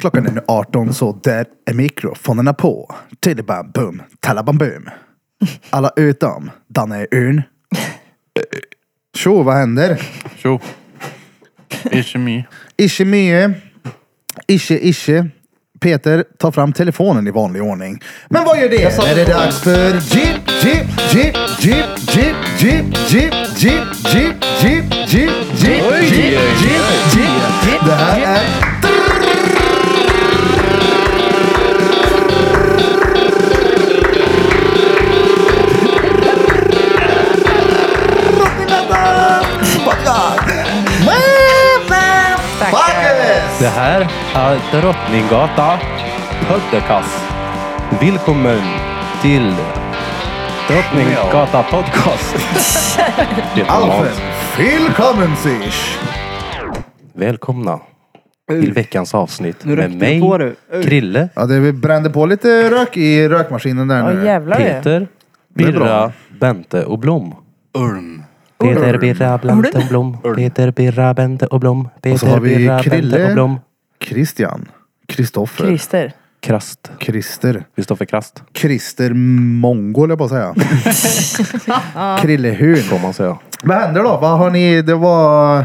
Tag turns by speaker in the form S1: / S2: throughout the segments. S1: Klockan är nu 18 så där är mikrofonerna på. Tidibam bum, talabam bum. Alla utom Danne Örn. Tjo, vad händer?
S2: Tjo. It's me.
S1: Ische mye. Ische ische. Peter, ta fram telefonen i vanlig ordning. Men vad gör det? Är det dags för Jip, Jip, Jip, Jip, Jip, Jip, Jip, Jip, Jip, Jip, Jip, Jip,
S2: Oj!
S1: Jip, Jip, Jip. Det här är...
S3: Det här är Drottninggatan Podcast. Välkommen till Drottninggatan Podcast.
S1: Alfred, välkommen sich!
S3: Välkomna till veckans avsnitt
S4: Nu
S3: med
S4: ryckte du
S3: mig,
S4: på dig. Ur.
S3: Krille,
S1: Ja, det, vi brände på lite rök i rökmaskinen där
S4: Ja
S1: nu.
S4: jävlar det.
S3: Peter,
S1: Det är bra.
S3: Birra, Bente och Blom.
S2: Ulm.
S3: Peter, Birra, Bente och Blom. Peter, Birra, Bente och Blom.
S1: så har
S3: Peter,
S1: vi
S3: Birra, Bente
S1: Krille.
S3: och Blom.
S1: Christian. Kristoffer.
S4: Christer.
S3: Krast.
S1: Christer.
S3: Kristoffer Krast,
S1: Christer Mongo, höll jag på att säga. Krillehun.
S3: får man säga.
S1: Vad händer då? Vad har ni? Det var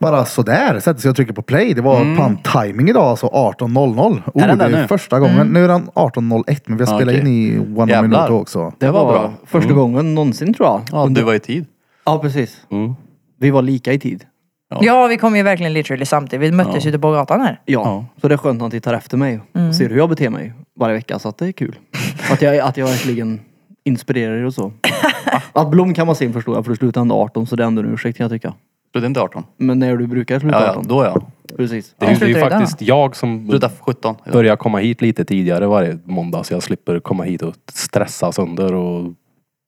S1: bara sådär. Sätter sig och trycker på play. Det var fan timing idag alltså. 18.00. Oh,
S2: Mm. Är den
S1: det
S2: där
S1: är
S2: nu?
S1: första gången. Nu är den 18.01 men vi har
S2: Ja,
S1: spelat
S2: okej.
S1: in i one
S2: Jävlar.
S1: minute också.
S4: Det
S2: var bra.
S4: Första gången någonsin tror jag.
S2: Mm. Ja, du var i tid.
S4: Ja, precis.
S3: Mm.
S4: Vi var lika i tid.
S5: Ja, vi kom ju verkligen literally samtidigt. Vi möttes ute på gatan här.
S4: Ja. Så det är skönt att han tittar efter mig och ser hur jag beter mig varje vecka. Så att det är kul. Att jag, att jag verkligen inspirerar er och så. Att Blom kan vara sen förstår jag för du slutade ändå 18 så det är ändå en ursäkt kan jag tycka.
S2: Slutade inte 18?
S4: Men när du brukar sluta
S2: Ja, ja,
S4: 18.
S2: då ja.
S4: Precis.
S3: Det
S5: Ja.
S3: är, det är ju
S5: Slutar idag.
S3: faktiskt jag som
S2: Slutade 17. idag.
S3: börjar komma hit lite tidigare varje måndag så jag slipper komma hit och stressa sönder och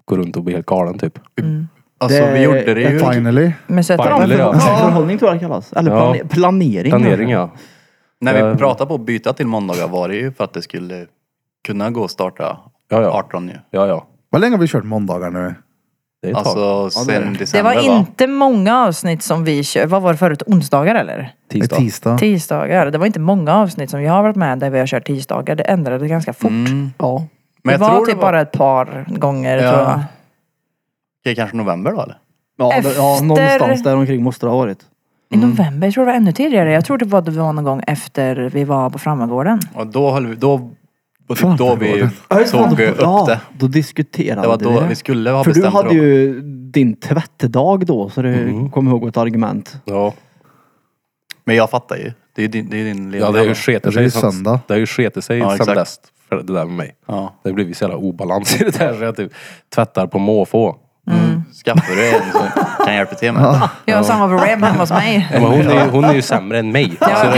S3: gå runt och bli helt galen typ.
S5: Mm.
S2: Alltså
S4: Det-
S2: vi gjorde det ju.
S1: Finally.
S5: Men så att
S3: Finally, ja.
S4: Förhållning tror jag det kallas. Eller
S3: Ja.
S4: plane- planering.
S3: Planering ja.
S2: När vi
S3: Jag-
S2: pratade på att byta till måndagar var det ju för att det skulle kunna gå att starta
S3: Ja, ja.
S2: 18 ju.
S3: ja, ja.
S1: Vad länge har vi kört måndagar nu?
S3: Det är ett tag.
S2: Alltså
S4: det är det.
S2: sen
S5: det
S2: december
S5: var inte många avsnitt som vi kör. Vad var det förut? Onsdagar eller?
S1: Det
S3: Tisdag.
S1: är tisdag.
S5: Tisdagar. Det var inte många avsnitt som jag har varit med där vi har kört tisdagar. Det ändrades ganska fort.
S2: Mm.
S4: Ja.
S2: Men jag
S5: det var
S2: tror det
S5: typ
S2: var
S5: bara ett par gånger
S2: Ja.
S5: tror jag.
S2: Okej, kanske november då eller?
S4: Ja, det- ja,
S5: Efter-
S4: någonstans där omkring måste det ha varit.
S5: I
S2: Mm.
S5: november, jag tror det var ännu tidigare. Jag tror det var, det var någon gång efter vi var på Frammegården.
S2: Och då höll vi, då, och
S1: Fan,
S2: typ då
S1: vad
S2: vi
S1: dåligt.
S2: såg upp det.
S4: Då diskuterade
S2: Det var då
S4: det.
S2: vi skulle ha
S4: För
S2: bestämt
S4: du hade
S2: då.
S4: ju din tvättdag då, så du kom ihåg ett argument.
S3: Ja.
S2: Men jag fattar ju. Det är ju din, det är din lilla
S3: ja, det har ju sketit
S1: Det är ju
S3: sig, sen-
S1: söndag.
S3: det har ju sketit sig
S2: Ja,
S3: sen
S2: exakt.
S3: dess. För det där med mig.
S2: Ja.
S3: Det har blivit så jävla obalans i det där så jag typ tvättar på måfå.
S5: Mm.
S2: Skaffar du en som kan hjälpa till med det?
S5: Jag har samma problem hemma hos mig.
S3: Ja, men hon, är, ju- hon är ju sämre än mig.
S5: Ja,
S3: Så det,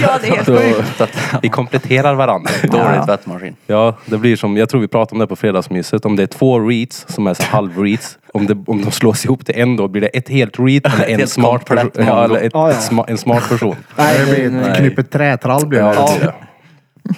S5: ja det är helt
S3: så
S5: sjukt.
S3: vi kompletterar varandra.
S2: Dålig tvättmaskin.
S3: Ja, det blir som, jag tror vi pratade om det på fredagsmyset. Om det är två reads som är så halv reads, om, det, om de slås ihop till en då blir det ett helt read eller en
S2: helt
S3: smart person.
S2: komplett
S3: Ja, eller ett,
S4: Ja, ja.
S3: ett sma, en smart person.
S4: Nej,
S1: Det blir ett knippe trätrall blir det.
S3: Ja, det blir det.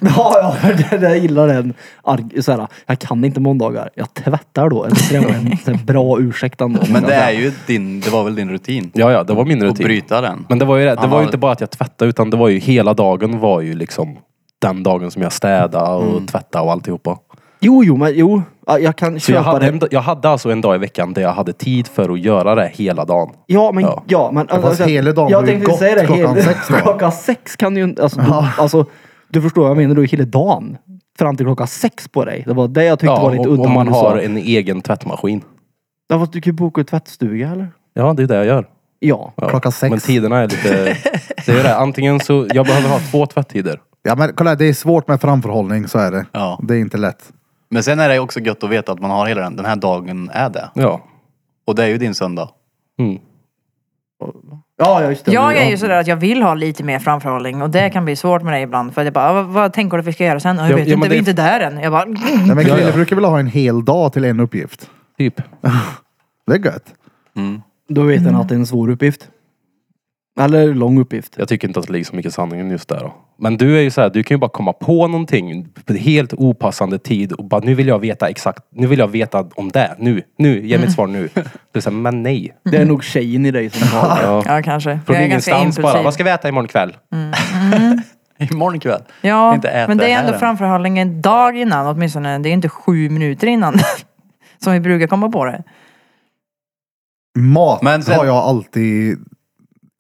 S4: Ja, ja, det, det, jag gillar den. Arg, så här, jag kan inte måndagar. Jag tvättar då. Det är en så här, bra ursäkt ändå.
S2: Men det är ju din, det var väl din rutin?
S3: ja, ja, det var min
S2: Att
S3: rutin.
S2: bryta den.
S3: Men det var ju det, det
S2: Han
S3: var
S2: har-
S3: ju inte bara att jag tvättade utan det var ju hela dagen var ju liksom den dagen som jag städade och
S4: Mm.
S3: tvättade och alltihopa.
S4: Jo, jo, men jo. Ja, Jag kan
S3: Så jag
S4: köpa
S3: hade,
S4: det.
S3: en, jag hade alltså en dag i veckan där jag hade tid för att göra det hela dagen.
S4: Ja, men
S3: Ja.
S4: ja. men, det
S1: fanns hela dagen
S4: jag
S1: var ju
S4: tänkte
S1: gott
S4: säga det.
S1: klockan
S4: hela-
S1: sex då.
S4: Klockan sex kan ju inte... Alltså, du, alltså, du förstår vad jag menar. Du är hela dagen. Fram till klockan sex på dig. Det var det jag tyckte
S3: Ja,
S4: var lite
S3: och,
S4: udda.
S3: om man
S4: när du sa-
S3: har en egen tvättmaskin.
S4: Ja, fast du kan ju boka en tvättstuga eller?
S3: Ja, det är det jag gör.
S4: Ja.
S3: Ja.
S1: Klockan sex.
S3: Men tiderna är lite... Det är ju det. Antingen så... Jag behöver ha två tvättider.
S1: Ja men kolla, det är svårt med framförhållning, så är det.
S2: Ja.
S1: Det är inte lätt.
S2: Men sen är det också gött att veta att man har hela den, den här dagen är det.
S3: Ja.
S2: Och det är ju din söndag.
S3: Mm.
S4: Ja, ja, just det.
S5: Jag är ju sådär att jag vill ha lite mer framförhållning och det kan bli svårt med det ibland. För att jag bara, vad, vad tänker du att vi ska göra sen? Ja, Jag
S3: Ja,
S5: vet
S3: ja,
S5: inte,
S3: men
S5: vi är
S3: det-
S5: inte där än. Jag bara, "Mm,
S1: Nej, men
S3: Ja,
S1: Krille
S3: ja.
S1: brukar väl ha en hel dag till en uppgift.
S3: Typ.
S1: Det är gött.
S4: Då vet en att det är en svår uppgift. Eller lång uppgift.
S3: Jag tycker inte att det ligger så mycket sanningen just där. Då. Men du är ju så här, du kan ju bara komma på någonting på helt opassande tid och bara nu vill jag veta exakt, nu vill jag veta om det, nu, nu, ge mig ett svar nu. Det är så här, men nej.
S4: Det är nog tjejen i dig som har det.
S3: Ja.
S5: ja kanske.
S3: Från
S5: jag är ganska
S3: ingenstans
S5: impulsiv.
S3: bara, vad ska vi äta imorgon kväll?
S2: Imorgon kväll.
S5: Ja,
S2: Inte äta
S5: men det är
S2: här
S5: ändå
S2: än.
S5: framförhållning en dag innan åtminstone. Det är inte sju minuter innan. Som vi brukar komma på det.
S1: Mat
S2: Men sen-
S1: har jag alltid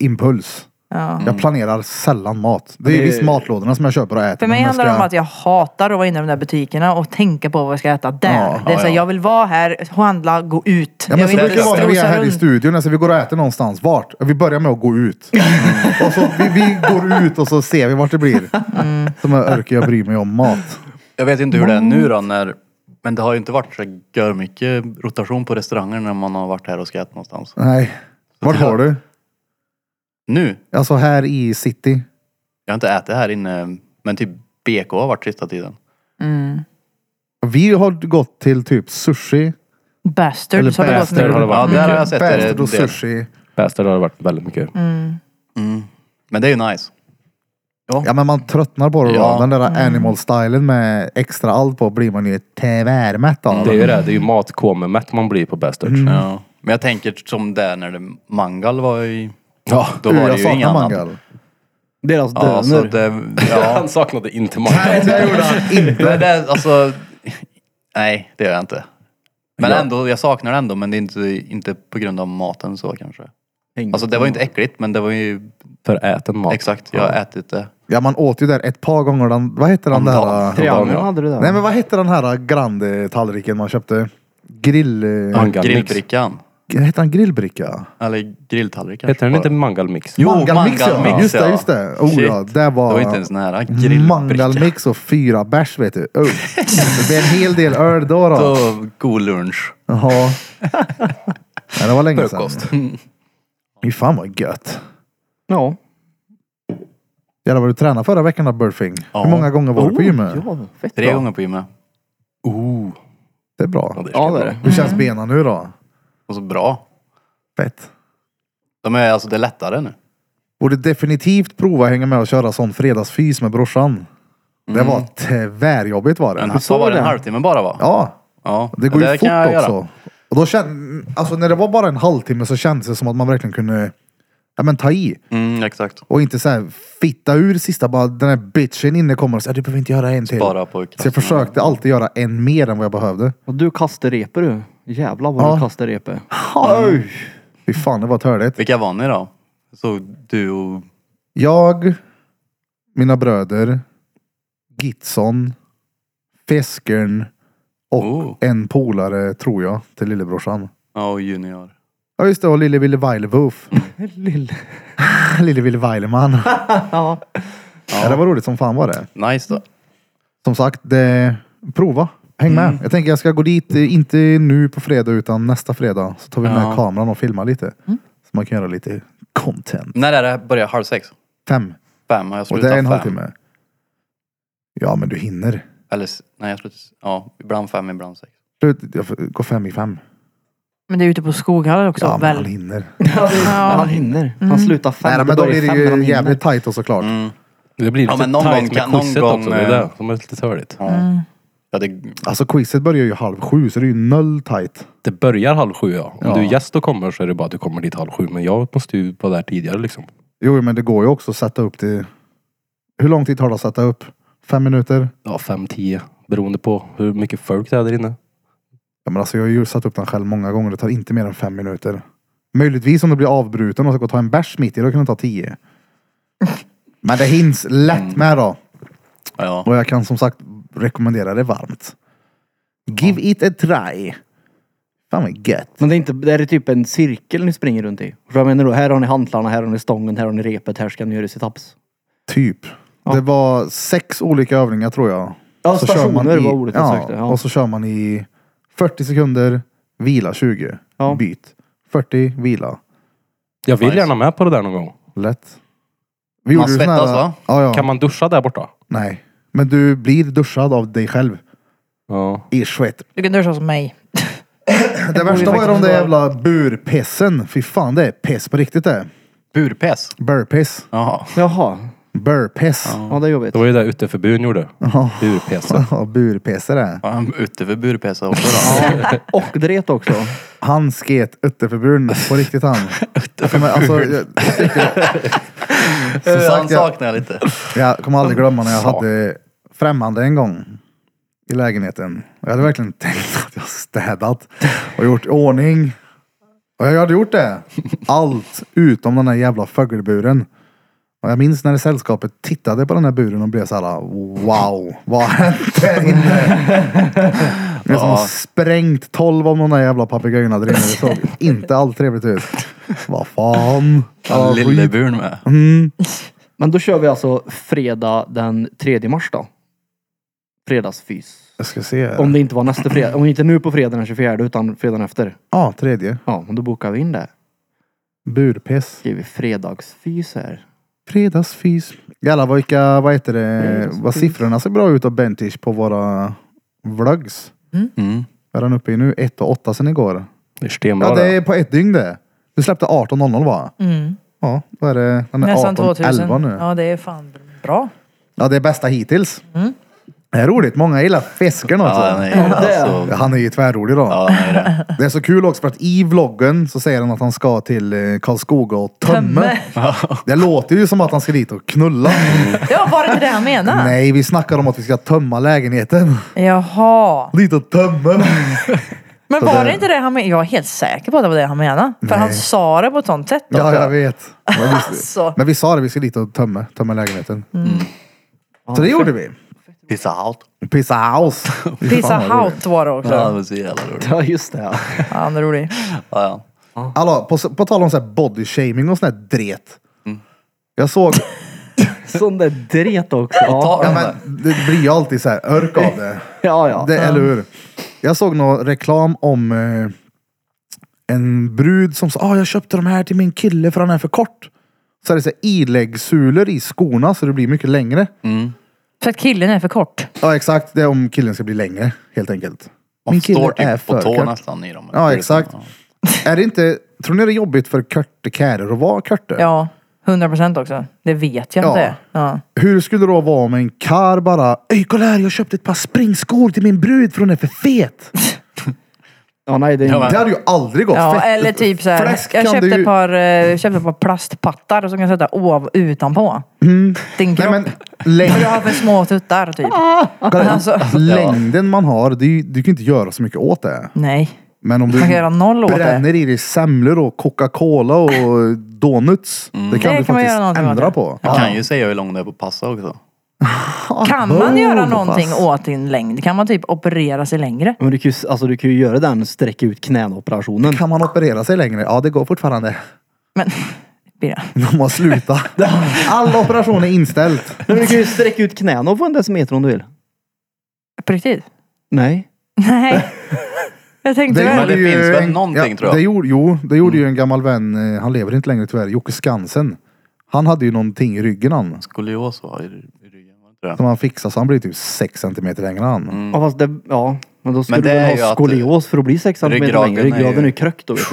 S1: impuls.
S5: Ja.
S1: Jag planerar sällan mat. Det är
S4: Det-
S1: visst matlådorna som jag köper och äter.
S5: För mig
S1: men jag
S5: handlar det om
S1: ska-
S5: att jag hatar att vara inne i de där butikerna och tänka på vad jag ska äta där.
S1: Ja,
S5: det är
S2: ja,
S5: så här,
S2: ja.
S5: jag vill vara här, handla, gå ut.
S1: Ja,
S5: jag
S1: men så
S5: vill
S1: brukar det
S5: inte
S1: vara när vi är
S5: strosa
S1: här i
S5: runt.
S1: studion. Alltså, vi går och äter någonstans. Vart? Vi börjar med att gå ut.
S5: Mm.
S1: Och så, vi, vi går ut och så ser vi vart det blir.
S5: Mm.
S1: Som jag orkar jag bry mig om mat.
S2: Jag vet inte hur det är nu då när... Men det har ju inte varit så gör mycket rotation på restauranger när man har varit här och ska äta någonstans.
S1: Nej. Vart var du?
S2: Nu?
S1: Alltså här i city.
S2: Jag har inte ätit här inne. Men typ BK har varit sista tiden.
S5: Mm.
S1: Vi har gått till typ sushi.
S5: Bastard,
S1: Eller
S5: så har det gått
S3: bastard
S5: nu.
S3: har
S5: Mm.
S3: det
S2: Ja,
S3: varit.
S2: där har jag sett det.
S1: Bastard
S2: en
S1: och
S2: del.
S1: sushi.
S3: Bastard har det varit väldigt mycket.
S2: Mm. Men det är ju nice.
S1: Ja men man tröttnar på det då.
S2: Ja.
S1: Den där animal-stilen med extra allt på blir man ju tvärmätt av.
S3: Det är ju det, det är ju matkomemätt man blir på Bastard.
S2: Ja. Men jag tänker som där när det mangal var i...
S3: Ja.
S2: Då var det
S1: jag
S2: ju inget
S1: saknar
S2: annat.
S1: mangal.
S4: Deras
S2: Ja, så
S4: alltså döner.
S2: det, ja.
S3: Han saknade inte maten.
S1: Det gjorde han inte.
S2: Men det, alltså, nej, det gör jag inte. Men ändå, jag saknar det ändå, men det är inte, inte på grund av maten så kanske.
S4: Hänger
S2: Alltså det var ju inte äckligt, men det var ju
S3: För äten mat.
S2: exakt, jag har ätit det.
S1: Ja man åt ju där ett par gånger. Den, vad heter den
S2: Om
S1: där?
S2: dagen.
S4: Triangeln hade du där.
S1: Nej men vad hette den här grande-tallriken man köpte? Grill... eh,
S3: Mangal mix.
S2: Grillbrickan.
S1: Hette han grillbricka?
S2: Eller grilltallrik kanske.
S3: Heter den inte
S2: bara.
S3: mangal mix?
S2: Jo,
S1: Mangalmix ja.
S2: mangalmix,
S1: Just det,
S2: ja.
S1: just det. Oh,
S2: Shit.
S1: ja, det
S2: Det
S1: var...
S2: var inte ens nära. Grillbricka.
S1: Mangalmix och fyra bärs vet du. Oh. Det blir en hel del öl då. då.
S2: Så god lunch.
S1: Jaha. Nej, det var länge sedan.
S2: Frukost.
S1: Fy fan vad gött.
S4: Ja.
S1: Jävlar vad du tränade förra veckan då Burfing.
S2: Ja.
S1: Hur många gånger var du på gymmet?
S4: Oh, Ja, fett
S2: Tre
S4: bra.
S2: gånger på gymmet.
S3: Oh.
S1: Det är bra.
S4: Ja, det är det.
S1: Hur känns benen nu då?
S2: Och så bra.
S1: Fett.
S2: De är alltså, det är lättare nu.
S1: Borde definitivt prova att hänga med och köra sån fredagsfys med brorsan. Det var tvärjobbigt var det.
S2: Men han
S4: sa
S2: sa var det en
S4: det?
S2: halvtimme bara va?
S1: Ja,
S2: Ja,
S1: det går ju
S2: kan jag
S1: fort
S2: göra.
S1: också. Och då känd, alltså när det var bara en halvtimme så kändes det som att man verkligen kunde ja, men, ta i.
S2: Mm, exakt.
S1: Och inte så här fitta ur sista bara den här bitchen inne kommer och säger "Ah, du behöver inte göra en till.
S2: Bara på
S1: Så jag försökte alltid göra en mer än vad jag behövde.
S4: Och du kastar repor du. Jävlar vad
S1: Ja.
S4: du kastar repor.
S1: Oj! Fy fan det var törligt.
S2: Vilka var ni då? Så du och...
S1: Jag, mina bröder, Gitson, Feskern och
S2: Oh.
S1: en polare tror jag till lillebrorsan.
S2: Ja, och Junior.
S1: Ja just det och lille Wille Weilewolf.
S4: Lille.
S1: lille Wille Weileman.
S4: Ja.
S1: Ja, det var roligt som fan var det.
S2: Nice då.
S1: Som sagt, det, prova. Häng med. Jag tänker jag ska gå dit, eh, inte nu på fredag utan nästa fredag. Så tar vi med
S2: Ja.
S1: kameran och filmar lite. Så man kan göra lite content.
S2: När är det? Börjar halv sex?
S1: Fem.
S2: Fem? Jag
S1: Och
S2: slutar
S1: det är en
S2: fem.
S1: halvtimme. Ja men du hinner.
S2: Eller, s- nej jag slutar... Ja, ibland fem, ibland sex.
S1: Slut, jag får gå fem i fem.
S5: Men det är ute på Skoghallen också.
S1: Ja men han
S5: väl?
S1: hinner.
S4: Han hinner. Han slutar fem.
S1: Nej
S4: det
S1: men då
S4: börjar
S1: blir det
S4: fem, men han
S1: ju
S4: hinner.
S1: jävligt tajt då såklart.
S2: Mm.
S3: Det blir lite
S2: Ja, men någon
S3: tajt
S2: gång
S3: med
S2: kan- någon
S3: quizet
S2: gång,
S3: också. Det är
S2: eh,
S3: det som är lite törligt.
S2: Ja.
S5: Mm.
S2: Ja, det...
S1: Alltså quizet börjar ju halv sju så det är ju noll tajt.
S3: Det börjar halv sju ja. Om
S1: Ja.
S3: du är gäst och kommer så är det bara att du kommer dit halv sju. Men jag måste ju vara där tidigare liksom.
S1: Jo men det går ju också att sätta upp till... Hur lång tid tar det att sätta upp? Fem minuter?
S3: Ja, fem, tio. Beroende på hur mycket folk det är där inne.
S1: Ja, men alltså, jag har ju satt upp den själv många gånger. Det tar inte mer än fem minuter. Möjligtvis om det blir avbruten och ska gå och ta en bärs mitt i. Då kan det ta tio. Men det hinns lätt med då.
S2: Ja.
S1: Och jag kan som sagt rekommendera det varmt. Give it a try. Fan vad gött.
S4: Men det är, inte, det är typ en cirkel ni springer runt i. För jag menar då, här har ni hantlarna, här har ni stången, här har ni repet, här ska ni göra situps.
S1: Typ. Det var sex olika övningar tror jag. kör man
S4: Ja, stationer var ordet jag
S1: ja,
S4: sökte. Ja.
S1: Och så kör man i 40 sekunder, vila 20,
S4: Ja.
S1: byt. 40, vila.
S3: Jag vill
S2: Nice.
S3: gärna med på det där någon gång.
S1: Lätt. Vi
S2: Man
S1: gjorde ju sån
S2: svettas,
S1: här-
S2: va?
S1: Ja, ja.
S3: Kan man duscha där borta?
S1: Nej. Men du blir duschad av dig själv.
S3: Ja.
S1: I svett.
S5: Du kan duscha som mig.
S1: Det värsta var ju de där jävla burpissen. Fy fan det är piss på riktigt det.
S2: Burpes.
S1: Burpiss.
S2: Jaha.
S4: Jaha,
S1: Burpiss.
S4: ja det är jobbigt.
S3: Det var ju det uteförbun gjorde. Burpesen.
S1: Ja. Burpiss är det.
S2: Ja, han är Ute för burpesa också då.
S4: Och dret också.
S1: Han sket utteförbun på riktigt han. Utteförbun. Alltså, jag, jag tycker-
S2: Susanne
S1: sagt, ja.
S2: saknar jag lite.
S1: Jag kommer aldrig glömma när jag
S3: Sak.
S1: hade främmande en gång i lägenheten. Jag hade verkligen tänkt att jag städat och gjort i ordning. Och jag hade gjort det. Allt utom den där jävla fågelburen. Och jag minns när det sällskapet tittade på den här buren och blev så här: wow, vad hände där inne? Det är som att ha sprängt tolv av de där jävla papegojorna där inne. Det såg inte alls trevligt ut. Vad fan. Ja, skit.
S2: Lilleburn med.
S1: Mm.
S4: Men då kör vi alltså fredag den 3 mars då. Fredagsfys.
S1: Jag ska se.
S4: Om det inte var nästa fredag. Om inte nu på fredag den 24 utan fredagen efter.
S1: Ja, tredje.
S4: Ja, men då bokar vi in det.
S1: Burpess.
S4: Skriver fredagsfys här.
S1: Fredagsfys. Jävlar vad vilka, vad heter det,
S4: Fredagsfys.
S1: vad siffrorna ser bra ut av Bentish på våra vlogs.
S2: Mm.
S1: Vad är den uppe i nu? 1 och 8 sen igår.
S3: Det är stenbra
S1: Ja det
S3: det.
S1: är på ett dygn det. Du släppte 18.00 va?
S5: Mm.
S1: Ja, vad är det? Den är
S5: Nästan 2000.
S1: 18.11 nu. Ja.
S5: Ja, det är fan bra.
S1: det är bästa hittills. Det är roligt, många gillar fisken också.
S2: Ja, nej, alltså.
S1: Han är ju tvärrolig då.
S2: Ja, nej, det.
S1: Det är så kul också för att i vloggen så säger han att han ska till eh, Karlskoga och tömme. Det låter ju som att han ska dit och knulla.
S5: Ja, var det inte det han menade?
S1: Nej, vi snackar om att vi ska tömma lägenheten.
S5: Jaha.
S1: Lite att tömma.
S5: Men
S1: Så
S5: var
S1: det-
S5: det inte det han menade? Jag är helt säker på att det var det han menade. För han sa det på ett sånt sätt. Då,
S1: ja, jag vet. Men vi,
S5: Alltså.
S1: men vi sa det, vi ska dit och tömma, tömma lägenheten. Så det gjorde vi.
S2: Pissa out.
S1: Pizza house. Fy
S5: Pizza
S1: fan vad roligt.
S5: Hout var det också.
S2: Ja, det var så jävla roligt.
S4: Ja, just det. ja.
S5: Ja, han är rolig.
S2: Ja, ja.
S1: Hallå, på, på tal om så här body shaming och sån här dret. Jag såg,
S4: Sån där dret också.
S2: Ta
S4: Ja,
S1: ja,
S2: den där.
S1: men, det blir ju alltid så här örk av det.
S4: ja. ja.
S1: det Eller hur? Jag såg någon reklam om eh, en brud som sa ah, jag köpte de här till min kille för han är för kort. Så är det så här iläggssulor i skorna så det blir mycket längre.
S2: Mm.
S5: För att killen är för kort.
S1: Ja exakt, det är om killen ska bli längre helt enkelt.
S2: Man står typ på tå
S1: kort.
S2: nästan i dem. liksom-
S1: Ja exakt. Är det inte, tror ni det är jobbigt för körtekärer att vara körte?
S5: Ja, 100 procent också. Det vet jag
S1: Ja.
S5: inte. Ja.
S1: Hur skulle det då vara om en kar bara, Öj kolla här jag köpte ett par springskor till min brud för hon är för fet.
S4: ja nej, det är
S2: Ja,
S1: Det
S2: men-
S1: hade ju aldrig gått.
S5: Ja,
S1: Fett-
S5: eller typ så här,
S1: fläsk
S5: jag
S1: kan
S5: köpte,
S1: du ju-
S5: ett par, eh, köpte ett par plastpattar som kan sätta ov utanpå. Din
S1: Mm. Nej
S5: kropp.
S1: men läng-
S5: Jag har för små tuttar typ.
S1: kolla,
S5: Alltså,
S1: längden man har, det är, ju- du kan ju inte göra så mycket åt det.
S5: nej.
S1: Men om du
S5: Man kan göra noll åt det.
S1: bränner i dig semlor och Coca-Cola och donuts. Det kan
S5: Mm. Det
S1: du
S5: kan man göra
S1: faktiskt
S5: någonting åt
S1: ändra
S5: det.
S1: på.
S2: Jag kan ju säga hur lång det är på passa också.
S5: Kan man göra någonting åt din längd? Kan man typ operera sig längre?
S4: Men du kan, ju, alltså, du kan ju göra den sträcka ut knän-operationen.
S1: Kan man operera sig längre? Ja, det går fortfarande.
S5: Men, Birra.
S1: De har slutat. All operation är inställt.
S4: Nej, men Du kan ju sträcka ut knäna och få en decimeter om du vill.
S5: på riktigt?
S4: Nej.
S5: Nej. Jag tänkte väl.
S2: gjorde- det finns väl någonting, tror jag. Mm.
S1: Det gjorde, jo, det gjorde ju en gammal vän, eh, han lever inte längre tyvärr, Jocke Skansen. Han hade ju någonting i ryggen han.
S2: Skolios va? I i ryggen var det inte det?
S1: Som han fixade så han blev typ 6 centimeter längre än han.
S2: Mm.
S4: Ja, fast det, ja. Men då skulle
S2: Men
S4: du
S2: det är
S4: väl
S2: ju
S4: ha
S2: att-
S4: skolios för att bli sex centimeter
S2: Ryggraden
S4: längre. Ryggraden
S2: är
S4: är
S2: ju-
S4: ju krökt då vet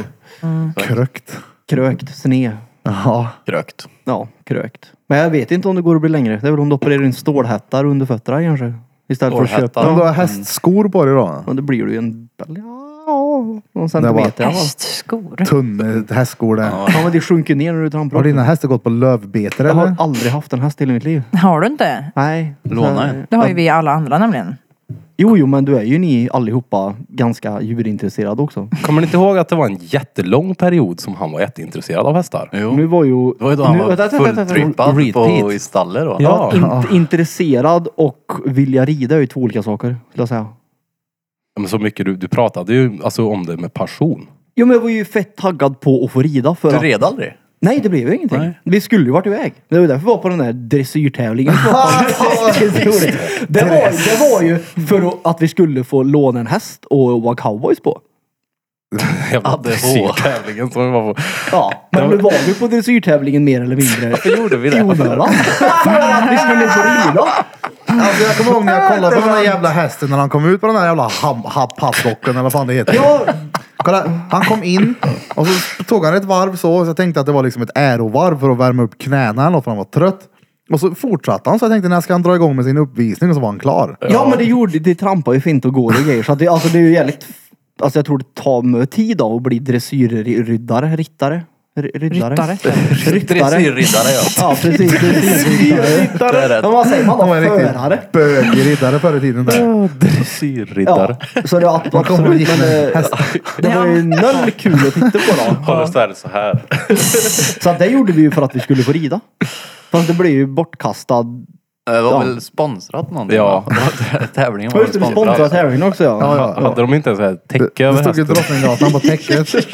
S4: du.
S1: Krökt.
S4: Krökt, sned.
S1: Ja.
S2: Krökt.
S4: Ja, krökt. Men jag vet inte om det går att bli längre. Det är väl om du opererar in stålhättar under fötterna kanske. Istället för att köpa.
S2: Stålhättar.
S1: Om du
S4: Ja.
S1: har hästskor på dig då?
S4: Men då blir du ju en... Ja, någon
S1: var
S4: centimeter. ja.
S5: Hästskor.
S1: Tunna hästskor det.
S4: Ja men det sjunker ner när du trampar
S1: Har
S4: upp.
S1: dina hästar gått på lövbeter
S4: Jag har
S1: eller?
S4: aldrig haft en häst i hela mitt liv.
S5: Har du inte?
S4: Nej.
S2: Låna en.
S5: Det har ju vi alla andra nämligen.
S4: Jo, jo, men du är ju ni allihopa ganska djurintresserade också.
S3: Kommer ni inte ihåg att det var en jättelång period som han var jätteintresserad av hästar?
S4: Nu
S2: Jo.
S4: var ju...
S2: Det var ju då han
S4: nu,
S2: var
S4: vänta, vänta, vänta, vänta.
S2: fulltrippad på-
S3: Repeat.
S2: i stallet då.
S4: Ja,
S3: Ja.
S4: int- intresserad och vilja rida är ju två olika saker, skulle jag säga.
S3: Men så mycket du, du pratade ju alltså om det med passion.
S4: Jo, men jag var ju fett taggad på att få rida för
S2: Du
S4: att...
S2: red aldrig?
S4: Nej, det blev ju ingenting.
S2: Nej.
S4: Vi skulle ju varit iväg. Det var därför vi var på den där dressyrtävlingen. som var fantastiskt rolig. det, var, det var ju för att- att vi skulle få låna en häst och vara cowboys på.
S3: Jävla
S2: ADH.
S3: dressyrtävlingen som det var på.
S4: Ja, men nu var vi på dressyrtävlingen mer eller mindre. Varför gjorde vi det? I onödan. För att vi skulle få rida.
S1: Alltså jag kommer ihåg när jag kollade på den där jävla hästen när han kom ut på den där jävla ham- ha- paddocken eller vad fan det heter.
S4: Ja,
S1: Kolla, han kom in och så tog han ett varv så. Så jag tänkte att det var liksom ett ärovarv för att värma upp knäna eller något, för han var trött. Och så fortsatte han så jag tänkte när ska han dra igång med sin uppvisning och så var han klar.
S4: ja men det gjorde, det trampade ju fint och går och grejer. Så att det, alltså, det är ju jävligt, alltså jag tror det tar mycket tid av att bli dressyrryddare, rittare. R- Riddare.
S5: Ryttare.
S4: Ryttare.
S2: Dressyrriddare ja.
S4: Ja, precis. Dressyrryttare.
S2: Det är
S4: Ja,
S2: rätt.
S4: vad säger man då?
S1: De var riktigt
S4: Förare.
S1: bögriddare förr i tiden. Där.
S3: Dressyrriddare.
S4: så det var ab-
S1: Man kommer och
S4: absolut.
S1: gick
S4: Men
S1: med
S4: eh,
S1: häst.
S4: det var ju noll kul att titta på då.
S3: Håller svärdet så här.
S4: Så att det gjorde vi ju för att vi skulle få rida. Fast det blev ju bortkastad.
S2: Det var
S4: Ja.
S2: väl sponsrat någonting?
S3: Ja.
S2: va? Tävlingen var typ
S4: Just det, vi sponsrade tävlingen också
S1: Ja,
S4: ja.
S1: ja, ja.
S3: Hade de inte ens ett
S1: Det,
S3: täcke
S1: det
S3: över
S1: stod ju
S3: hästen?
S1: Drottninggatan på täcket.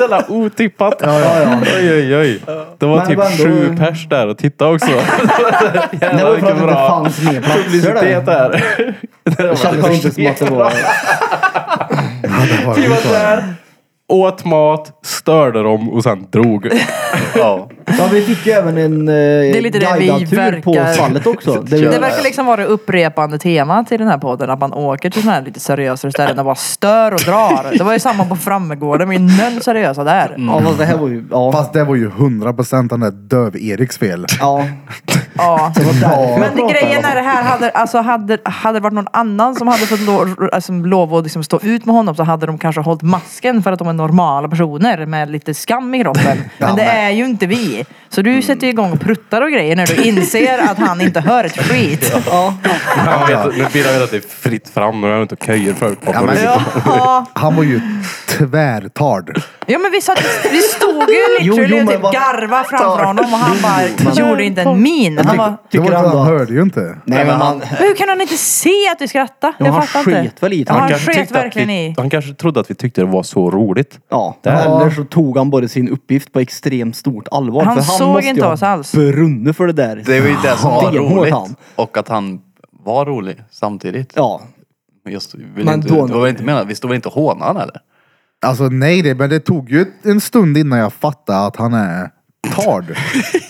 S3: Jävla otippat.
S4: Ja, ja.
S3: Oj, oj, oj. Det var
S4: Men
S3: typ
S4: det var ändå-
S3: sju pers där och titta också.
S4: Det var
S3: Jävlar
S4: ju för att
S3: vilken
S4: det inte
S3: bra
S4: fanns mer platser
S3: publicitet
S4: där.
S3: där.
S4: Det kändes inte som att det var...
S1: Ja, det var det
S3: Vi
S1: ju så.
S3: var där, åt mat, störde dem och sen drog.
S2: Ja.
S4: Ja, vi fick ju även en eh,
S5: är lite det vi
S4: guidad tur på
S5: verkar-
S4: stallet också. Det är ju-
S5: Det verkar liksom vara det upprepande temat i den här podden. Att man åker till sådana här lite seriösare ställen och bara stör och drar. Det var ju samma på Frammegården. Vi är noll seriösa där.
S4: Ja, fast det här var ju... Ja.
S1: Fast det var ju 100% den där döv-Eriks fel.
S4: ja.
S5: Ja.
S4: Det var där
S5: Men
S4: jag
S5: grejen
S4: pratade
S5: är det här, hade, alltså, hade, hade det varit någon annan som hade fått lo, alltså, lov att liksom stå ut med honom så hade de kanske hållit masken för att de är normala personer med lite skam i kroppen. Men det är ju inte vi. Så
S4: Mm.
S5: du sätter ju igång och pruttar och grejer när du inser att han inte hör ett skit.
S4: om. Ja.
S3: Han vet, nu Birra vet att det är fritt fram. Nu har jag inte köjer förut.
S1: Ja, men-
S5: Ja.
S1: Han var ju tvärtard.
S5: Ja men vi, satt, vi stod ju
S4: Jo, jo,
S5: literally och
S4: men
S5: typ
S4: vad-
S5: garva framför honom och han bara gjorde inte en min. Han bara,
S1: Det var
S4: Tycker
S1: ju så
S4: ändå
S1: han
S4: att...
S1: hörde ju inte.
S4: Nej, men han...
S5: "Men hur kan han inte se att du skrattar?
S4: Jo,
S5: Jag
S4: han
S5: fattar inte.
S4: sket väl i det.
S5: Ja,
S4: Han
S5: han
S3: kanske
S5: sket
S3: tyckte att
S5: verkligen
S3: vi,
S5: i.
S3: han kanske trodde att vi tyckte det var så roligt.
S4: Ja,
S3: Där.
S4: eller så tog han både sin uppgift på extremt stort allvar.
S5: Han
S4: för han
S5: såg
S4: måste
S5: inte
S4: ju ha
S5: oss alls.
S4: brunnit för det där.
S2: Det är ju det som
S4: Ja,
S2: var
S4: det är hårt han.
S2: roligt. Och att han var rolig samtidigt.
S4: Ja,
S2: Just, vill
S4: Men
S2: inte,
S4: då-
S2: det var väl inte menat, vi stod väl inte och hånade han eller?
S1: Alltså nej, det, men det tog ju en stund innan jag fattade att han är tard.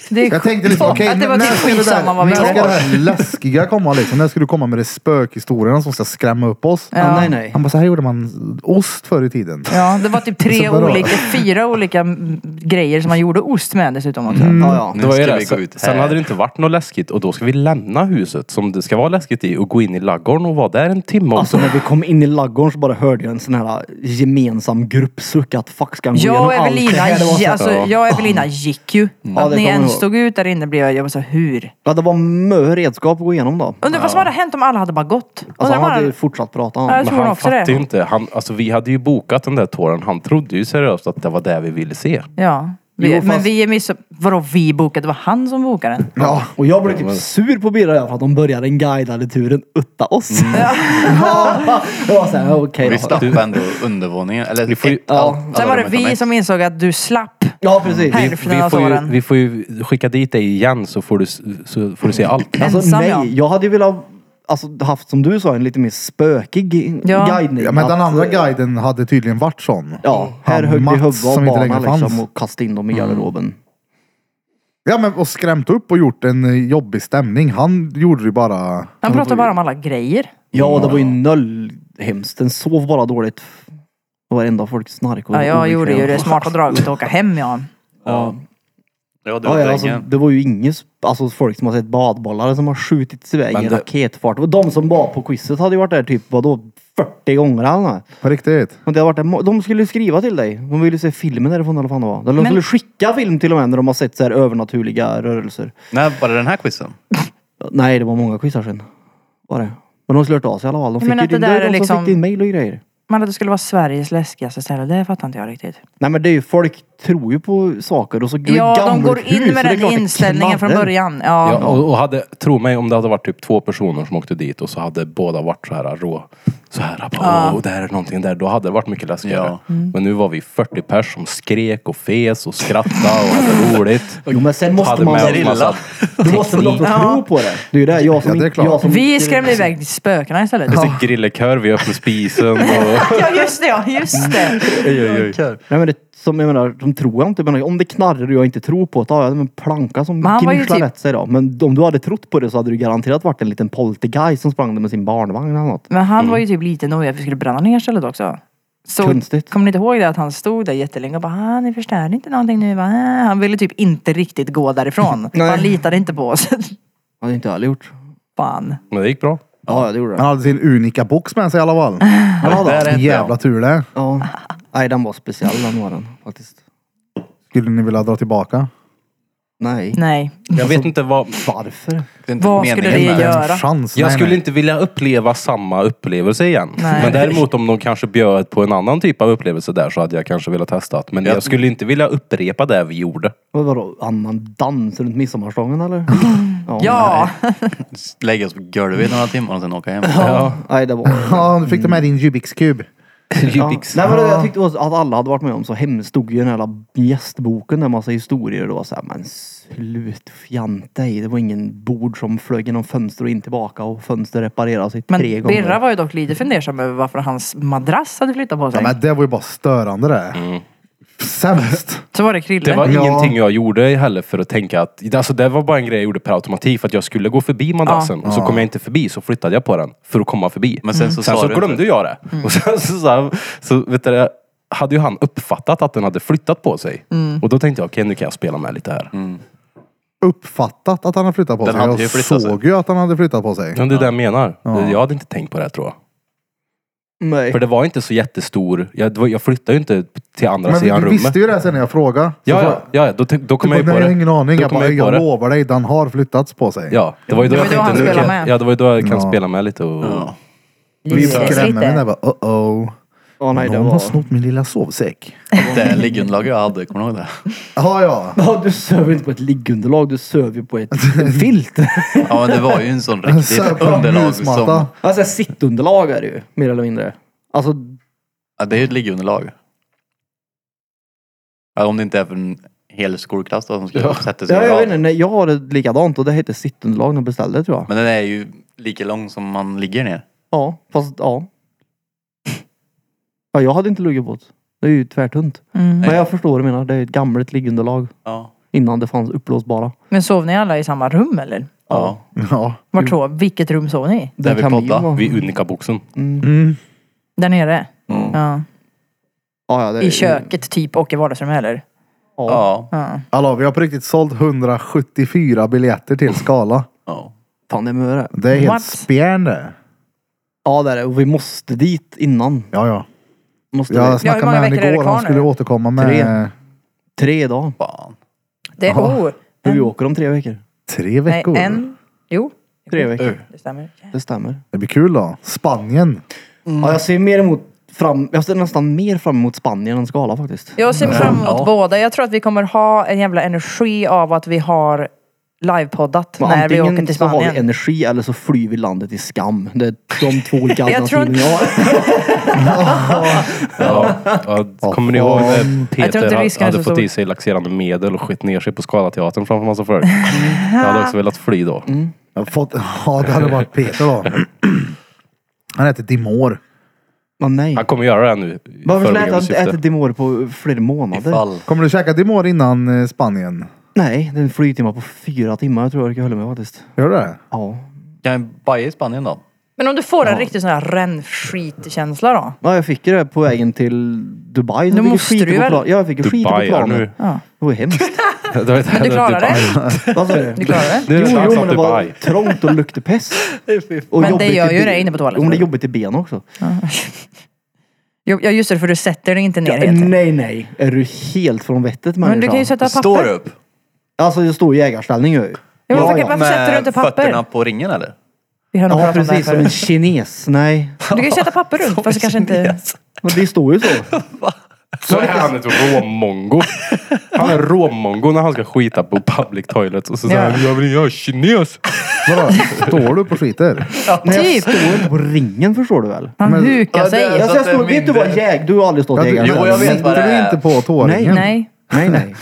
S5: Det är
S1: Jag tänkte liksom,
S5: sjukt.
S1: okej,
S5: Att det var
S1: när,
S5: typ
S1: ska det
S5: skitsamma
S1: där,
S5: vad vi
S1: när ska det
S5: var.
S1: här läskiga komma liksom? När ska du komma med de spökhistorierna som ska skrämma upp oss?
S4: Ja,
S5: Ja.
S4: nej nej.
S1: Han bara, så här gjorde man ost förr i tiden.
S5: Ja, det var typ tre
S1: Så bra.
S5: olika, fyra olika mm, grejer som man gjorde ost med dessutom också.
S4: Ja, ja.
S2: Mm. Nu
S3: Det var ju
S2: ska
S3: det.
S2: vi gå ut
S3: Sen- Sen
S2: här.
S3: hade det inte varit något läskigt och då ska vi lämna huset som det ska vara läskigt i och gå in i laggården och vara där en timme
S4: Alltså
S3: också.
S4: när vi kom in i laggården så bara hörde jag en sån här äh, gemensam gruppsuck att fuck ska han gå
S5: Jag
S4: igenom
S5: och
S4: allt det
S5: Evelina,
S4: här? Det var, så,
S5: gi- alltså,
S3: Ja.
S5: jag och Evelina gick ju.
S4: Ja,
S5: Att
S4: det
S5: ni
S4: kommer jag
S5: ens
S4: ihåg.
S5: stod ut där inne blev jag, jag var så här, hur?
S4: ja, det var mö redskap att gå igenom då.
S5: Undrar vad som hade hänt om alla hade bara gått.
S4: Alltså
S5: Undrar
S4: han
S5: bara, Äh.
S4: hade ju fortsatt prata
S5: Ja,
S4: han.
S5: jag
S3: Men
S5: tror han
S3: han
S5: också
S3: fattade ju
S5: det.
S3: inte. Han, alltså, vi hade ju bokat den där tåren. Han trodde ju seriöst att det var det vi ville se.
S5: Ja. Vi,
S4: Jo, fast-
S5: Men vi är miss... Vadå vi bokade? Det var han som bokade den.
S1: Ja,
S4: Och jag blev typ sur på Birra och jag för att de började den guidade turen utta oss.
S5: Mm.
S4: Ja. det var såhär, okej
S2: Vi
S4: då.
S2: slapp ändå undervåningen. Eller
S3: Vi får ju-
S2: ett- allt- alla
S5: Sen var
S2: de
S5: det
S2: utan mig.
S5: vi som insåg att du slapp.
S4: Ja precis.
S5: Här. För den
S3: Vi
S5: här
S3: får, ju,
S5: såren.
S3: vi får ju skicka dit dig igen så får du, s- så får du se allt.
S4: Alltså
S5: Ensam,
S4: nej,
S5: ja.
S4: jag hade ju velat alltså, haft som du sa en lite mer spökig
S5: Ja.
S4: guidning.
S1: ja men den
S4: Att,
S1: andra
S4: eh,
S1: guiden hade tydligen varit sån.
S4: Ja, här
S1: Han
S4: högg vi
S1: Mats
S4: huvud
S1: som
S4: av
S1: inte längre
S4: banan liksom
S1: fanns.
S4: och kastade in dem
S5: Mm.
S4: i garderoben.
S1: Ja men och skrämt upp och gjort en eh, jobbig stämning. Han gjorde ju bara...
S5: Han pratade bara om alla grejer.
S4: Ja, och det var ju noll hemskt. Den sov bara dåligt. Det var enda folk snark och
S5: Ja, jag
S4: obekväm.
S5: gjorde ju det smarta draget att åka hem ja.
S4: Ja,
S2: Ja, det var
S4: ja, ja, alltså,
S2: drängen.
S4: det var ju ingen, sp- alltså folk som har sett badbollar som har skjutits iväg
S3: Men
S4: i
S3: det-
S4: raketfart. Och de som var på quizet hade ju varit där typ, vadå, 40 gånger eller nåt.
S1: På riktigt.
S4: Men det har varit en må- De skulle skriva till dig. De ville se filmen därifrån eller vad fan det var. Eller de
S5: Men-
S4: skulle skicka film till och med när de har sett så här övernaturliga rörelser.
S2: När var det den här quizen?
S4: Nej, det var många quizar sen. Var det. Men de skulle hört av sig i alla fall. De fick,
S5: men
S4: ju
S5: att det
S4: din,
S5: där
S4: det
S5: är
S4: är de som
S5: liksom-
S4: fick din mail och grejer.
S5: Men att det skulle vara Sveriges läskigaste ställe, det fattar inte jag riktigt.
S4: Nej men det är ju, folk tror ju på saker och så
S5: Ja, de
S4: gammalt
S5: går
S4: hus,
S5: in
S4: så
S5: med
S4: det är
S5: den
S4: klart det
S5: inställningen från
S4: knallar.
S5: början. Ja.
S3: Ja, och, och hade, tro mig om det hade varit typ två personer som åkte dit och så hade båda varit så här rå. Så här, bara, åh, där är någonting där. Då hade det varit mycket läskigare.
S2: Ja.
S5: Mm.
S3: Men nu var vi 40 pers som skrek och fes och skrattade och hade roligt.
S4: Jo men sen måste
S3: Hade
S4: man,
S3: med oss massa...
S4: du måste väl också tro på det. Det är ju det, jag som,
S1: Ja, det är klart.
S4: jag som
S5: Vi skrämde iväg spökena istället.
S3: Det är grillekör, vi öppnade spisen och...
S5: Ja just det, ja just det.
S4: Nej men det, som jag menar, de tror jag inte. Men om det knarrar och jag inte tror på det, då har jag en planka som
S5: Men han var ju
S4: gnisslar
S5: typ-
S4: rätt sig då. Men om du hade trott på det så hade du garanterat varit en liten poltergeist som sprang där med sin barnvagn eller något.
S5: Men han var ju typ lite nojig att vi skulle bränna ner stället också. Så
S4: Konstigt.
S5: kommer ni inte ihåg det att han stod där jättelänge och bara "Ah, ni förstör inte någonting nu va? Ah, Han ville typ inte riktigt gå därifrån.
S4: Nej.
S5: han litade inte på oss.
S4: Hade inte jag heller gjort.
S5: Fan.
S3: Men det gick bra.
S4: Ja, det gjorde
S1: Han
S4: det.
S1: hade sin unika box med sig i alla fall. Han
S2: Där
S1: hade
S2: hette jag.
S1: haft jävla tur det.
S4: Ja. Nej, den var speciell den var den faktiskt.
S1: Skulle ni vilja dra tillbaka?
S4: Nej.
S5: Nej.
S3: Jag vet inte vad...
S4: Varför?
S2: Det är inte
S5: Vad
S2: meningen
S5: skulle det
S2: med
S1: Inte ens
S5: göra?
S1: chans.
S3: Jag
S1: Nej,
S3: skulle
S1: nej.
S3: inte vilja uppleva samma upplevelse igen.
S5: Nej.
S3: Men däremot om de kanske bjöd på en annan typ av upplevelse där så hade jag kanske velat testa det. Men jag skulle inte vilja upprepa det vi gjorde.
S4: Vad Vadå, annan dans runt midsommarstången eller? Ja.
S5: Ja.
S2: Lägga oss på golvet i några timmar och sen åka hem.
S4: Ja. Nej, det var
S1: Ja, du fick du med din Jubix-kub.
S4: Ja.
S3: Jubix.
S4: Nej, men det, jag tyckte också att alla hade varit med om så hemskt stod ju den här jävla gästboken där massa historier och det var såhär, men slutfjanta i. Det var ingen bord som flög genom fönster och in tillbaka och fönster repareras i
S5: Men
S4: tre gånger.
S5: Birra var ju dock lite fundersam över varför hans madrass hade flyttat på sig.
S1: Ja, men det var ju bara störande det.
S3: Mm.
S1: Sämst.
S5: Så var det Krille.
S3: Det var
S1: Ja.
S3: ingenting jag gjorde heller för att tänka att, alltså det var bara en grej jag gjorde per automatik för att jag skulle gå förbi madrassen. Och så kom jag inte förbi så flyttade jag på den för att komma förbi.
S2: Men sen så
S3: sen
S2: sa
S3: så
S2: du
S3: glömde
S2: inte. Mm.
S3: jag det. Och sen så, så, här, så vet du, det, hade ju han uppfattat att den hade flyttat på sig.
S1: Mm.
S5: Mm.
S3: Och då tänkte jag, okej nu kan jag spela med lite här.
S2: Mm.
S1: Uppfattat att han hade flyttat på
S2: Den
S1: sig.
S2: hade ju
S1: jag
S2: flyttat sig.
S1: såg ju att han hade flyttat på sig.
S3: Men det är det jag menar. Jag hade inte tänkt på det här, tror jag.
S4: Nej.
S3: För det var inte så jättestor, jag, det var- jag flyttade ju inte till andra
S1: Men
S3: sidan
S1: du
S3: rummet.
S1: visste ju det sen när jag frågade. Så
S3: Ja,
S1: bara-
S3: ja, ja, ja, då, tänk- då kom
S1: Du
S3: jag ju
S1: bara, nej,
S3: på det.
S1: jag har ingen aning.
S3: Då
S1: Jag,
S3: kom
S1: bara,
S3: jag ju på
S1: jag
S3: det.
S1: lovar dig, den har flyttats på sig.
S3: Ja, det var ju då
S5: Det var
S3: jag
S5: ju då han
S3: tänkte, nu
S5: spelade
S3: kan,
S5: med.
S3: ja, det var ju då jag kan spela med lite och...
S1: Vi
S5: Lite,
S1: skrämmer
S5: lite.
S1: den där bara, uh oh.
S4: Ja, nej, det
S1: Någon har
S4: var...
S1: snott min lilla sovsäck.
S2: Det liggunderlaget jag hade, kommer du ihåg det?
S1: Ja, ja.
S4: Ja, du söver ju inte på ett liggunderlag, du söver ju på ett filt.
S2: Ja men det var ju en sån riktigt
S1: Söp på en
S2: underlag som...
S1: musmatta.
S4: Alltså sittunderlag är det ju, mer eller mindre. Alltså,
S2: Ja, det är ju ett liggunderlag. Ja, om det inte är för en hel skolklass då, som ska sätta sig
S4: ja,
S2: i
S4: jag
S2: rad.
S4: vet inte, nej, jag har det likadant och det heter sittunderlag när jag beställde tror jag.
S2: Men den är ju lika lång som man ligger ner.
S4: Ja, fast ja. Ja, jag hade inte legat på det. Det är ju tvärtunt.
S5: Mm.
S4: Men jag förstår vad du menar. Det är ett gammalt liggunderlag.
S2: Ja.
S4: Innan det fanns uppblåsbara.
S5: Men sov ni alla i samma rum eller?
S2: ja.
S1: ja.
S4: Mm.
S5: Vart så? Vilket rum sov ni i?
S4: Det
S2: Där vi
S4: kan
S2: poddar.
S4: vara.
S3: Vid Unika-boxen.
S1: Mm.
S5: Där nere? Ja.
S4: Ja, ja, det är-
S5: I köket typ och i vardagsrummet eller?
S4: Ja.
S2: Ja.
S5: Ja.
S1: Hallå, vi har på riktigt sålt 174 biljetter till Skala.
S2: ja.
S4: Fan, det är möre.
S1: Det är helt
S5: What?
S1: spjärn det.
S4: Ja, det är det. Och vi måste dit innan.
S1: Ja, ja.
S4: Måste
S1: Jag
S4: vi.
S5: Ja, hur
S1: snackade
S5: många
S1: med honom
S5: veckor är det
S1: igår.
S5: kvar
S1: Han
S5: nu?
S1: skulle återkomma med
S4: Tre. Tre dagar.
S2: Fan.
S5: Det är...
S1: Ja.
S5: Oh.
S4: Vi åker om tre veckor.
S1: tre
S5: Nej,
S1: veckor.
S5: en. Jo, Mm.
S4: Tre veckor.
S2: Mm.
S5: det stämmer.
S4: Det stämmer.
S1: Det blir kul då. Spanien.
S5: Mm.
S4: Ja, jag ser mer emot fram... Jag ser nästan mer fram emot Spanien än Skala faktiskt.
S5: Jag ser fram emot
S2: Ja.
S5: båda. Jag tror att vi kommer ha en jävla energi av att vi har livepoddat
S4: Men
S5: när vi åker till
S4: så har vi
S5: Spanien.
S4: energi eller så flyr vi landet i skam. Det är de två olika
S5: Jag tror
S4: alternativen
S5: inte-
S4: jag har.
S3: Ja. Ja, kommer ni ihåg när
S5: Jag tror inte
S3: Peter
S5: risken är
S3: hade
S5: så
S3: fått
S5: stor.
S3: i sig laxerande medel och skit ner sig på Skalateatern framför massa folk?
S5: Mm.
S3: Jag hade också velat fly då.
S1: Jag har fått, ja, det hade varit Peter då. Han heter Dimor.
S4: Åh, nej.
S3: Han kommer göra det nu. i
S4: Varför lät
S3: förebyggande
S4: han inte
S3: syfte.
S4: äta Dimor på flera månader?
S2: Ifall.
S1: Kommer du käka Dimor innan eh, Spanien?
S4: Nej, det är en flygtimma på fyra timmar. Jag tror jag orkar hålla med faktiskt.
S1: Gör du det?
S4: Ja.
S2: Kan jag baja i Spanien då?
S5: Men om du får en riktig sån här rännskitkänsla då?
S4: ja, jag fick ju det på vägen till Dubai.
S5: Då
S4: Jag fick
S5: måste
S4: skit
S5: du
S4: på
S5: väl?
S4: plan- Ja, jag fick ju skit på
S3: Dubai är nu.
S4: planet. Det var hemskt.
S3: Men du
S5: Du klarar det?
S4: Vad sa du?
S5: Du klarar det?
S3: Nu är
S4: Jo,
S3: det
S4: jo,
S3: dags
S4: men
S3: att
S4: det var
S3: Dubai.
S4: trångt och luktade pest. Och
S5: Men det
S4: jobbigt i
S5: gör ju
S4: ben.
S5: det inne på toaletten.
S4: Jo, men det är jobbigt i benen också.
S5: Jo, Ja just det, för du sätter dig inte ner helt.
S4: Eh, nej, nej. Är du helt från vettet människa?
S5: Men du kan ju sätta papper.
S2: Står upp?
S4: Alltså, jag står i jägarställning gör jag ju.
S5: Ja, men
S4: Ja,
S5: varför,
S4: ja.
S5: varför sätter du inte
S2: fötterna
S5: papper?
S2: på ringen eller?
S5: Vi har nog
S4: Ja,
S5: pratat om det här
S4: precis. Som en
S5: förut.
S4: kines. Nej.
S5: Du kan ju sätta papper runt fast det kanske inte...
S4: Men det står ju så.
S3: Så är han ett råmongo. Han är råmongo när han ska skita på public toilets. Och så säger han, jag vill jag är kines.
S1: Vadå? Står du på och skiter?
S4: Men jag
S5: Typ.
S4: står inte på ringen förstår du väl?
S5: Han
S1: Men-
S5: hukar
S2: Ja, det-
S5: sig.
S4: Jag
S2: så
S4: säger
S2: att det är
S4: står, vet du vad
S2: mindre-
S4: jäg, du har aldrig stått i
S1: du-
S4: jägarställning.
S2: Jo, jag vet vad det
S1: Sitter du
S2: är.
S1: inte på tåringen?
S5: Nej.
S4: Nej, nej.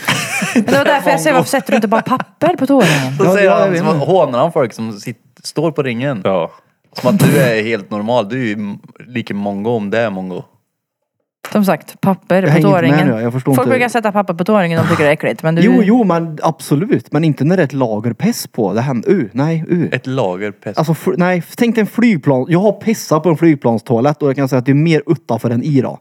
S5: Men det var därför jag säger varför sätter du inte bara papper på toaringen?
S2: Då
S4: Ja,
S2: säger
S4: ja, jag
S2: han,
S4: vet
S2: som
S4: inte.
S2: hånar han folk som sitter, står på ringen.
S3: Ja.
S2: Som att du är helt normal. Du är ju m- lika mongo om det är mongo.
S5: Som sagt, papper på
S4: hänger inte med
S5: tåringen.
S4: nu, jag förstår
S5: Folk
S4: inte.
S5: brukar sätta papper på tåringen om de tycker det är äckligt. Men du...
S4: Jo, jo, men absolut. Men inte när det är ett lager pess på. Det händer, uh, nej, uh.
S2: Ett lager pest.
S4: Alltså, f- nej, tänk dig en flygplan. Jag har pissat på en flygplanstoalett och jag kan säga att det är mer utanför än i då.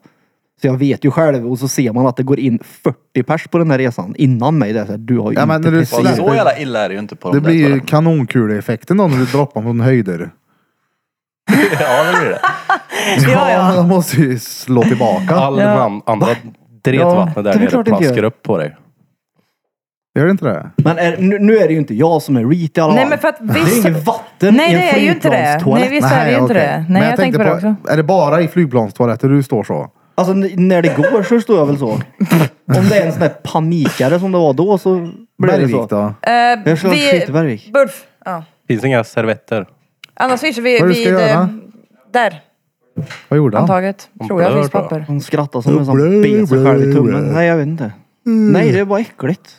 S4: Så jag vet ju själv och så ser man att det går in 40 pers på den här resan innan mig. Det är så här, du har ju
S1: Ja,
S4: inte
S1: men när du
S4: pissat.
S2: så
S1: släpper-
S2: jävla illa är det ju inte på
S1: Det
S2: de där
S1: blir ju
S2: toaletterna.
S1: kanonkuleffekten då när du droppar från höjder.
S2: ja, det blir det.
S5: Ja, ja.
S1: Jag måste ju slå tillbaka.
S3: All de an- andra dretvattnet
S4: det är
S3: där nere
S4: klart inte
S3: plaskar
S4: gör.
S3: upp på dig.
S1: Gör det inte det?
S4: Men är, nu, nu är det ju inte jag som är reat i alla
S5: Nej
S4: fall.
S5: men för att
S4: Det är
S5: visst...
S4: inget vatten
S5: Nej
S4: i en
S5: det är ju inte det.
S4: flygplanstoalett.
S5: Nej visst är det ju inte
S1: okej.
S5: det.
S1: Men
S5: Nej jag, tänkte på det också.
S1: Är det bara i flygplanstoaletter du står så?
S4: Alltså n- när det går så står jag väl så. Om det är en sån där panikare som det var då så blir det
S1: Bergvik
S4: så.
S1: då?
S5: Eh,
S4: Jag slår skit i Bergvik.
S5: Burf. Ja.
S3: Finns inga servetter.
S5: Annars finns vi
S1: Vad du ska
S5: vid...
S1: göra?
S5: eh, Där.
S1: Vad gjorde han?
S5: Antaget. Tror jag
S3: blöder
S5: finns
S3: bara.
S5: papper.
S4: Hon skrattar som en sån bet sig själv i tummen. Nej jag vet inte. Mm. Nej det är bara äckligt.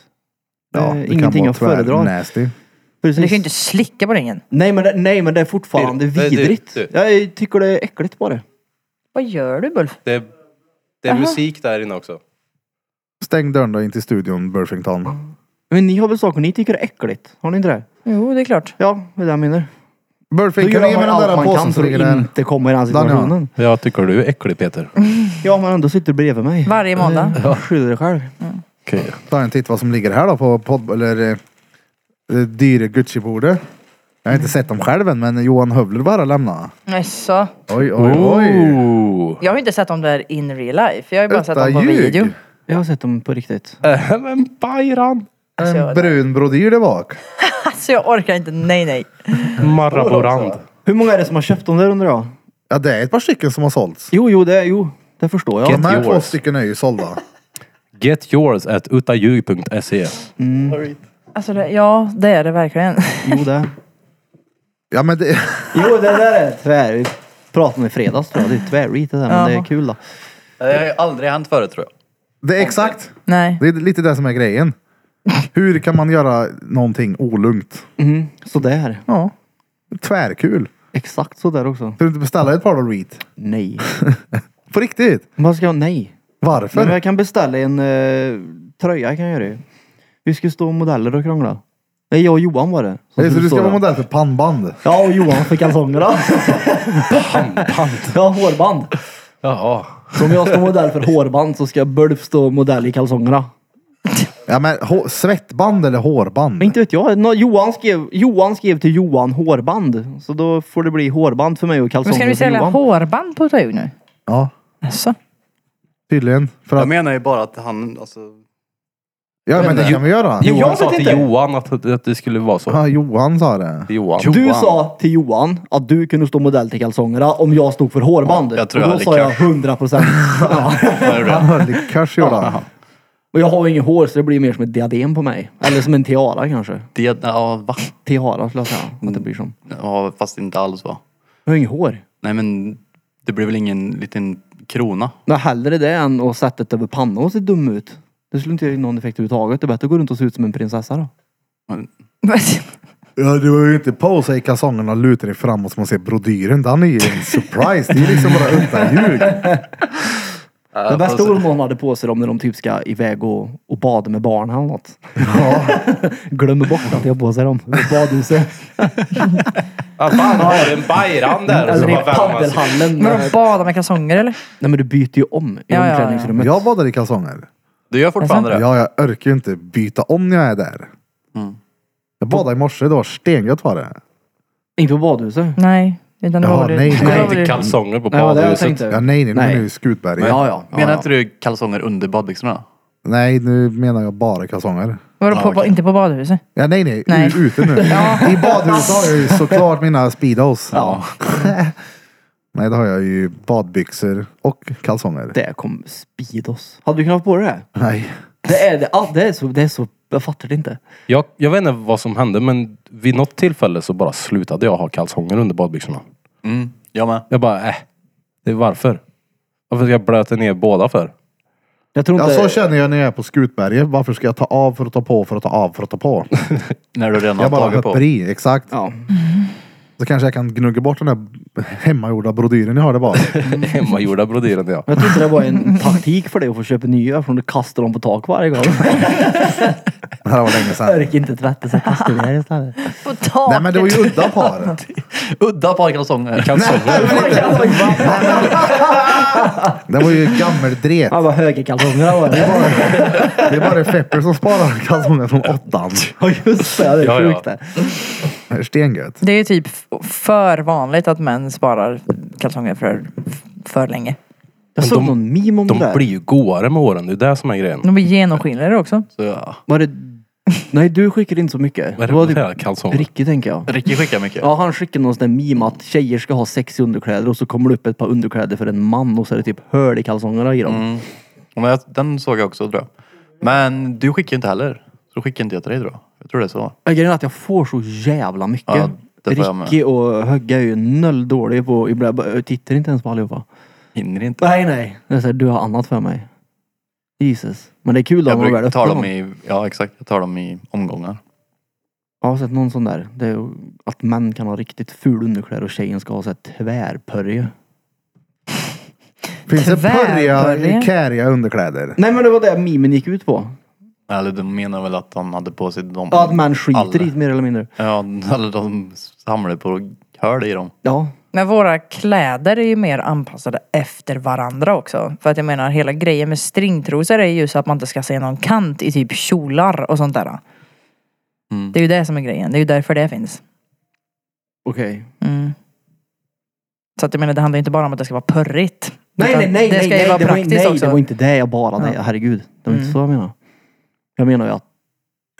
S1: Ja, det
S4: Eh,
S1: kan
S4: ingenting
S1: vara
S4: jag föredrar.
S1: Nasty.
S5: Men du kan ju
S4: Precis.
S5: inte slicka på ringen.
S4: Nej, men det, nej men det är fortfarande
S3: Det- det- det-
S4: vidrigt.
S3: det-
S4: Jag tycker det är äckligt bara.
S5: Vad gör du Bulf?
S3: Det är, det är musik där inne också.
S1: Stäng dörren då in till studion, Burfington.
S4: Men ni har väl saker ni tycker är äckligt? Har ni inte det?
S5: Jo det är klart.
S4: Ja, det är det jag menar.
S1: Burfing,
S4: Då
S1: kan
S4: gör
S1: du ge
S4: man
S1: mig den
S4: allt
S1: där
S4: man
S1: påsen
S4: kan
S1: som
S4: för
S1: ligger där?
S4: att inte komma i den här
S1: Daniel.
S4: situationen.
S3: Jag tycker du är äcklig Peter.
S4: Ja, men ändå sitter du bredvid mig.
S5: Varje måndag.
S4: Eh, Skyller dig själv.
S3: Okej.
S1: Ta en titt vad som ligger här då på podd... Eller eh, det dyra Gucci-bordet. Jag har inte sett dem själv än, men Johan Hövler var här och lämnade.
S5: Jaså?
S1: Oj, oj, oj.
S3: Ooh.
S5: Jag har ju inte sett dem där in real life. Jag har ju bara sett
S1: Detta
S5: dem på
S1: ljug.
S5: video.
S4: Jag har sett dem på riktigt.
S3: Äh, Men Bayram!
S5: Alltså,
S1: En
S5: jag-
S1: brun brodyr där bak.
S5: Alltså jag orkar inte. Nej nej.
S3: Maraborand.
S4: Hur många är det som har köpt dem där undrar jag?
S1: Ja, det är ett par stycken som har sålts.
S4: Jo, jo, det, jo, det förstår jag.
S1: De här två
S3: yours.
S1: stycken är ju sålda.
S3: Get yours at uttaljug.se.
S5: Alltså det, ja det är det verkligen.
S4: Jo, det.
S1: Ja, men det...
S4: Jo, det där är tvär... Vi pratade om det i fredags tror jag. Det är tvärreat det där, men det är
S5: Jaha.
S4: kul då.
S2: Det har ju aldrig hänt förut tror jag.
S1: Det är exakt.
S5: Nej.
S1: Det är lite det som är grejen. Hur kan man göra någonting olugnt?
S4: Mm, sådär.
S1: Ja, tvärkul.
S4: Exakt sådär också.
S1: Ska du inte beställa ett par av Reet?
S4: Nej.
S1: På riktigt?
S4: Vad ska jag nej?
S1: Varför?
S4: Men jag kan beställa en eh, tröja kan jag göra ju. Vi skulle stå modeller och krångla. Nej, jag och Johan var det. som
S1: Nej, så
S4: skulle
S1: du
S4: stå
S1: ska vara
S4: där.
S1: modell för pannband?
S4: Ja, och Johan för kalsongerna. ja, hårband.
S3: Jaha.
S4: Så om jag står modell för hårband så ska jag Bulf stå modell i kalsongerna.
S1: Ja, men hå- svettband eller hårband?
S4: Men inte vet jag. Nå, Johan, skrev, Johan skrev till Johan hårband. Så då får det bli hårband för mig och
S5: Men ska
S4: kalsonger
S5: du
S4: för
S5: sälja
S4: Johan.
S5: hårband på Taug nu?
S1: Ja,
S5: Alltså.
S1: tydligen. För
S2: Jag
S1: att...
S2: menar ju bara att han, alltså,
S1: Ja, men det kan vi göra.
S3: Johan
S4: vet
S3: sa till
S4: inte.
S3: Johan att, att det skulle vara så.
S1: Ja, Johan sa det.
S3: Johan.
S4: Du sa till Johan att du kunde stå modell till kalsongerna om jag stod för hårband.
S2: Ja, jag tror jag
S4: och då
S2: hade
S4: sa jag 100 procent.
S2: vad är
S1: Han
S2: det?
S1: höll i kors gjorde han.
S4: Och jag har ju inget hår så det blir mer som ett diadem på mig. Eller som en tiara kanske.
S2: det? Ja, va?
S4: Tiara skulle jag säga att det
S2: Mm.
S4: blir som.
S2: Ja, fast inte alls va?
S4: Jag har inget hår.
S2: Nej men det blir väl ingen liten krona?
S4: Men hellre det än att sätta det över pannan och se dum ut. Det skulle inte ge någon effekt överhuvudtaget. Det är bättre att gå runt och se ut som en prinsessa då.
S1: Ja, du har ju inte på sig kalsongerna och lutar dig framåt som man ser brodyren. Den är ju en surprise. Det är ju liksom bara utan ljug.
S4: det bästa vore om någon hade på sig dem när de typ ska iväg och, och bada med barnen eller något. Glömmer bort att jag har på sig dem. Alltså, I Badhuset.
S3: Att fan har en Bayram där.
S4: Eller i
S3: bara värmer man sig.
S5: Men
S4: padelhallen.
S5: de
S4: Nej
S5: badar med kalsonger eller?
S4: men du byter ju om i
S5: Ja, ja, ja.
S4: omklädningsrummet.
S1: Jag badar i kalsonger.
S2: Du gör fortfarande det?
S1: Ja, jag orkar ju inte byta om när jag är där. Jag badade i morse. Det var stengött var det.
S4: Inte på badhuset.
S5: Nej. Utan det
S1: Jaha,
S5: var det-
S1: nej,
S5: det
S1: nej.
S5: var
S3: Inte
S5: det-
S3: kalsonger på
S4: Nej, vad det jag
S3: badhuset.
S4: tänkte.
S1: Ja, nej, nej,
S4: Nej.
S1: nu är det Skutberget.
S4: Ja, ja. ja,
S2: Menar
S4: ja.
S2: inte du kalsonger under badbyxorna?
S1: Nej, nu menar jag bara kalsonger.
S5: Vadå, på,
S2: Ja, okej.
S5: inte på badhuset?
S1: Ja, nej, nej.
S5: Nej.
S1: U- ute nu. I badhuset har jag ju såklart mina speedos.
S4: Ja.
S1: Nej, då har jag ju badbyxor och kalsonger.
S4: Det kom Speedos. Hade du kunnat ha på dig det?
S1: Nej.
S4: Det är det. Ah, det är så. Det är så. Jag fattar det inte.
S3: Jag, jag vet inte vad som hände men vid något tillfälle så bara slutade jag ha kalsonger under badbyxorna.
S2: Mm, jag med.
S3: Jag bara äh. Det är varför? Varför ska jag blöta ner båda för?
S4: Jag tror
S1: Ja,
S4: inte.
S1: så känner jag när jag är på Skutberget. Varför ska jag ta av för att ta på för att ta av för att ta på?
S2: När du redan har
S1: Jag bara
S2: tagit på.
S1: hoppar i. Exakt.
S4: ja.
S1: Då kanske jag kan gnugga bort den där hemmagjorda brodyren jag har där bak.
S3: Hemmagjorda brodyren ja.
S4: Jag trodde det var en taktik för dig att få köpa nya eftersom du kastar dem på tak varje gång.
S1: Det här var länge sedan.
S4: Örk inte tvätta så kastar du ner istället.
S5: På taket.
S1: Nej men det var ju udda par.
S2: Udda par kalsonger.
S1: Det var ju gammeldret.
S6: Han var högerkalsongerna var
S1: Det
S6: det.
S1: är bara, det är bara Fepper som sparar kalsonger från åttan.
S6: Ja just det, det är
S3: Ja, ja.
S6: sjukt det.
S1: Det är Stengött.
S5: Det är ju typ f- för vanligt att män sparar kalsonger för, för länge.
S4: Jag såg
S3: de-
S4: någon meme om det
S3: De
S4: där.
S3: blir ju goare med åren, det är det som är grejen.
S5: De blir genomskinliga också.
S2: Så, ja.
S4: Var det... Nej, du skickade inte så mycket.
S3: Vad
S4: Det
S3: är det för
S4: var typ
S3: jävla kalsonger?
S4: Ricky, tänker jag.
S2: Ricky skickar mycket.
S4: Ja, han skickade någon sån där meme att tjejer ska ha sex i underkläder och så kommer det upp ett par underkläder för en man och så är det typ hål i kalsongerna i dem.
S2: Ja, Men jag, den såg jag också tror jag. Men du skickar ju inte heller. Så då skickar inte jag till dig då. Jag tror det är så.
S4: Men Grejen är att jag får så jävla mycket.
S2: Ja, det får jag med.
S4: Ricky och Högga är ju noll dåliga på... ibland- Jag tittar inte ens på allihopa.
S2: Hinner inte.
S4: Nej, nej. Det är så här, du har annat för mig. Jesus. Men det är kul då
S2: Jag
S4: man väl
S2: brukar
S4: öppnar
S2: ta dem
S4: dem.
S2: i, ja exakt, jag tar dem i omgångar.
S4: Jag har sett någon sån där. Det är ju att män kan ha riktigt ful underkläder och tjejen ska ha så här tvärpörje.
S1: Finns det pörja i
S5: Tvärpörja.
S1: käriga underkläder?
S4: Nej men det var det mimen gick ut på.
S2: Eller de menar väl att han hade på sig de...
S4: Ja, att män skiter
S2: Alla.
S4: i det mer eller mindre.
S2: Ja, eller de samlade på hål i dem.
S4: Ja.
S5: Men våra kläder är ju mer anpassade efter varandra också. För att jag menar hela grejen med stringtrosor är ju så att man inte ska se någon kant i typ kjolar och sånt där.
S4: Mm.
S5: Det är ju det som är grejen. Det är ju därför det finns.
S4: Okej.
S5: Mm. Så att jag menar det handlar ju inte bara om att det ska vara pörrigt.
S6: Nej,
S5: Utan
S6: nej, nej,
S5: Det ska
S6: nej,
S5: ju
S6: nej,
S5: vara
S6: det var ju-
S5: praktiskt
S4: Nej,
S5: också.
S4: det var inte det jag bara det.
S5: Ja.
S4: Herregud. Det var inte
S5: Mm.
S4: så jag menade. Jag menar ju att...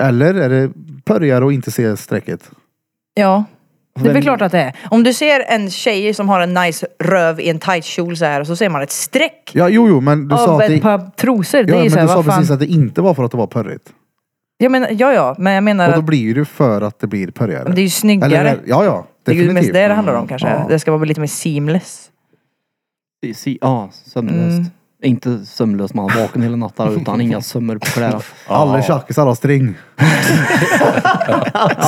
S1: Eller är det pörjar och inte se strecket?
S5: Ja. Det är
S4: Väldigt-
S5: väl klart att det är. Om du ser en tjej som har en nice röv i en tight kjol så här och så ser man ett streck
S1: Ja, jo, jo, men du sa
S5: av
S1: att det,
S5: ett
S1: ja,
S5: par trosor. Det är
S1: men
S5: ju
S1: du
S5: så här,
S1: sa
S5: vad fan.
S1: precis att det inte var för att det var pörrigt.
S5: Jag menar, ja, ja, men jag menar
S1: Och då
S5: att
S1: blir det för att det blir pörjigare.
S5: det är ju snyggare.
S1: Eller, ja, ja.
S5: det är ju mest
S1: Definitivt.
S5: det det handlar om kanske.
S4: Ja.
S5: Det ska vara lite mer seamless.
S4: Si- si- Ja, sömnlöst.
S5: Mm.
S4: Inte sömnlös man har vaken hela natten utan inga sömmar på kläderna.
S1: Alla tjackisar har string.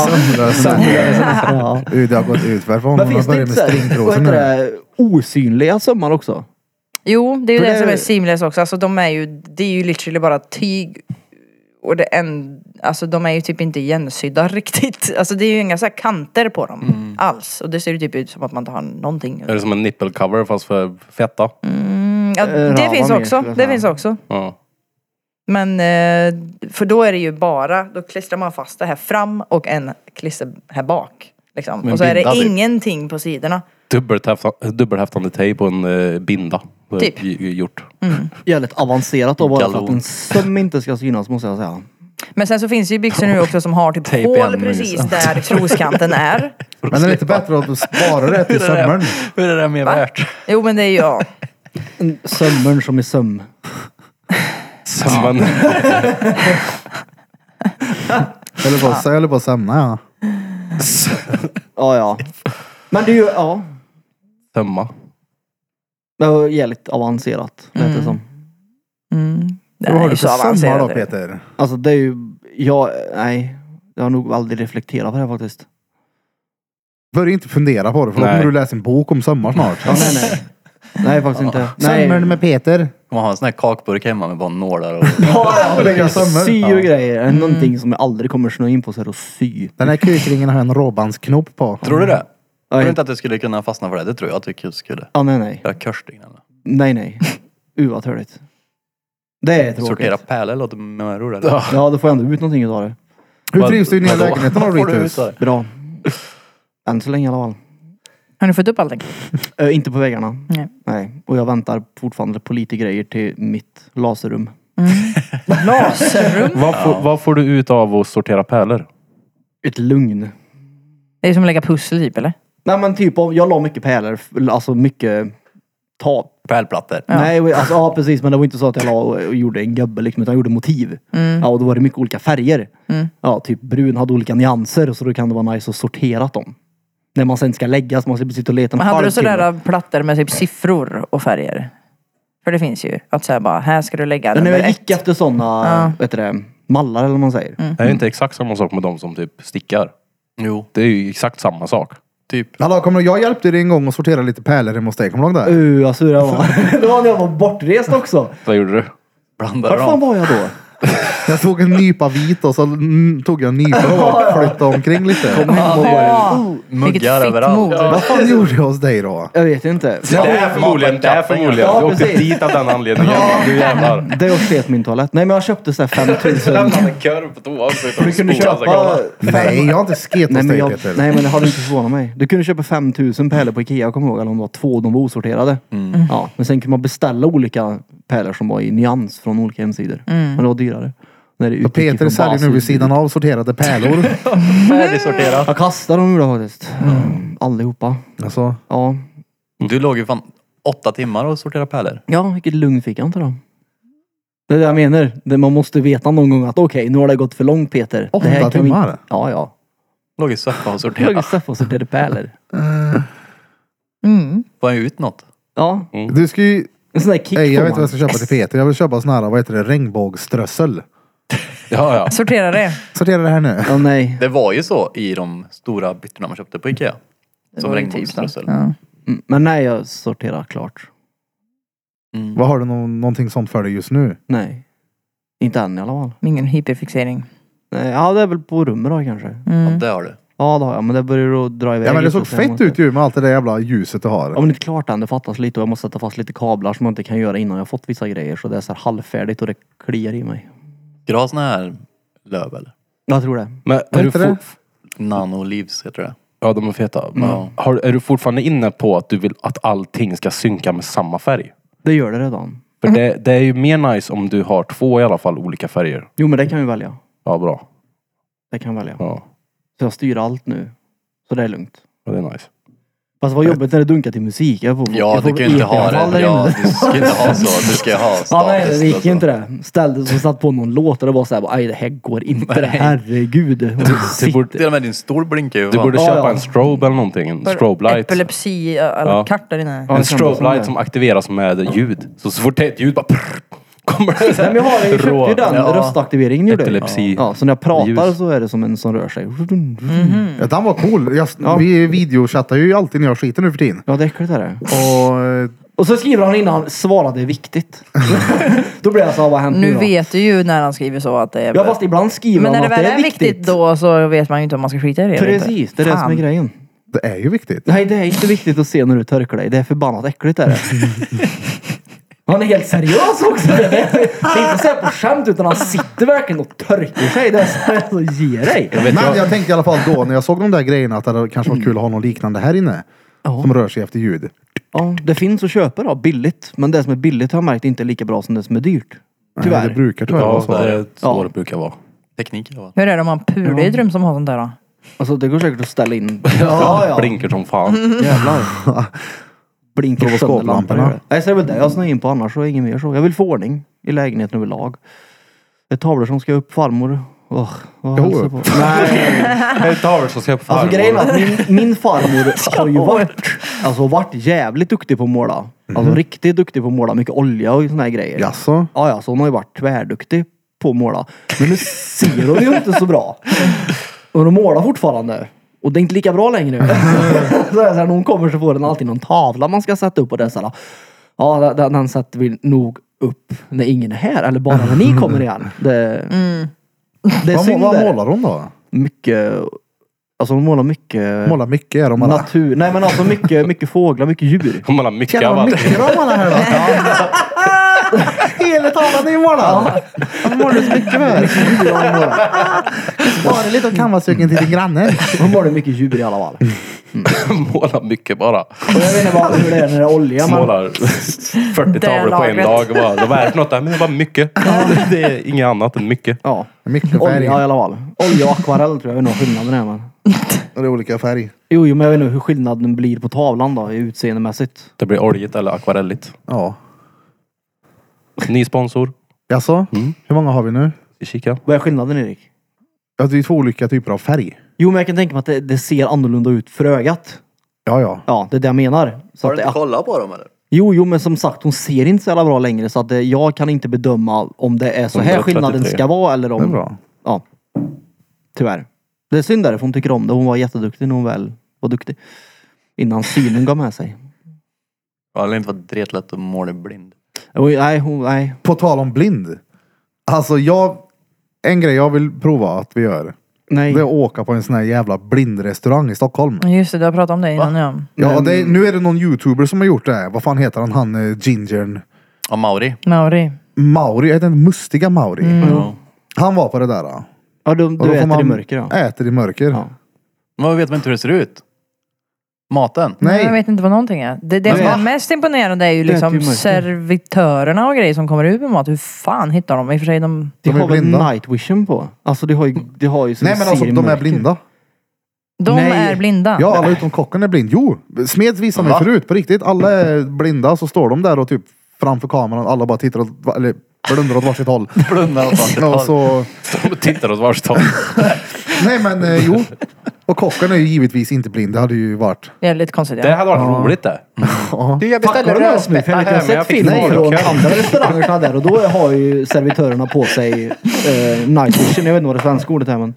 S1: Sömnlösa.
S4: ja.
S1: Ut, Det har gått utför för honom. Han börjar med
S4: så här- vad
S1: stringtrosor
S4: heter
S1: nu.
S4: det, osynliga sömmar också?
S5: Jo, det är ju
S4: För
S5: det,
S4: det-
S5: som är seamless också. Alltså de är ju, det är ju literally bara tyg. Och det en, alltså de är ju typ inte igensydda riktigt. Alltså det är ju inga så här kanter på dem alls. Och det ser ju typ ut som att man inte har någonting.
S3: Är det som en nipple-cover fast för fetta?
S5: Mm, ja,
S4: Eh,
S5: det
S4: rava
S5: finns
S4: mer,
S5: också.
S4: skulle jag
S5: Det
S4: säga.
S5: finns också.
S3: Ja.
S5: Men, eh, för då är det ju bara, då klistrar man fast det här fram och en klister här bak. Liksom.
S2: Men
S5: Och så är det
S2: binda, typ.
S5: ingenting på sidorna.
S3: Dubbelhäfta- Dubbelhäftande tejp på en eh, binda. Det är
S5: Typ.
S3: ju- ju Gjort.
S4: Jävligt avancerat då bara för att
S2: Galon.
S4: en söm inte ska synas måste jag säga.
S5: Men sen så finns det ju byxor nu också som har typ
S2: Tejp
S5: hål
S2: igen,
S5: precis
S2: men-
S5: där troskanten är.
S1: Men det är lite bättre att spara det till sommaren.
S2: Hur är det mer
S5: Va?
S2: värt?
S5: Jo men det är ju, ja.
S4: En Sömmern som är söm.
S3: Sömmen.
S1: Jag höll på att- jag höll på att somna ja.
S4: Ja, ja. Men det är ju, ja.
S3: Sömma.
S4: Det var jävligt avancerat lät det
S5: Mm.
S4: som.
S5: Mm. Det
S1: Vad
S5: är
S1: har du
S5: ju så
S1: för sommar då
S5: avancerat. det.
S1: Peter?
S4: Alltså det är ju, jag, nej. Jag har nog aldrig reflekterat på det här faktiskt.
S1: Börja inte fundera på det för då
S3: Nej.
S1: kommer du läsa en bok om sommar snart.
S4: Ja, nej, nej. Nej, faktiskt inte. Nej.
S1: Sommaren med Peter.
S2: Kommer ha en sån här kakburk hemma med bara nålar och...
S1: Lägga sommar.
S4: Sy och grejer Mm. är någonting som jag aldrig kommer snöa in på så här att sy.
S1: Den här kukringen har en råbandsknop på.
S2: Tror du det?
S4: Ja,
S2: Tror du
S4: jag-
S2: inte att du skulle kunna fastna för det? Det tror jag att du skulle.
S4: Ja, nej, nej.
S2: Göra körsting eller?
S4: Nej, nej. Uh, vad törligt. Det är tråkigt.
S2: Sortera pärlor låter mer roligt. Ja.
S4: Ja, då får jag ändå ut någonting utav det.
S1: Hur
S3: Vad-
S1: trivs du i nya
S3: vadå?
S1: lägenheten då
S2: Får du ut
S1: Ritus?
S2: det?
S4: Bra. Än så länge i alla fall.
S5: Har ni fått upp allting?
S4: Ö, Eh, inte på väggarna.
S5: Nej.
S4: nej. Och jag väntar fortfarande på lite grejer till mitt laserrum.
S5: Laserrum.
S3: Vad, får, vad får du ut av att sortera pärlor?
S4: Ett lugn.
S5: Det är som att lägga pussel typ eller?
S4: Nej men typ om jag la mycket pärlor, f- alltså mycket ta.
S2: Pärlplattor.
S4: Nej, och- alltså, ja precis men det var inte så att jag la och, och gjorde en gubbe liksom utan jag gjorde motiv.
S5: Mm.
S4: Ja och då var det mycket olika färger. Ja typ brun hade olika nyanser så då kan det vara nice att sortera dem. När man sen ska lägga så man slipper sitta och leta en
S5: Men hade du
S4: halvtimme.
S5: sådär plattor med typ siffror och färger? För det finns ju. Att säga bara, här ska du lägga
S4: Men
S5: nummer
S4: när jag
S5: ett.
S4: gick efter sådana,
S5: Ja. Mm.
S4: vet du det, mallar eller vad man säger.
S3: Det är inte exakt samma sak med de som typ stickar.
S2: Jo,
S3: Det är ju exakt samma sak.
S2: typ.
S1: Hallå, kommer du, jag hjälpte dig en gång att sortera lite pärlor hemma hos dig. Kommer du ihåg det?
S4: Uh, alltså det var, det var när jag var bortrest också.
S3: Vad gjorde du?
S2: Blandar
S4: Vart fan
S2: dem.
S4: var jag då?
S1: Jag tog en nypa vit och så mm, tog jag en nypa och flyttade omkring lite.
S5: Åh, Vilket
S2: Muggar överallt.
S5: fittmod.
S1: Vad fan gjorde jag hos dig då?
S4: Jag vet inte.
S3: Det är förmodligen, det är förmodligen.
S4: Ja,
S3: du åkte
S4: precis.
S3: dit av den anledningen. Du jävlar.
S4: Det är också ett min toalett. Nej men jag köpte sådär 5000.
S3: en korv på toan.
S4: Du kunde köpa...
S1: Nej, jag har inte sket
S4: Nej
S1: hos
S4: men,
S1: dig
S4: jag,
S1: Peter.
S4: nej men det hade inte förvånat mig. Du kunde köpa 5000 pärlor på Ikea, jag kommer ihåg, eller om det var två, de var osorterade.
S1: Mm.
S4: Ja, men sen kunde man beställa olika pärlor som var i nyans från olika hemsidor. Men det var dyrare. När det utgick
S1: Peter
S4: ifrån
S1: säljer nu
S4: basutbudet.
S1: vid sidan av sorterade pärlor.
S2: Färdigsorterat.
S4: Jag kastade dem idag faktiskt. Allihopa.
S1: Alltså,
S4: Ja.
S2: Du låg ju fan åtta timmar och sorterade pärlor.
S4: ja, vilket lugn fick jag inte då. Det är det jag menar. Det- Man måste veta någon gång att okej, nu har det gått för långt Peter. Det här
S1: Åtta
S4: kan vi-
S1: timmar?
S4: Ja, ja.
S2: Låg i soffan och
S4: Jag har
S2: sorterade.
S4: träffat sorterade pärlor.
S5: Mm.
S2: Var jag ut något?
S4: Ja,
S1: Du ska ju...
S4: en sån där kick
S1: Nej, jag
S4: får
S1: vet inte vad
S4: man.
S1: jag ska köpa till Peter. Jag vill köpa sån här, vad heter det, regnbågsströssel.
S3: Ja, ja.
S5: Sortera det.
S1: Sortera det här nu.
S4: Ja, nej.
S2: Det var ju så i de stora byttorna man köpte på Ikea. Som
S5: var ju typ
S2: regnbågsströssel.
S5: så. Ja.
S4: Mm, Men nej, jag sorterar klart.
S2: Mm.
S1: Vad har du nå- någonting sånt för dig just nu?
S4: Nej. Inte än i alla fall.
S5: Ingen hyperfixering. Mm.
S4: Nej, ja, det är väl på rummet då kanske.
S2: Ja, det har du.
S4: Ja, det har jag. Men det börjar att dra iväg.
S1: Ja men det
S4: lite
S1: såg
S4: så jag
S1: fett
S4: måste-
S1: ut ju med allt det där jävla ljuset du
S4: Ja,
S1: har.
S4: men det är inte klart än. Det fattas lite och jag måste sätta fast lite kablar som jag inte kan göra innan jag fått vissa grejer. Så det är så här halvfärdigt och det kliar i mig.
S2: Ska du ha sån här löv eller?
S4: Jag tror det.
S3: Men är du
S1: inte det?
S3: for...
S2: Nano Leaves heter det.
S3: Ja, de är feta. Men
S2: Ja.
S3: har, är du fortfarande inne på att du vill att allting ska synka med samma färg?
S4: Det gör det redan.
S3: För det, det är ju mer nice om du har två i alla fall olika färger.
S4: Jo, men det kan vi välja.
S3: Ja, bra.
S4: Det kan vi välja.
S3: Ja,
S4: Så jag styr allt nu. Så det är lugnt.
S3: ja, det är nice.
S4: Fast vad jobbigt när det dunkar till musik. Jag får,
S2: Ja,
S4: jag får
S2: du kan ju inte ha
S4: ekanfall
S2: det.
S4: där
S2: Ja,
S4: inne.
S2: du ska inte ha så. Du ska ha
S4: Ja, nej, det gick
S2: alltså.
S4: ju inte det. Ställde sig och satt på någon låt och det var såhär, nej det här går inte. Herregud. Och
S3: Du borde,
S2: alltså. Till och med din stol blinkar ju.
S3: du
S2: fan.
S3: borde
S4: Ja,
S3: köpa
S4: ja.
S3: en strobe eller någonting. En strobe light.
S5: Epilepsi, alla
S3: Ja.
S5: kartor inne.
S4: Ja,
S3: En
S4: det kan vara
S3: strobe
S4: sån där.
S3: light som aktiveras med ljud. Så, så fort det är ett ljud bara prr, kommer det
S4: Nej, men jag har jag köpte ju den
S2: Ja.
S4: röstaktiveringen gjorde jag.
S3: Epilepsi.
S4: Ja, så när jag pratar
S3: Ljus.
S4: så är det som en som rör sig.
S1: Ja, den var cool. Jag,
S4: Ja.
S1: Vi videochattar ju alltid när jag skiter nu för tiden.
S4: Ja, det är äckligt är det.
S1: Och eh,
S4: Och så skriver han innan, svara det är viktigt. då blir jag så här, vad har hänt nu
S5: Nu
S4: då?
S5: vet du ju när han skriver så att det är...
S4: Ja, fast ibland skriver
S5: men
S4: han
S5: när det
S4: att
S5: väl är viktigt, då så vet man ju inte om man ska skita i det eller inte.
S4: Precis, det är det som är
S5: Fan.
S4: grejen.
S1: det är ju viktigt.
S4: Nej, det är inte viktigt att se när du torkar dig. Det är förbannat äckligt är det. Han är helt seriös också. Det är, det är inte så här på skämt utan han sitter verkligen och torkar sig. Det är så här, så ge dig.
S1: Men jag tänkte i alla fall då när jag såg de där grejerna att det hade kanske var kul att ha någon liknande här inne. Som rör sig efter ljud.
S4: Ja, det finns att köpa då, billigt. Men det som är billigt har jag märkt inte är lika bra som det som är dyrt.
S1: Nej,
S4: Tyvärr.
S1: Det brukar tyvärr vara
S3: Ja,
S1: så.
S3: det är så
S4: Ja.
S3: det brukar vara.
S2: Teknik eller vad?
S5: Hur är det om man pular i ett rum som har sånt där då?
S4: Alltså det går säkert att ställa in.
S3: Blinkar som fan.
S4: Jävlar. Blinkar
S1: Prova
S4: sönder
S1: skåplamporna.
S4: lamporna. Nej, så det är väl det jag snöar in på. Annars så är inget mer så. Jag vill få ordning i lägenheten överlag. Det är tavlor som ska upp, farmor. Åh, vad
S1: Jo.
S4: hälsar på. Nej.
S3: Det är tavlor som ska på
S4: Alltså grejen är att min, min farmor har ju varit, alltså, varit jävligt duktig på att måla. Alltså riktigt duktig på att måla. Mycket olja och såna här grejer.
S1: Mhm. Jaså?
S4: Ja, ja, så hon har ju varit tvärduktig på att måla. Men nu ser hon ju inte så bra. Och hon målar fortfarande. Och det är inte lika bra längre. så är det så här, när hon kommer så får den alltid någon tavla man ska sätta upp och det är så här, Ja, den- den, den sätter vi nog upp när ingen är här. Eller bara när ni kommer igen. Det, det är
S1: Vad, må-
S4: synd.
S1: vad
S4: där.
S1: målar hon då?
S4: Mycket, alltså hon målar mycket
S1: Målar mycket är de alla.
S4: natur. Nej men alltså mycket, mycket fåglar, mycket djur.
S3: Hon har mycket
S1: Jävlar
S3: av
S1: vad
S3: allt.
S1: mycket de målar här då. Hela tavlan är ju målad. Varför målar du så mycket för? Spara lite av canvasduken till din granne.
S4: Hon målar mycket djur i alla fall.
S3: Målar mycket bara.
S4: Och jag vet inte bara hur det är när det är olja. men-
S3: Målar 40
S5: Det
S3: tavlor på en
S5: lagret.
S3: dag. och Bara, det var här för något? Nej, Men det var mycket. Det är inget annat än mycket.
S4: Ja.
S1: Mycket färg.
S4: Olja i alla fall. Olja och akvarell tror jag. Jag vet inte vad skillnaden är. Men...
S1: Det är olika färg.
S4: Jo, jo, men jag vet inte hur skillnaden blir på tavlan då, utseendemässigt.
S3: Det blir oljigt eller akvarelligt.
S1: Ja.
S3: Ny sponsor.
S1: Jaså? Hur många har vi nu?
S3: Vi kika.
S4: Vad är skillnaden Erik?
S1: Ja, det är två olika typer av färg.
S4: Jo, men jag kan tänka mig att det, det ser annorlunda ut för ögat.
S1: Ja, ja.
S4: Ja, det är det jag menar. Så
S2: Har
S4: att
S2: du
S4: det,
S2: inte kollat på dem eller?
S4: jo, jo, men som sagt, hon ser inte så jävla bra längre så att det, jag kan inte bedöma om det är så här
S3: 133.
S4: skillnaden ska vara eller om...
S1: Det är bra.
S4: Ja. Tyvärr. Det är synd därför hon tycker om det. Hon var jätteduktig när hon väl var duktig. Innan synen gav med sig.
S2: Ja, det lär inte vara dretlätt att måla blind.
S4: Oj, nej, hon, nej.
S1: På tal om blind. Alltså jag, en grej jag vill prova att vi gör.
S4: Nej.
S1: Det är att åka på en sån här jävla blindrestaurang i Stockholm.
S5: Just det, du har pratat om det innan ja.
S1: Ja,
S4: Mm.
S1: det är, nu är det någon youtuber som har gjort det här. Vad fan heter han, han eh, gingern?
S2: Och Mauri.
S5: Mauri.
S1: Mauri, är den mustiga Mauri? Han var på det där. Då.
S4: Ja, Mm. du,
S1: Och då
S4: du
S1: får
S4: äter
S1: man Äh,
S4: i mörker då?
S1: Äter i mörker.
S4: Ja.
S2: Men vad vet man inte hur det ser ut? Maten?
S5: Jag
S1: Nej,
S5: vet inte vad någonting är. Det, det som
S4: Nej.
S5: är mest imponerande är ju
S4: Det är
S5: liksom
S4: typ mörkt.
S5: servitörerna och grejer som kommer ut med mat. Hur fan hittar de? I och för sig de...
S4: De
S1: De är
S4: har väl
S1: blinda.
S4: night vision på? Alltså det har ju, det har ju så
S1: Nej
S4: det
S1: men
S4: ser
S1: alltså
S4: i
S1: de är
S4: mörker.
S1: blinda.
S5: De
S4: Nej.
S5: är blinda.
S1: Ja, alla utom kocken är blind. Jo, Smeds visade mig
S2: Va?
S1: förut på riktigt. Alla är blinda så står de där och typ framför kameran. Alla bara tittar åt, va- eller blundar åt varsitt håll.
S2: Blundar åt varsitt
S1: och
S2: håll.
S1: så,
S3: De tittar åt varsitt håll.
S1: Nej men eh, jo. Och kocken är ju givetvis inte blind. Det hade ju varit.
S5: Det är lite konstigt.
S3: Det
S5: Ja.
S3: hade varit roligt det.
S2: Du, jag
S6: Tackar
S2: beställer
S6: du det här nu? För jag vet, jag har
S3: här, men jag
S6: sett
S3: fick
S6: filmer
S3: det.
S6: från
S3: Okej.
S6: andra restauranger såna där och då har ju servitörerna på sig eh, night vision.
S4: Jag vet inte vad det svenska ordet är men...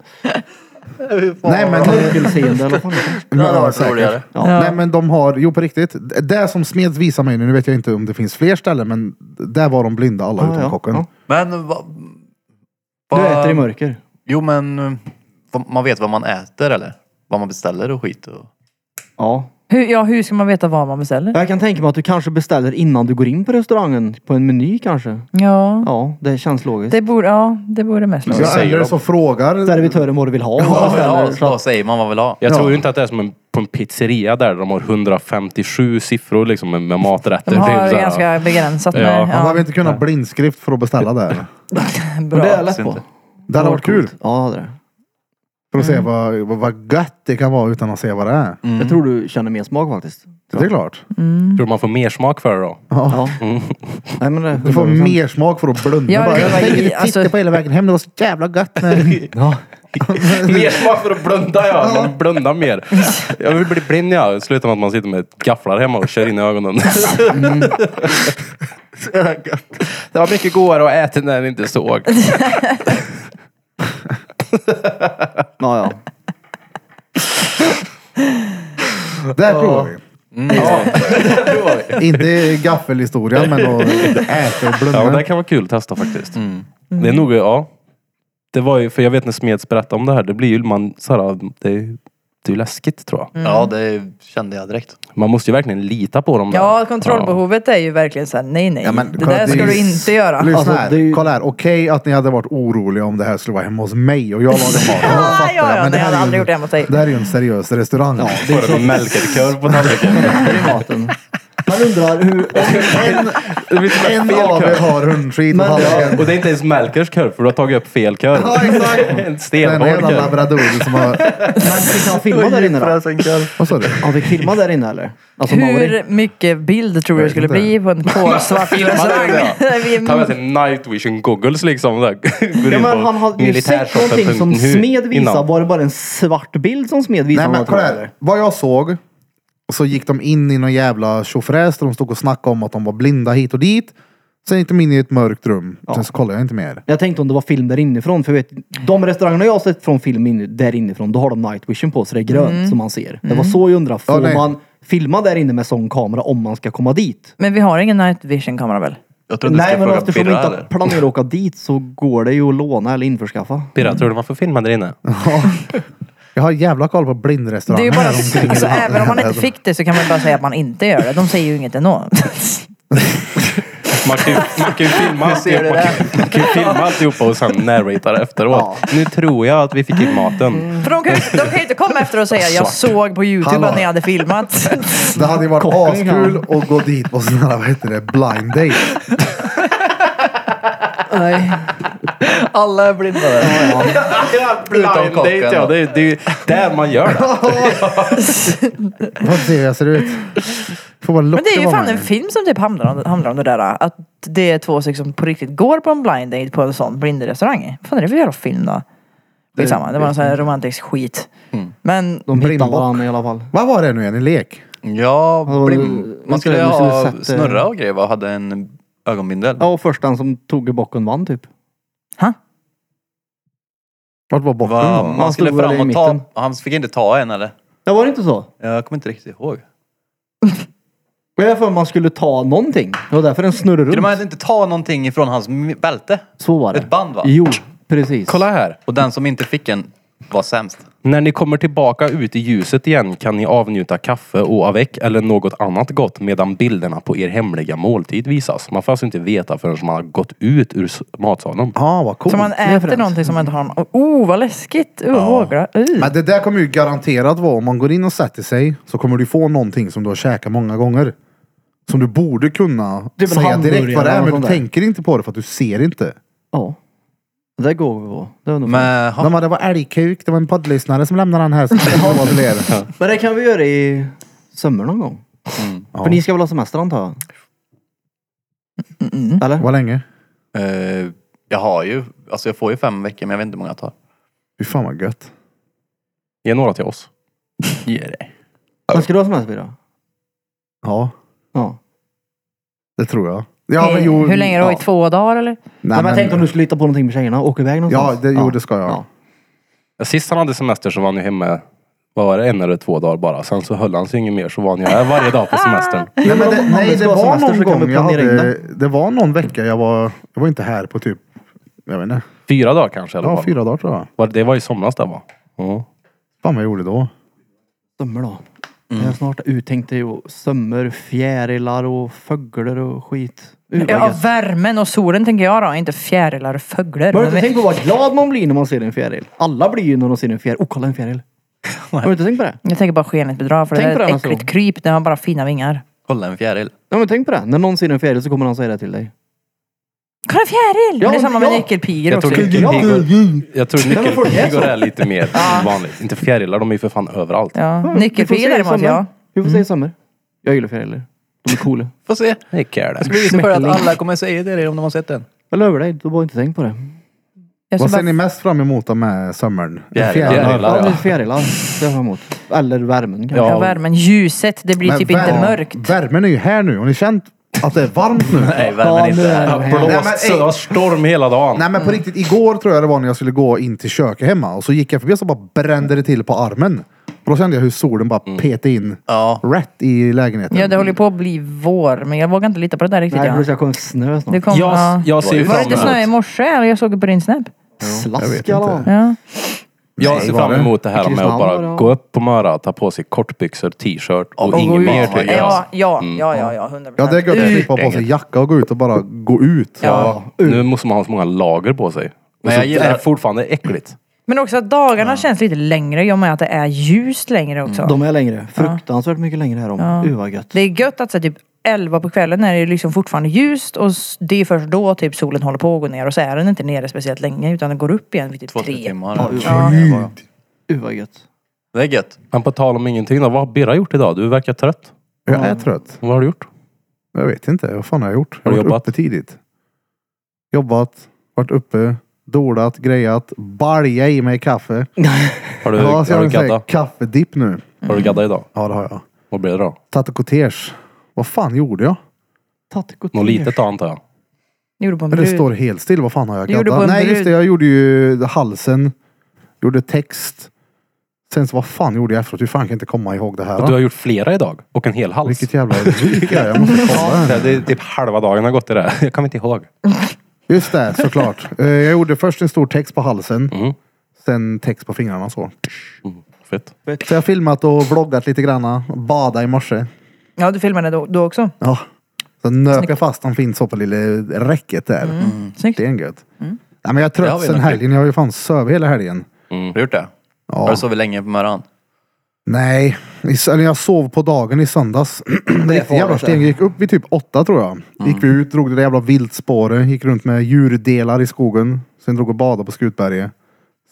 S1: Nej men. eh,
S4: Mörkelseende eller vad fan
S2: Det hade varit
S1: säkert.
S2: roligare.
S1: Ja. Nej men de har, jo på riktigt. Det som Smeds visar mig nu, nu vet jag inte om det finns fler ställen men där var de blinda alla
S4: Ah,
S1: utom
S4: ja.
S1: kocken.
S4: Ja.
S2: Men va,
S4: Du
S2: va-
S4: äter i mörker.
S2: Jo men, eh, vad- man vet vad man äter eller? Vad man beställer och skit. Och...
S4: Ja.
S5: Hur, ja, hur ska man veta vad man beställer?
S4: Jag kan tänka mig att du kanske beställer innan du går in på restaurangen. På en meny kanske.
S5: Ja,
S4: Ja, det känns logiskt.
S5: det borde, ja, det borde mest vara.
S1: Ja,
S3: säger
S1: eller
S3: de.
S1: så frågar...
S4: Servitören vad du vill ha.
S2: Vad,
S4: Ja,
S2: vill
S4: beställer,
S2: ha?
S4: så
S2: vad
S4: att,
S2: säger man vad vill ha?
S3: Jag tror inte att det är som en, på en pizzeria där de har 157 siffror liksom med, med maträtter.
S5: De
S3: Det är
S5: har
S3: ju så här,
S5: ganska begränsat med...
S3: Ja.
S1: Man behöver
S5: Ja,
S1: inte kunna blindskrift för att beställa där.
S5: bra.
S4: det är lätt
S2: synd.
S4: på.
S1: Det hade varit kul.
S4: Ja, det är det.
S1: För att se vad, vad, vad gött det kan vara utan att se vad det är.
S2: Mm.
S4: Jag tror du känner mer smak faktiskt.
S1: Det är klart.
S3: Tror man får mer smak för det då?
S4: Ja. Nej, men det,
S1: Du får mer smak för att blunda.
S5: Ja, det
S1: bara,
S5: kan
S1: jag
S5: vara i-
S1: tänkte titta
S5: alltså-
S1: på hela vägen hem, det var så jävla gött. när-
S3: mer smak för att blunda ja. Man blundar mer. Jag vill bli blind ja. Slutar med att man sitter med gafflar hemma och kör in i ögonen. Så jävla gött. Mm. det var mycket godare att äta när den inte såg.
S4: Ja, ja.
S1: det här provar vi.
S5: Mm.
S1: Inte gaffelhistorien, men att äta och blunda.
S3: Ja, men det kan vara kul att testa faktiskt.
S2: Mm.
S4: Mm.
S3: Det är nog, ja. Det var ju, för jag vet när Smeds berättade om det här, det blir ju man så här, det, är- det är ju läskigt tror jag.
S2: Ja det kände jag direkt.
S3: Man måste ju verkligen lita på dem. där.
S5: Ja, kontrollbehovet är ju verkligen såhär, nej nej.
S1: Ja, men
S5: det
S1: kolla,
S5: där ska
S1: är-
S5: du inte göra.
S1: Lyssna
S4: Alltså,
S1: här.
S4: det är ju-
S1: Kolla här. Okej att ni hade varit oroliga om det här skulle vara hemma hos mig och jag lagade mat. Ja,
S5: Ja,
S1: fattar
S5: ja, ja,
S1: men
S5: nej,
S1: här
S5: jag hade
S1: är ju-
S5: aldrig gjort det hemma hos dig.
S1: Det här är ju en seriös restaurang.
S3: Ja. Får en mälkkorv på tallriken.
S4: I maten.
S6: Man undrar hur...
S1: En,
S3: Det blir
S5: typ
S3: som en
S1: en
S3: fel
S1: av er
S3: korv.
S1: har hundskit på
S6: Men-
S1: tallriken.
S3: Och det är inte ens Melkers korv för du har tagit upp fel korv.
S1: Ja, exakt.
S3: En
S1: Den
S3: stenhård
S1: jävla
S3: korv.
S1: labradoren som har...
S4: Men fick han filma där inne då?
S1: Vad sa du?
S4: Han fick filma där inne eller? Alltså Mauri?
S5: Hur mycket bild tror du det skulle
S1: inte.
S5: bli på en kolsvart restaurang? Vi-
S3: Ta med sig night vision goggles liksom. Där. Går
S4: Ja,
S3: in
S4: men
S3: på
S4: han hade ju sett
S3: militärshoppen
S4: någonting som
S3: punkt nu
S4: Smed visade.
S3: innan.
S4: Var det bara en svart bild som Smed
S1: Nej
S4: visade?
S1: men
S4: honom, tror
S1: kolla
S4: jag,
S1: här.
S4: eller?
S1: Vad jag såg så gick de in i någon jävla tjofräs där de stod och snackade om att de var blinda hit och dit. Sen gick de in i ett mörkt rum. Sen så kollade jag inte mer.
S4: Jag tänkte om det var film där inifrån. För jag vet, de restaurangerna jag har sett från film in, där inifrån, då har de night vision på så det är grönt som man ser. Det var så jag undrar,
S1: Mm. Ja,
S4: får
S1: nej.
S4: man filma där inne med sån kamera om man ska komma dit?
S5: Men vi har ingen night vision kamera väl?
S2: Jag tror inte du
S4: Nej
S2: ska
S4: men
S2: fråga
S4: eftersom vi
S2: Birra
S4: inte
S2: eller?
S4: planerar att åka dit så går det ju att låna eller införskaffa.
S3: Birra, tror du man får filma där inne?
S1: Jag har jävla koll på
S5: Det
S1: blindrestauranger.
S5: är ju bara,
S1: häromkring.
S5: alltså, även om man inte fick det så kan man bara säga att man inte gör det. De säger ju inget ändå.
S3: Man kan ju, man kan ju filma alltihopa. Man kan ju filma alltihopa och sen narrata det efteråt. Nu tror jag att vi fick in
S4: Mm.
S3: maten.
S5: För de kan, ju, de kan ju inte komma efter och säga jag såg på youtube
S1: Hallå.
S5: att ni hade filmat.
S1: Det hade ju varit
S4: Kocken kan.
S1: askul att gå dit på sån här, vad heter det, blind date.
S2: Alla är blinda där. Utom kocken.
S3: ja. Det, är- det är ju där man gör det.
S1: Vad ser jag ser ut. Får bara
S5: Men det är ju
S1: lukta på
S5: fan
S1: mig.
S5: en film som typ handlar om, handlar om det där. Att det är två stycken som på riktigt går på en blind date på en sån blindraestaurang. Vad fan är det för jävla film då? Skitsamma, det var någon sån här romantisk skit.
S3: Mm.
S5: Men
S4: De hittar
S1: Blindbock.
S4: varandra i alla fall.
S1: Vad var det nu igen? En lek?
S2: Ja,
S4: Ja,
S2: blim,
S4: man
S2: man skulle
S4: skulle- man skulle
S2: ha
S4: sett, eh,
S2: snurra och grejer va? Hade en ögonbindel.
S4: Ja, och först den som tog i bocken vann typ.
S1: Vart var bocken?
S2: Va,
S1: då?
S2: man skulle
S4: Mm. stod
S2: fram
S4: väl i
S2: och ta,
S4: mitten.
S2: han fick inte ta en eller?
S4: Ja, var det inte så?
S2: Jag kommer inte riktigt ihåg.
S4: Men jag har för mig man skulle ta någonting. Det var därför den snurrade runt.
S2: Skulle man inte ta någonting ifrån hans m- bälte?
S4: Så var det.
S2: Ett band va?
S4: Jo, precis.
S3: Kolla här.
S2: Och den som inte fick en var sämst.
S4: Mm.
S3: När ni kommer tillbaka ut i ljuset igen kan ni avnjuta kaffe och avec eller något annat gott medan bilderna på er hemliga måltid visas. Man får alltså inte veta förrän man har gått ut ur s- matsalen.
S1: Ja, vad coolt.
S5: Så man äter någonting som man inte har någon... Oh, vad läskigt! Uh, Fåglar.
S4: Mm.
S5: Uh.
S1: Men det där kommer ju garanterat vara, om man går in och sätter sig så kommer du få någonting som du har käkat många gånger. Som du borde kunna
S4: Typ en
S1: säga direkt vad det
S4: hamburgare
S1: är,
S4: eller
S1: men
S4: sånt
S1: du
S4: där.
S1: tänker inte på det för att du ser inte.
S4: Ja. Det där går vi på. Det var nog men...
S1: De
S2: Men, ha,
S1: bara, det var älgkuk, det var en poddlyssnare som lämnade den här. Så det var väl er.
S4: men det kan vi göra i sommar någon gång.
S2: Mm.
S4: För ni ska väl ha semester antar jag? Eller?
S1: Vad länge?
S2: eh, jag har ju, alltså jag får ju fem veckor men jag vet inte hur många jag tar.
S1: Fy fan vad gött.
S3: Ge några till oss.
S2: Ge dig.
S4: Vad ska du ha semester idag?
S1: Ja,
S4: Ja.
S1: det tror jag. Ja,
S4: Eh,
S1: men, jo,
S5: Hur länge då? I
S1: ja.
S5: två dagar eller?
S1: Nej,
S4: Nej, men jag tänkte om du skulle hitta på någonting med tjejerna och åka iväg någonstans.
S1: Ja, det- jo, det ska jag.
S3: Sist han hade semester så var han ju hemma, vad var det, en eller två dagar bara. Sen så höll han sig inget mer så var han ju här varje dag på semestern.
S1: Nej, men det,
S4: om
S1: nej,
S4: vi
S1: det
S4: ska ha
S1: var
S4: semester
S1: någon
S4: så kan
S1: gång
S4: vi
S1: jag
S4: planera in
S1: hade, Det var någon vecka jag var, jag var inte här på typ, jag vet inte,
S3: Fyra dagar kanske i alla
S1: ja,
S3: fall.
S1: fyra dagar tror jag.
S3: Var- Det var i somras där va? Ja.
S1: Fan vad jag gjorde då.
S4: Sommar då. Jag är snart uttänkt det och sömmar, fjärilar och fåglar och skit. Uh, vad
S5: Ja,
S4: gött.
S5: värmen och solen tänker jag då. Inte fjärilar och fåglar.
S4: Har du
S5: Men
S4: inte
S5: vi-
S4: tänkt på vad glad man blir när man ser en fjäril? Alla blir ju när de ser en fjäril. Oh, kolla en fjäril. Har du inte tänkt på det?
S5: Jag tänker bara skenet bedrar för
S4: Tänk
S5: det
S4: på
S5: är
S4: den
S5: ett
S4: alltså.
S5: äckligt kryp. Den har bara fina vingar.
S2: Kolla en fjäril.
S4: Ja men tänk på det. När någon ser en fjäril så kommer han säga det till dig.
S5: Kolla en fjäril!
S4: Ja,
S5: det är samma med
S4: ja.
S5: nyckelpigor
S3: Jag
S5: också.
S3: tror nyckelpigor, jag tror nyckelpigor är lite mer
S5: Ah.
S3: vanligt. Inte fjärilar, de är ju för fan överallt.
S5: Ja.
S4: Ja, Mm, vi
S5: Nyckelpigor
S4: får se i
S5: däremot
S4: sommar.
S5: ja.
S4: Vi
S5: Mm.
S4: får se i sommar. Jag gillar fjärilar. De är coola.
S2: Får se.
S3: Det är kul det.
S2: Jag ska bevisa för er att alla kommer säga det om de har sett den.
S4: Jag lovar dig, du har inte tänkt på det.
S5: Jag ska
S1: Vad ser ni
S5: Alltså bara...
S1: mest fram emot av med sommaren?
S2: Fjärilar.
S3: Fjärilar.
S4: Ja,
S3: Ja.
S4: det är fjärilar. Det har jag emot. Eller värmen kanske.
S5: Ja, värmen, ljuset, det blir
S1: Men
S5: typ
S1: vär-
S5: inte mörkt.
S1: Värmen är ju här nu. Har ni känt att det är varmt nu?
S2: Nej, värmen inte här.
S1: Nej, men,
S3: Blåst,
S1: ey.
S3: så- storm hela dagen.
S1: Nej men
S5: Mm.
S1: på riktigt, igår tror jag det var när jag skulle gå in till köket hemma och så gick jag förbi och så bara brände det till på armen. Och då kände jag hur solen bara petade in
S2: Ja.
S1: rätt i lägenheten.
S5: Ja, det håller ju på att bli vår, men jag vågar inte lita på det där riktigt.
S4: Nej, för det
S5: Ja.
S4: ska komma snö snart.
S5: Det kom, ja.
S3: Jag, jag ser ju
S5: Var det
S3: fram
S5: inte snö i
S3: emot,
S5: morse? Eller jag såg det på din snap.
S1: jag vet
S4: Slask i alla
S1: inte.
S4: fall.
S5: Ja.
S3: jag ser
S1: Nej, var
S3: fram
S1: det?
S3: emot det här med att
S4: Kristianstad,
S3: bara
S4: ja.
S3: gå upp på Möra, ta på sig kortbyxor, t-shirt och,
S5: Och gå
S3: inget
S5: ut.
S3: mer tycker jag.
S5: Ja, ja, ja, ja, ja, hundra
S1: Ja det är
S5: procent. Mm.
S1: gött att slippa på sig jacka och gå ut och bara gå ut.
S5: Ja.
S3: Nu måste man ha så många lager på sig. Men jag gillar... Det är fortfarande äckligt.
S5: Men också att dagarna känns lite längre i och med att det är ljust längre också.
S4: De är längre. Fruktansvärt mycket längre här om.
S5: Ja.
S4: Uh vad gött.
S5: Det är gött att så, typ 11 på kvällen när det är liksom fortfarande ljust och s- det är först då typ solen håller på att gå ner och så är den inte nere speciellt länge utan den går upp igen vid typ
S2: Två, tre
S5: tre.
S2: timmar.
S1: Gud.
S4: Uh vad gött.
S2: Det är gött.
S3: Men på tal om ingenting då, vad har Birra gjort idag? Du verkar trött.
S1: Jag är trött.
S3: Vad har du gjort?
S1: Jag vet inte. Vad fan har jag gjort? Jag
S3: Har du
S1: har varit
S3: jobbat?
S1: uppe tidigt. Jobbat, varit uppe, dolat, grejat, balja i mig kaffe.
S3: Har du,
S1: Ja, så jag har
S3: har du
S1: en sån här
S3: gaddat?
S1: kaffedipp nu.
S3: Har du gaddat idag?
S1: Ja det har jag.
S3: Vad blir det då?
S1: Tatu Kotesh. Vad fan gjorde jag?
S4: Tattico
S3: Något litet då antar jag?
S5: Gjorde på en
S1: Men det
S5: brud.
S1: står helt still. Vad fan har jag
S5: Du gjorde på
S1: gaddat?
S5: en
S1: Nej
S5: brud.
S1: just det, jag gjorde ju halsen. Gjorde text. Sen så vad fan gjorde jag efteråt? Hur fan kan jag inte komma ihåg det här?
S3: Du har
S1: då?
S3: gjort flera idag och en hel hals.
S1: Vilket jävla vik jag är. Jag måste kolla här.
S3: Ja, det är typ halva dagen har gått i det. Jag kommer inte ihåg.
S1: Just det, såklart. Eh, Jag gjorde först en stor text på halsen.
S3: Mm.
S1: Sen text på fingrarna och så.
S3: Fett.
S1: Så jag har filmat och vloggat lite granna. Bada i morse.
S5: Ja, du filmade då, då också.
S1: Ja. Så nöp jag fast den fint så på lilla räcket där. Mm.
S5: Snyggt.
S1: Det är en gött. Nej, men jag är
S2: Det har
S1: trött
S2: vi
S1: sen
S2: nog.
S1: helgen. Jag har ju fan sövit hela helgen.
S3: Mm.
S2: Har du gjort det? Har
S1: Ja.
S2: du sovit länge på morgonen?
S1: Nej, I s- eller jag sov på dagen i söndags. det är jävla
S4: farligt,
S1: sten. gick upp vid typ åtta tror jag. Gick vi ut, drog det där jävla viltspåret. Gick runt med djurdelar i skogen. Sen drog och badade på Skutberget.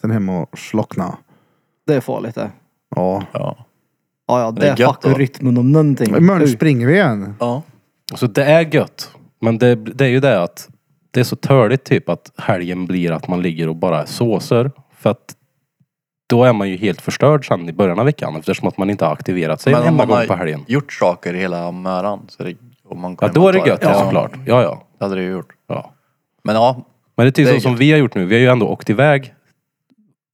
S1: Sen hem och slockna.
S4: Det är farligt det.
S1: Ja.
S2: Ja.
S4: Ja, ja, det,
S2: är
S4: är
S2: gött
S4: fucking
S2: då.
S4: rytmen om någonting.
S1: Imorgon springer vi igen.
S2: Ja.
S3: Så Alltså, det är gött. Men det, det är ju det att det är så törligt typ att helgen blir att man ligger och bara såser. För att då är man ju helt förstörd sen i början av veckan eftersom att man inte har aktiverat sig en
S2: Men om
S3: enda
S2: man
S3: gång på
S2: har
S3: helgen.
S2: gjort saker hela morgonen så är det, om man
S3: Ja,
S2: kommer
S3: då är
S2: ta
S3: det gött ja.
S2: Ja,
S3: såklart. Ja, ja.
S2: Det hade det ju gjort.
S3: ja.
S2: Men ja,
S3: Men det är typ
S2: Det är
S3: så som
S2: gött.
S3: vi har gjort nu. Vi har ju ändå åkt iväg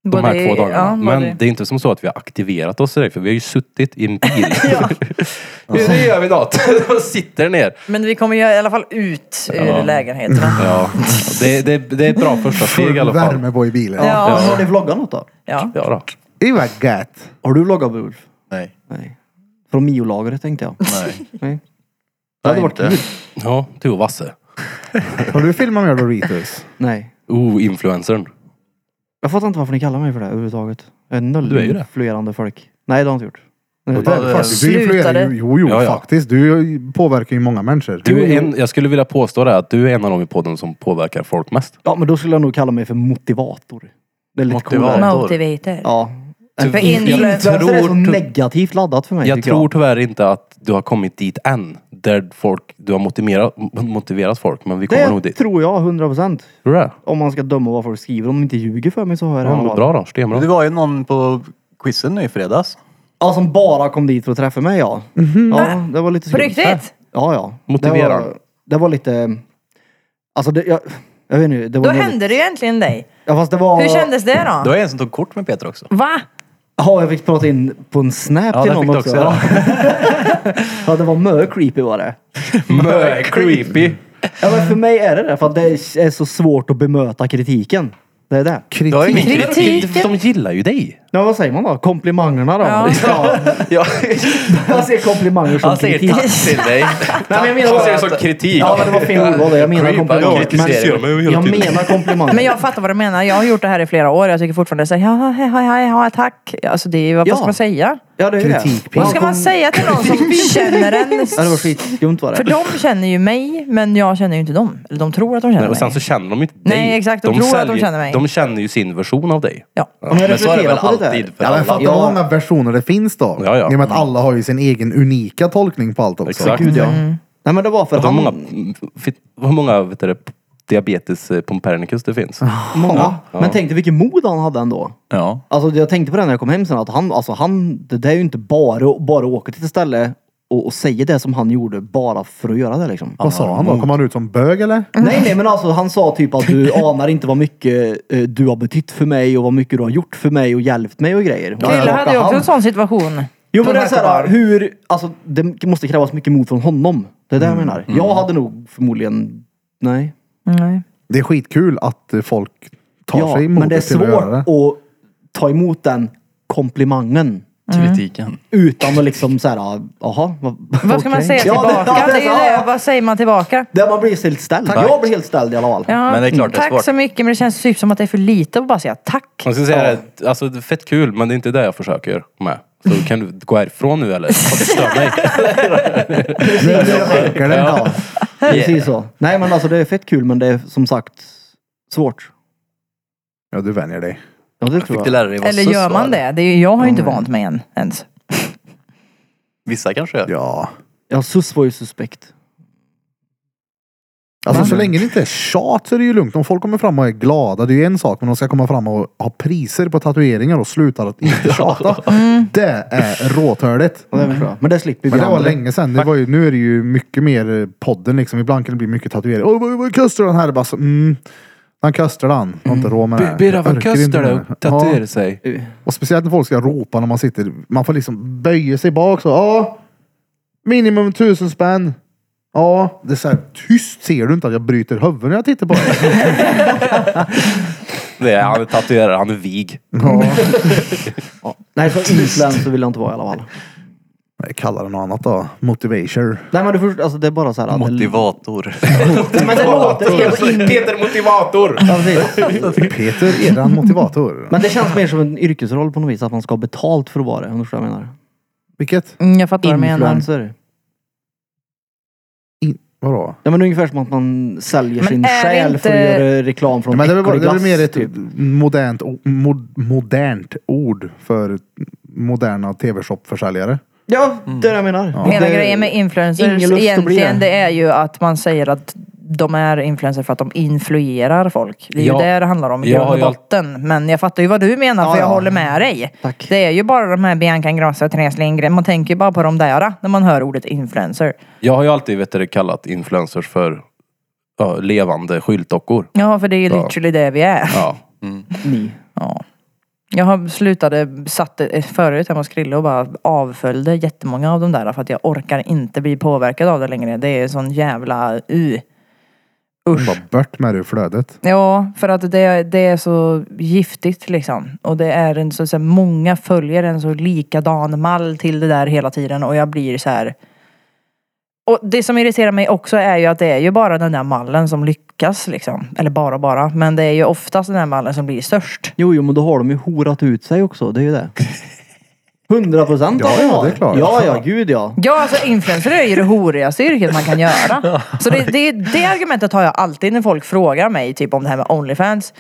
S3: de här
S5: Både-
S3: två dagarna.
S5: ja,
S3: men
S5: både-
S3: det är inte som så att vi har aktiverat oss direkt, för vi har ju suttit i en bil. Nu gör vi något. De sitter ner.
S5: Men vi kommer ju i alla fall ut ur
S3: Ja.
S5: lägenheterna.
S3: Ja, det, det, det är ett bra första steg i alla fall.
S1: Värme på i bilen.
S5: Ja.
S4: Har ni vloggat något då?
S5: Ja.
S3: Ja, då.
S1: Det var gött.
S4: Har du vloggat Ulf?
S2: Nej.
S4: Nej. Från Mio-lagret tänkte jag.
S2: Nej.
S4: Nej.
S2: Det hade varit kul.
S3: ja du och Vasse.
S1: Har du filmat med Doritos?
S4: Nej.
S3: Oh, influencern.
S4: Jag fattar inte varför ni kallar mig för det överhuvudtaget. Jag är
S3: Du är ju det.
S4: nollinfluerande folk. Nej det har jag inte gjort. Nej,
S2: Ja, det-
S1: Fast du influerar
S5: slutade.
S1: ju. Jo, jo,
S3: Ja, ja.
S1: faktiskt. Du påverkar ju många människor.
S3: Du är en, jag skulle vilja påstå det, här, att du är en av de i podden som påverkar folk mest.
S4: Ja men då skulle jag nog kalla mig för motivator. Det är lite
S3: Motivator.
S4: coolare.
S5: Motivator.
S4: Ja.
S5: För influencer.
S4: Influencer är så
S3: tror-
S4: negativt laddat för mig
S3: Jag
S4: tycker
S3: tror tyvärr inte att du har kommit dit än. Där folk, du har motiverat, motiverat folk, men vi kommer nog
S4: jag. Det
S3: dit.
S4: tror jag 100 procent.
S3: Tror du det?
S4: Om man ska döma vad folk skriver. Om de inte ljuger för mig så har jag
S3: Ja,
S4: det i alla
S3: men
S4: fall.
S3: bra då, stenbra.
S2: Det var ju någon på quizen nu i fredags.
S4: Ja som bara kom dit för att träffa mig ja. Ja det var lite
S5: På
S4: skumt.
S5: riktigt?
S4: Ja ja.
S3: Mhm. Motiverar.
S4: Det var, det var lite... Alltså det, jag, jag vet inte. Det var
S5: Då
S4: något-
S5: hände det ju äntligen dig.
S4: Ja fast det var...
S5: Hur kändes det
S2: Det
S5: då?
S2: var en som tog kort med Peter också.
S5: Va?
S4: Ja, jag fick prata in på en snap
S2: Ja,
S4: till
S2: det fick
S4: någon
S2: du
S4: också.
S2: också
S4: ja.
S2: göra.
S4: ja, det var mö creepy var det.
S3: Mö, creepy.
S4: Ja, men för mig är det det. För att det är så svårt att bemöta kritiken. Det är det.
S2: Det var ju min
S5: Kritik.
S3: De gillar ju dig.
S4: Ja, vad säger man då? Komplimangerna då?
S5: Ja.
S4: Ja.
S2: Ja,
S4: Jag ser komplimanger som
S2: han säger
S4: kritik.
S2: tack till dig.
S4: Nej, men jag menar
S3: De
S4: bara
S3: ser det
S4: att-
S3: som kritik.
S4: Ja, men det var fel ordval. Jag menar
S2: Creep, han kritiserar
S4: komplimanger.
S2: mig
S4: Men,
S3: hela
S4: jag
S3: tiden.
S4: menar komplimanger.
S5: Men jag fattar vad du menar. Jag har gjort det här i flera år. Jag tycker fortfarande så här, ja, hej, hej, hej, ja, tack. Alltså det är ju, vad
S4: Ja.
S5: ska man säga?
S4: ja, det är ju
S1: Kritik.
S4: det.
S5: Vad ska man säga till någon som känner en?
S4: Ja, det var skitskumt var det.
S5: För de känner ju mig, men jag känner ju inte dem. Eller de tror att de
S3: Nej,
S5: känner
S3: och sen så
S5: mig.
S3: känner de ju inte dig.
S5: Nej, exakt. De tror att de känner mig.
S3: De känner ju sin version av dig.
S5: Ja.
S4: Om jag
S2: Men så är det
S4: reflekterar
S2: väl
S4: på det där.
S2: alltid för
S1: Ja, men
S2: alla.
S1: fatta
S4: Ja.
S1: hur många versioner det finns då.
S3: Ja, ja.
S1: I och med att alla har ju sin egen unika tolkning på allt också.
S3: Exakt.
S4: Gud ja. Nej men det var för
S3: Hur
S4: han...
S3: många, fit- hur många vet du, det, diabetes eh, pompernicus det finns?
S4: många. Men tänk dig vilken mod han hade ändå.
S2: Ja.
S4: Alltså jag tänkte på det när jag kom hem sen att han, alltså han, det där är ju inte bara, bara åka till ett ställe och, och säga det som han gjorde bara för att göra det liksom.
S1: Vad sa
S3: Mm.
S1: han då? Kom han ut som bög eller?
S4: Nej nej men alltså han sa typ att du anar inte vad mycket eh, du har betytt för mig och vad mycket du har gjort för mig och hjälpt mig och grejer. Och
S5: Krille
S4: så
S5: hade ju
S4: han-
S5: också en sån situation.
S4: Jo men det är såhär, hur, alltså det måste krävas mycket mod från honom. Det är det jag
S1: Mm.
S4: menar. Jag hade nog förmodligen, nej.
S5: Nej.
S1: Det är skitkul att eh, folk tar
S4: Ja,
S1: sig emot
S4: men det är
S1: till att göra
S4: svårt
S1: det.
S4: att ta emot den komplimangen.
S3: Mm.
S2: Kritiken.
S4: Utan att liksom såhär, jaha. Vad,
S5: Vad ska man
S4: okej.
S5: säga
S4: Ja, det-
S5: tillbaka?
S4: ja,
S5: Det, är ju det.
S4: ja.
S5: Vad säger man tillbaka?
S4: Där man blir helt ställd.
S2: Tack.
S4: Jag blir helt ställd i alla fall.
S5: Ja,
S2: Men det är klart det är
S5: tack
S2: svårt.
S5: så mycket, men det känns typ som att det är för lite att bara säga tack.
S3: Man ska säga det, alltså det är fett kul men det är inte det jag försöker med. Så kan du gå härifrån nu eller? För att det stör mig.
S1: Nu räcker det.
S4: Ja, Precis så. Nej men alltså det är fett kul men det är som sagt svårt.
S1: Ja, du vänjer dig.
S4: Ja det tror
S2: Fick
S4: jag.
S2: du lära dig vad
S5: Eller
S2: sus
S5: gör
S2: var?
S5: man det? det är, jag har ju inte vant mig än ens.
S2: Vissa kanske gör.
S1: Ja.
S4: Ja sus var ju suspekt.
S1: Alltså
S5: Va?
S1: så länge det inte är tjat så är det ju lugnt. Om folk kommer fram och är glada, det är ju en sak. Men de ska komma fram och ha priser på tatueringar och slutar att inte tjata.
S4: Mm.
S1: Det är råtörligt.
S4: Ja, det tror jag. Men det slipper vi
S1: Men det var
S4: andra.
S1: länge sedan. Det var ju, nu är det ju mycket mer eh, podden liksom. Ibland kan det bli mycket tatueringar. Åh, vad- vad kastar den här? Bara så, mm. Han kastar den. Jag har inte råd med det.
S3: Mm. Birra,
S1: Jag
S3: vad
S1: orkar inte
S3: kastar
S1: med
S3: det och tatuerar
S1: Ja.
S3: sig?
S1: Och speciellt när folk ska ropa när man sitter. Man får liksom böja sig bak så. Ja. Minimum tusen spänn. Ja, det är så här, tyst ser du inte att jag bryter huvudet när jag tittar på dig?
S3: Nej, han är tatuerare, han är vig.
S1: Ja,
S4: Ja. Nej så influencer vill jag inte vara i alla fall.
S1: jag kallar det något annat då. Motivation.
S4: Nej men du förstår, alltså det är bara såhär.
S2: Motivator.
S4: Nej men det låter så in...
S3: Peter Motivator!
S4: Ja, precis.
S1: Peter, eran motivator.
S4: Men det känns mer som en yrkesroll på något vis att man ska ha betalt för att vara det. Om du förstår vad jag menar.
S1: Vilket?
S5: Mm, jag fattar vad du menar.
S4: Influencer.
S1: Vadå?
S4: Ja men ungefär som att man säljer
S5: Men
S4: sin
S5: är det
S4: själ för
S5: inte-
S4: att göra reklam från
S1: Men det är väl bara- det är väl
S4: äcklig
S1: mer
S4: glass, typ.
S1: ett modernt, o- mod, modernt ord för moderna tv-shopförsäljare.
S4: Ja, det är det jag menar.
S5: Hela
S4: Det-
S5: grejen med
S4: ingen
S5: influencers
S4: lust att bli
S5: egentligen
S4: det.
S5: det är ju att man säger att de är influencers för att de influerar folk. Det är
S3: Ja.
S5: ju det det handlar om i
S3: Jag
S5: grund
S3: har
S5: och
S3: ju all-
S5: botten. Men jag fattar ju vad du menar
S4: Ja,
S5: för jag
S4: ja.
S5: håller med dig.
S4: Tack.
S5: Det är ju bara de här Bianca Ingrosso och Therese Lindgren. Man tänker ju bara på de där när man hör ordet influencer.
S3: Jag har ju alltid vet du, kallat influencers för ja, levande skyltdockor.
S5: Ja, för det är ju
S3: Ja.
S5: literally det vi är.
S3: Ja.
S4: Ni.
S5: Ja. Jag har slutade, satte förut hemma hos Krille och bara avföljde jättemånga av de där för att jag orkar inte bli påverkad av det längre. Det är sån jävla u. Usch.
S1: Bara bort med det ur flödet.
S5: Ja, för att det, det är så giftigt liksom. Och det är en så, så här, många följer en så likadan mall till det där hela tiden och jag blir så här. Och det som irriterar mig också är ju att det är ju bara den där mallen som lyckas liksom. Eller bara bara, men det är ju oftast den där mallen som blir störst.
S4: Jo, jo, men då har de ju horat ut sig också. Det är ju det. 100 procent
S1: Ja,
S4: av
S1: ja, det är klart.
S4: Ja, ja, gud ja.
S5: Ja, alltså influencer är ju det horigaste yrket man kan göra. Så det, det, det argumentet har jag alltid när folk frågar mig typ om det här med Onlyfans.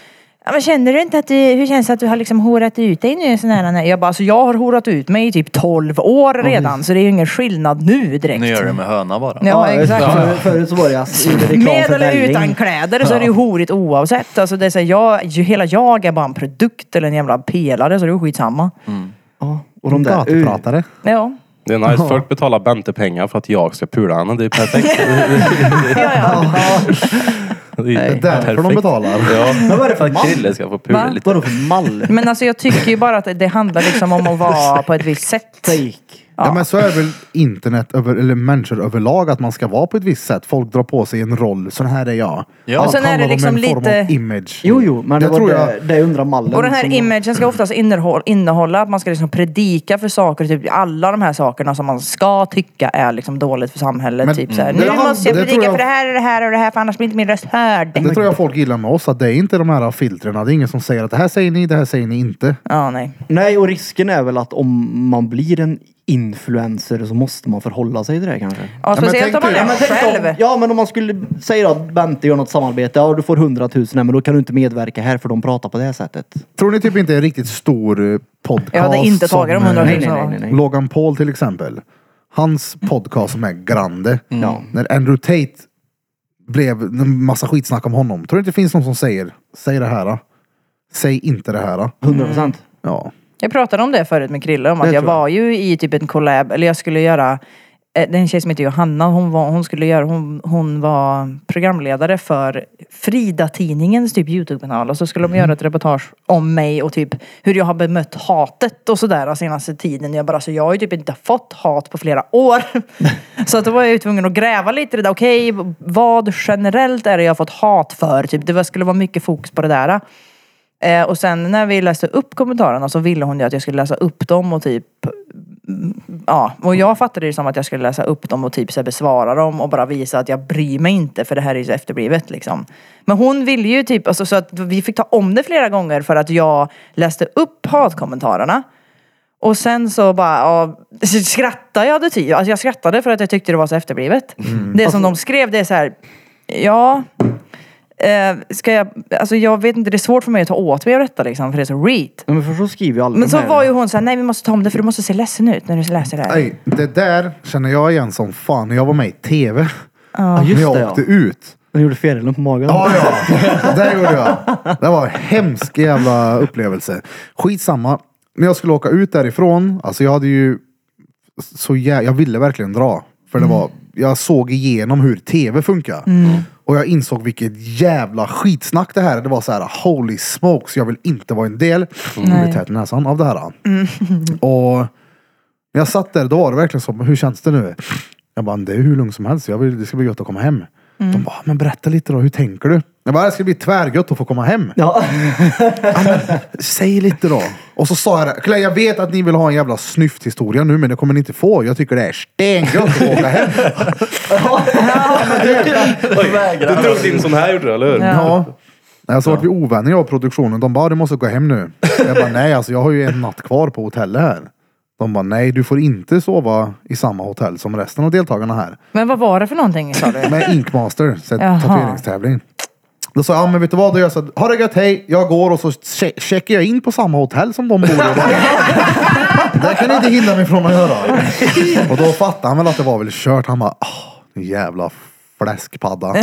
S5: Ja, men känner du inte att du, hur känns det att du har liksom horat ut dig nu? i Sån här, nej. Jag bara, alltså jag har horat ut mig i typ 12 år redan så det är ju ingen skillnad nu direkt.
S2: Nu gör det med höna bara.
S5: Ja, exakt.
S4: För, förut så var det alltså gjorde reklam
S5: Med
S4: för
S5: eller
S4: välling.
S5: utan kläder så är det ju horigt oavsett. Alltså det är så här, jag, ju- hela jag är bara en produkt eller en jävla pelare så det är ju skitsamma.
S4: Ja, och de där. Uh,
S1: Gatupratare.
S5: Ja.
S3: Det är nice. Folk betalar Bente pengar för att jag ska pula henne. Det är perfekt.
S5: Ja, ja.
S3: Det är
S1: Det är därför de
S3: perfekt.
S1: betalar.
S3: Ja,
S4: Men vad är det för
S3: för att
S4: mall?
S3: Krille ska få pula
S5: Va?
S3: lite.
S4: Vadå för mall?
S5: Men alltså jag tycker ju bara att det handlar liksom om att vara på ett visst sätt.
S4: Fake.
S1: Ja. men så är väl internet, över, eller människor överlag, att man ska vara på ett visst sätt. Folk drar på sig en roll. Sån här är jag.
S2: Ja.
S1: Allt
S2: Och
S5: sen är det
S1: handlar om
S5: liksom
S1: en form
S5: lite-
S1: av image.
S4: Jo, jo, men det,
S1: det
S4: var
S1: tror jag.
S4: det, det jag undrar mallen.
S5: Och den här
S4: som-
S5: imagen ska oftast innehålla, innehålla att man ska liksom predika för saker, typ alla de här sakerna som man ska tycka är liksom dåligt för samhället.
S1: Men-
S5: typ så här,
S1: Mm.
S5: nu
S1: Det han-
S5: måste jag
S1: det
S5: predika
S1: tror jag-
S5: för det här och det här och det här för annars blir inte min röst hörd.
S1: Det tror jag folk gillar med oss, att det är inte de här filtren. Det är ingen som säger att det här säger ni, det här säger ni inte.
S5: Ja, nej.
S4: Nej, och risken är väl att om man blir en influencer så måste man förhålla sig till det kanske.
S5: Ja,
S1: men
S5: speciellt
S1: tänk
S5: om man
S1: dig-
S5: är
S1: Ja, men
S5: själv.
S4: Om, ja, men om man skulle säga att Bente gör något samarbete, ja du får 100 000, nej, men då kan du inte medverka här för de pratar på det här sättet.
S1: Tror ni typ inte en riktigt stor eh, podcast?
S5: Jag hade inte tagit de
S1: som, eh,
S5: 100 000.
S4: Nej, nej, nej, nej, nej.
S1: Logan Paul till exempel. Hans podcast som är Grande.
S4: Ja.
S1: När Andrew Tate blev en massa skitsnack om honom. Tror du inte det finns någon som säger, säg det här. då. Säg inte det här. då."
S4: 100 procent.
S5: Mm.
S1: Ja.
S5: Jag pratade om det förut med Krille, om att
S4: Det
S5: jag
S4: tror jag.
S5: var ju i typ en collab, eller jag skulle göra eh, det är en tjej som heter Johanna, hon var, hon skulle göra, hon, hon var programledare för Frida-tidningens typ YouTube-kanal och så skulle
S4: Mhm.
S5: de göra ett reportage om mig och typ hur jag har bemött hatet och sådär den senaste tiden. Jag bara, alltså jag har ju typ inte fått hat på flera år. så att då var jag ju tvungen att gräva lite i det där, okej vad generellt är det jag har fått hat för? Typ, det var- skulle vara mycket fokus på det där. Eh, och sen när vi läste upp kommentarerna så ville hon ju att jag skulle läsa upp dem och typ mm, Ja, och jag fattade det som att jag skulle läsa upp dem och typ så här besvara dem och bara visa att jag bryr mig inte för det här är ju så efterblivet liksom. Men hon ville ju typ, alltså, så att vi fick ta om det flera gånger för att jag läste upp hatkommentarerna. Och sen så bara, ja, skrattade jag det till. Alltså jag skrattade för att jag tyckte det var så efterblivet. Det som de skrev det är så här, ja, Eh, ska jag, alltså jag vet inte, det är svårt för mig att ta åt mig av detta liksom, för det är så reet.
S4: Men för så skriver ju alla
S5: Men
S4: de
S5: så
S4: här.
S5: var ju hon såhär, nej vi måste ta om det för du måste se ledsen ut när du läser det här.
S1: Nej, det där känner jag igen som fan. När Jag var med i tv.
S4: Ja,
S1: när
S4: just
S1: jag
S4: det
S1: åkte
S4: ja.
S1: ut.
S4: Den gjorde fjärilen på magen.
S1: Ja, ja. Det gjorde jag. Det var en hemsk jävla upplevelse. Skitsamma. När jag skulle åka ut därifrån. Alltså jag hade ju så jä... Jag ville verkligen dra. För det var... Jag såg igenom hur tv funkar. Och jag insåg vilket jävla skitsnack det här är. Det var så här, holy smokes, jag vill inte vara en del. Jag blev tät i näsan av det här. Och... När jag satt där, då var det verkligen så, "Men hur känns det nu? Jag bara, det är hur lugnt som helst. Jag vill, det ska bli gött att komma hem. De bara, men berätta lite då, hur tänker du? Jag bara, det ska bli tvärgött att få komma hem.
S4: Ja.
S1: Säg lite då. Och så sa jag det, "Clay, jag vet att ni vill ha en jävla snyfthistoria nu, men det kommer ni inte få. Jag tycker det är stengött att åka hem.
S3: Du drog din sån här gjorde du, eller hur?
S1: Ja. Nej, så vart vi ovänner jag och produktionen. De bara, du måste gå hem nu. Jag bara, nej alltså jag har ju en natt kvar på hotellet här. De bara, nej du får inte sova i samma hotell som resten av deltagarna här.
S5: Men vad var det för någonting liksom? sa du?
S1: Med Inkmaster, så här
S5: Jaha.
S1: tatueringstävling. Då sa jag, ja men vet du vad, då gör jag så här, ha det gött, hej, jag går och så che- checkar jag in på samma hotell som de bor i. Jag bara, Det kan ni inte hindra mig från att göra. Och då fattade han väl att det var väl kört. Han bara, åh, nu jävla fläskpadda.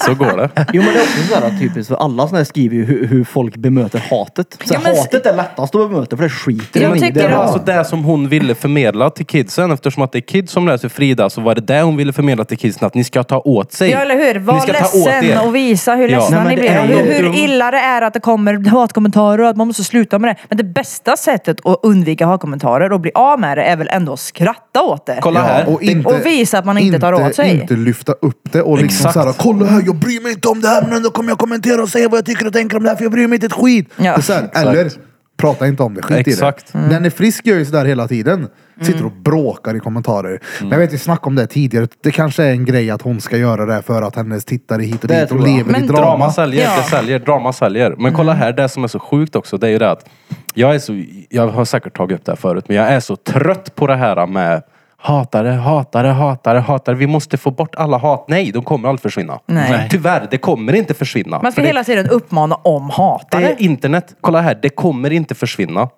S3: Så går det.
S4: Jo men det är också sådär typiskt för alla sådana här skriver ju hur, hur folk bemöter hatet. Så
S5: Ja, men-
S4: hatet är lättast att bemöta för det skiter
S5: Jag
S4: man i.
S5: tycker
S4: Det är
S5: det.
S4: bara-
S3: Alltså det som hon ville förmedla till kidsen. Eftersom att det är kids som läser Frida så var det det hon ville förmedla till kidsen. Att ni ska ta åt sig.
S5: Ja eller hur,
S3: Ni
S5: var
S3: ska ta åt
S5: ledsen
S3: er.
S5: och visa hur
S3: Ja.
S5: ledsna
S4: Nej, men
S5: ni
S4: det
S5: blir.
S4: är
S5: Hur,
S4: ju
S5: hur
S4: dumt.
S5: illa det är att det kommer hatkommentarer och att man måste sluta med det. Men det bästa sättet att undvika hatkommentarer och bli av med det är väl ändå att skratta åt det.
S3: Kolla här.
S1: och, inte,
S5: och visa att man inte tar åt sig.
S1: Inte lyfta upp det och liksom
S3: Exakt.
S1: såhär, kolla här jag bryr mig inte om det här men ändå kommer jag kommentera och säga vad jag tycker och tänker om det här för jag bryr mig inte ett skit.
S5: Ja.
S1: Det är så här, eller, prata inte om det, skit i
S3: Exakt.
S1: det. Den är frisk gör ju sådär hela tiden. Sitter och bråkar i kommentarer.
S3: Mm.
S1: Men jag vet vi snackade om det tidigare, det kanske är en grej att hon ska göra det för att hennes tittare hit och
S4: Det
S1: dit och
S4: tror jag.
S1: lever i
S5: Men
S1: drama.
S3: Drama säljer,
S5: Ja. Mm.
S3: det säljer, drama säljer. Men kolla här, det som är så sjukt också, det är ju det att jag är så, jag har säkert tagit upp det här förut, men jag är så trött på det här med hatare, hatare, hatare, hatare. Vi måste få bort alla hat. Nej, de kommer aldrig försvinna.
S5: Nej.
S3: Tyvärr, det kommer inte försvinna.
S5: Man ska
S3: För det,
S5: hela tiden uppmana om
S3: det
S5: hatare.
S3: är internet. Kolla här, det kommer inte försvinna.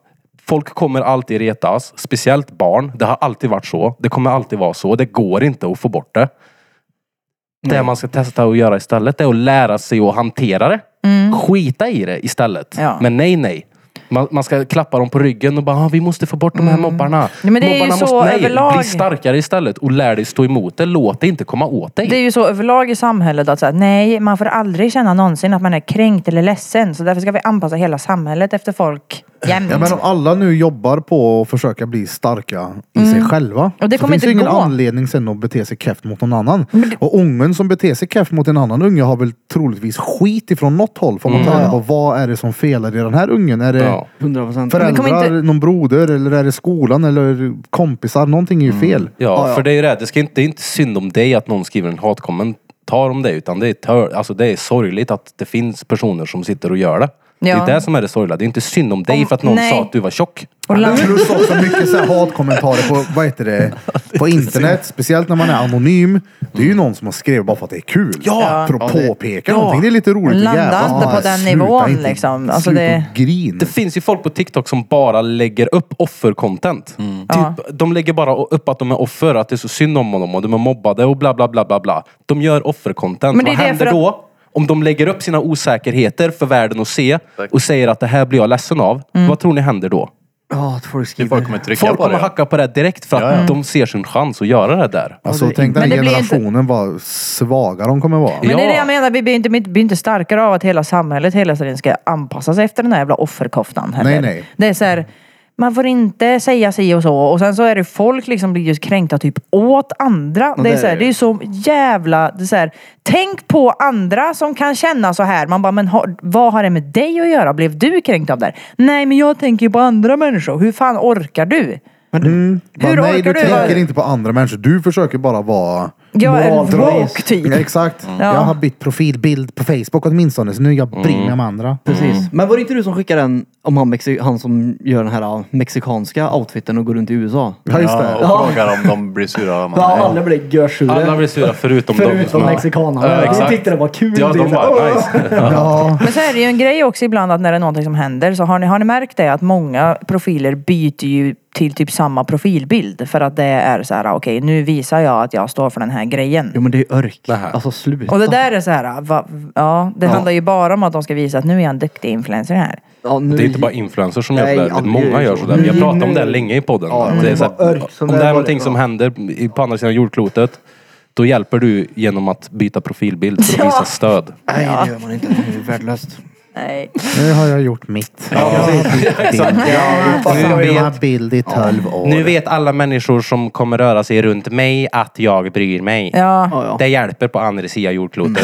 S3: Folk kommer alltid retas, speciellt barn. Det har alltid varit så. Det kommer alltid vara så. Det går inte att få bort det. Det man ska testa att göra istället är att lära sig att hantera det. Skita i det istället.
S5: Mm. Ja.
S3: Men nej, nej. Man, man ska klappa dem på ryggen och bara, ah, vi måste få bort de här mobbarna.
S5: Mm. Nej, men det är ju
S3: mobbarna
S5: så överlag.
S3: bli starkare istället och lär dig stå emot det. Låt det inte komma åt dig.
S5: Det är ju så överlag i samhället att säga nej, man får aldrig känna någonsin att man är kränkt eller ledsen. Så därför ska vi anpassa hela samhället efter folk jämt.
S1: Ja, men om alla nu jobbar på att försöka bli starka i sig själva.
S5: Mm. Och det
S1: så
S5: kommer
S1: finns ju
S5: inte
S1: ingen
S5: gå.
S1: anledning sen att bete sig kefft mot någon annan. Och ungen som beter sig kefft mot en annan unge har väl troligtvis skit ifrån något håll. Får man
S5: Mm.
S1: ta reda på vad är det som felar i den här ungen? Är det
S3: Ja.
S4: 100%.
S5: det kommer
S1: föräldrar,
S5: inte-
S1: någon broder eller är det skolan eller kompisar? Någonting är ju fel.
S3: Mm. Ja, för det är ju det. Det, ska inte, det är inte synd om dig att någon skriver en hatkommentar om dig. Utan det är, tör, alltså det är sorgligt att det finns personer som sitter och gör det.
S5: Ja.
S3: Det är det som är det sorgliga. Det är inte synd om dig
S5: Om-
S3: för att någon
S5: nej.
S3: sa att du var tjock.
S5: Och land-
S1: Plus också mycket så här hatkommentarer på, vad heter det, på internet. Speciellt när man är anonym. Det är ju någon som har skrivit bara för att det är kul.
S3: Ja.
S1: För att påpeka någonting. Det är lite roligt
S5: Landa
S1: att jävlas
S5: inte
S1: med.
S5: på den
S1: Sluta
S5: nivån,
S1: inte-
S5: liksom. Alltså,
S1: sluta
S5: det-
S1: och grin.
S3: Det finns ju folk på TikTok som bara lägger upp offercontent. Typ, De lägger bara upp att de är offer, att det är så synd om dem och de är mobbade och bla bla bla bla bla. De gör offercontent.
S5: Men det är
S3: Vad
S5: det
S3: händer
S5: för att-
S3: då? Om de lägger upp sina osäkerheter för världen att se och säger att det här blir jag ledsen av.
S5: Mm.
S3: Vad tror ni händer då?
S4: Ja, att folk
S2: Det är
S4: skriver.
S2: folk kommer trycka
S3: Folk
S2: på det.
S3: kommer
S2: ja.
S3: hacka på det direkt för att
S2: Ja, ja.
S3: de ser sin chans att göra det där.
S1: Alltså tänk den
S5: Men det blir inte-
S1: generationen vad svaga de kommer vara.
S5: Men det är det
S3: Ja.
S5: jag menar, vi blir inte, vi blir inte starkare av att hela samhället hela tiden ska anpassa sig efter den här jävla offerkoftan heller.
S1: Nej, nej.
S5: Det är så här, man får inte säga si och så. Och sen så är det folk liksom blir just kränkta typ åt andra. Det är
S4: det
S5: så här,
S4: är
S5: det är så jävla, det är så här, tänk på andra som kan känna så här. Man bara, men har, vad har det med dig att göra? Blev du kränkt av det här? Nej, men jag tänker ju på andra människor. Hur fan orkar du?
S1: Bara,
S5: Hur
S1: nej,
S5: orkar
S1: du
S5: du
S1: tänker
S5: vara-
S1: inte på andra människor. Du försöker bara vara...
S5: Jag är
S4: Moralrace.
S5: woke typ.
S1: Ja, exakt. Jag har bytt profilbild på Facebook åtminstone, så nu jag bryr mig om andra.
S4: Precis.
S5: Mm.
S4: Men var det inte du som skickade den om han, Mexi- han som gör den här mexikanska outfiten och går runt i USA?
S1: Ja, just det.
S2: och frågar om de blir sura. om man-
S6: Ja, alla blev görsura.
S3: Alla blir sura förutom,
S6: Förutom
S3: dem.
S6: mexikanerna.
S3: Ja,
S6: de
S3: exakt.
S6: tyckte det var kul.
S3: Ja,
S6: Det är
S3: de
S6: så här, "Åh!"
S3: bara nice.
S1: Ja.
S5: Men så är det ju en grej också ibland att när det är någonting som händer så har ni, har ni märkt det att många profiler byter ju till typ samma profilbild för att det är så här ah, okej nu visar jag att jag står för den här grejen.
S4: Jo men det är örk.
S3: Det här.
S4: Alltså sluta.
S5: Och det där är så här, ah, va, ja det handlar ju bara om att de ska visa att nu är jag en duktig influencer här.
S4: ja, nu...
S3: Det är inte bara influencers som
S4: Nej,
S3: gör sådär.
S4: aldrig
S3: Många
S4: gör
S3: gör
S4: så.
S3: sådär. Vi har
S4: Mm.
S3: pratat om det här länge i podden.
S4: Ja,
S3: Att
S4: men
S3: det är
S4: det
S3: såhär,
S4: var örk som
S3: om
S4: där
S3: det
S4: var
S3: är någonting
S4: det.
S3: som händer i- på andra sidan jordklotet, då hjälper du genom att byta profilbild för att
S5: Ja.
S3: visa stöd.
S4: Nej det gör man inte. Det är värdelöst.
S5: Nej.
S1: Nu har jag gjort mitt.
S3: Nu
S1: Samma
S3: vet,
S1: bild i tolv år.
S3: nu vet alla människor som kommer röra sig runt mig att jag bryr mig.
S5: Ja.
S4: Ja, ja.
S3: Det hjälper på andra sidan jordklotet.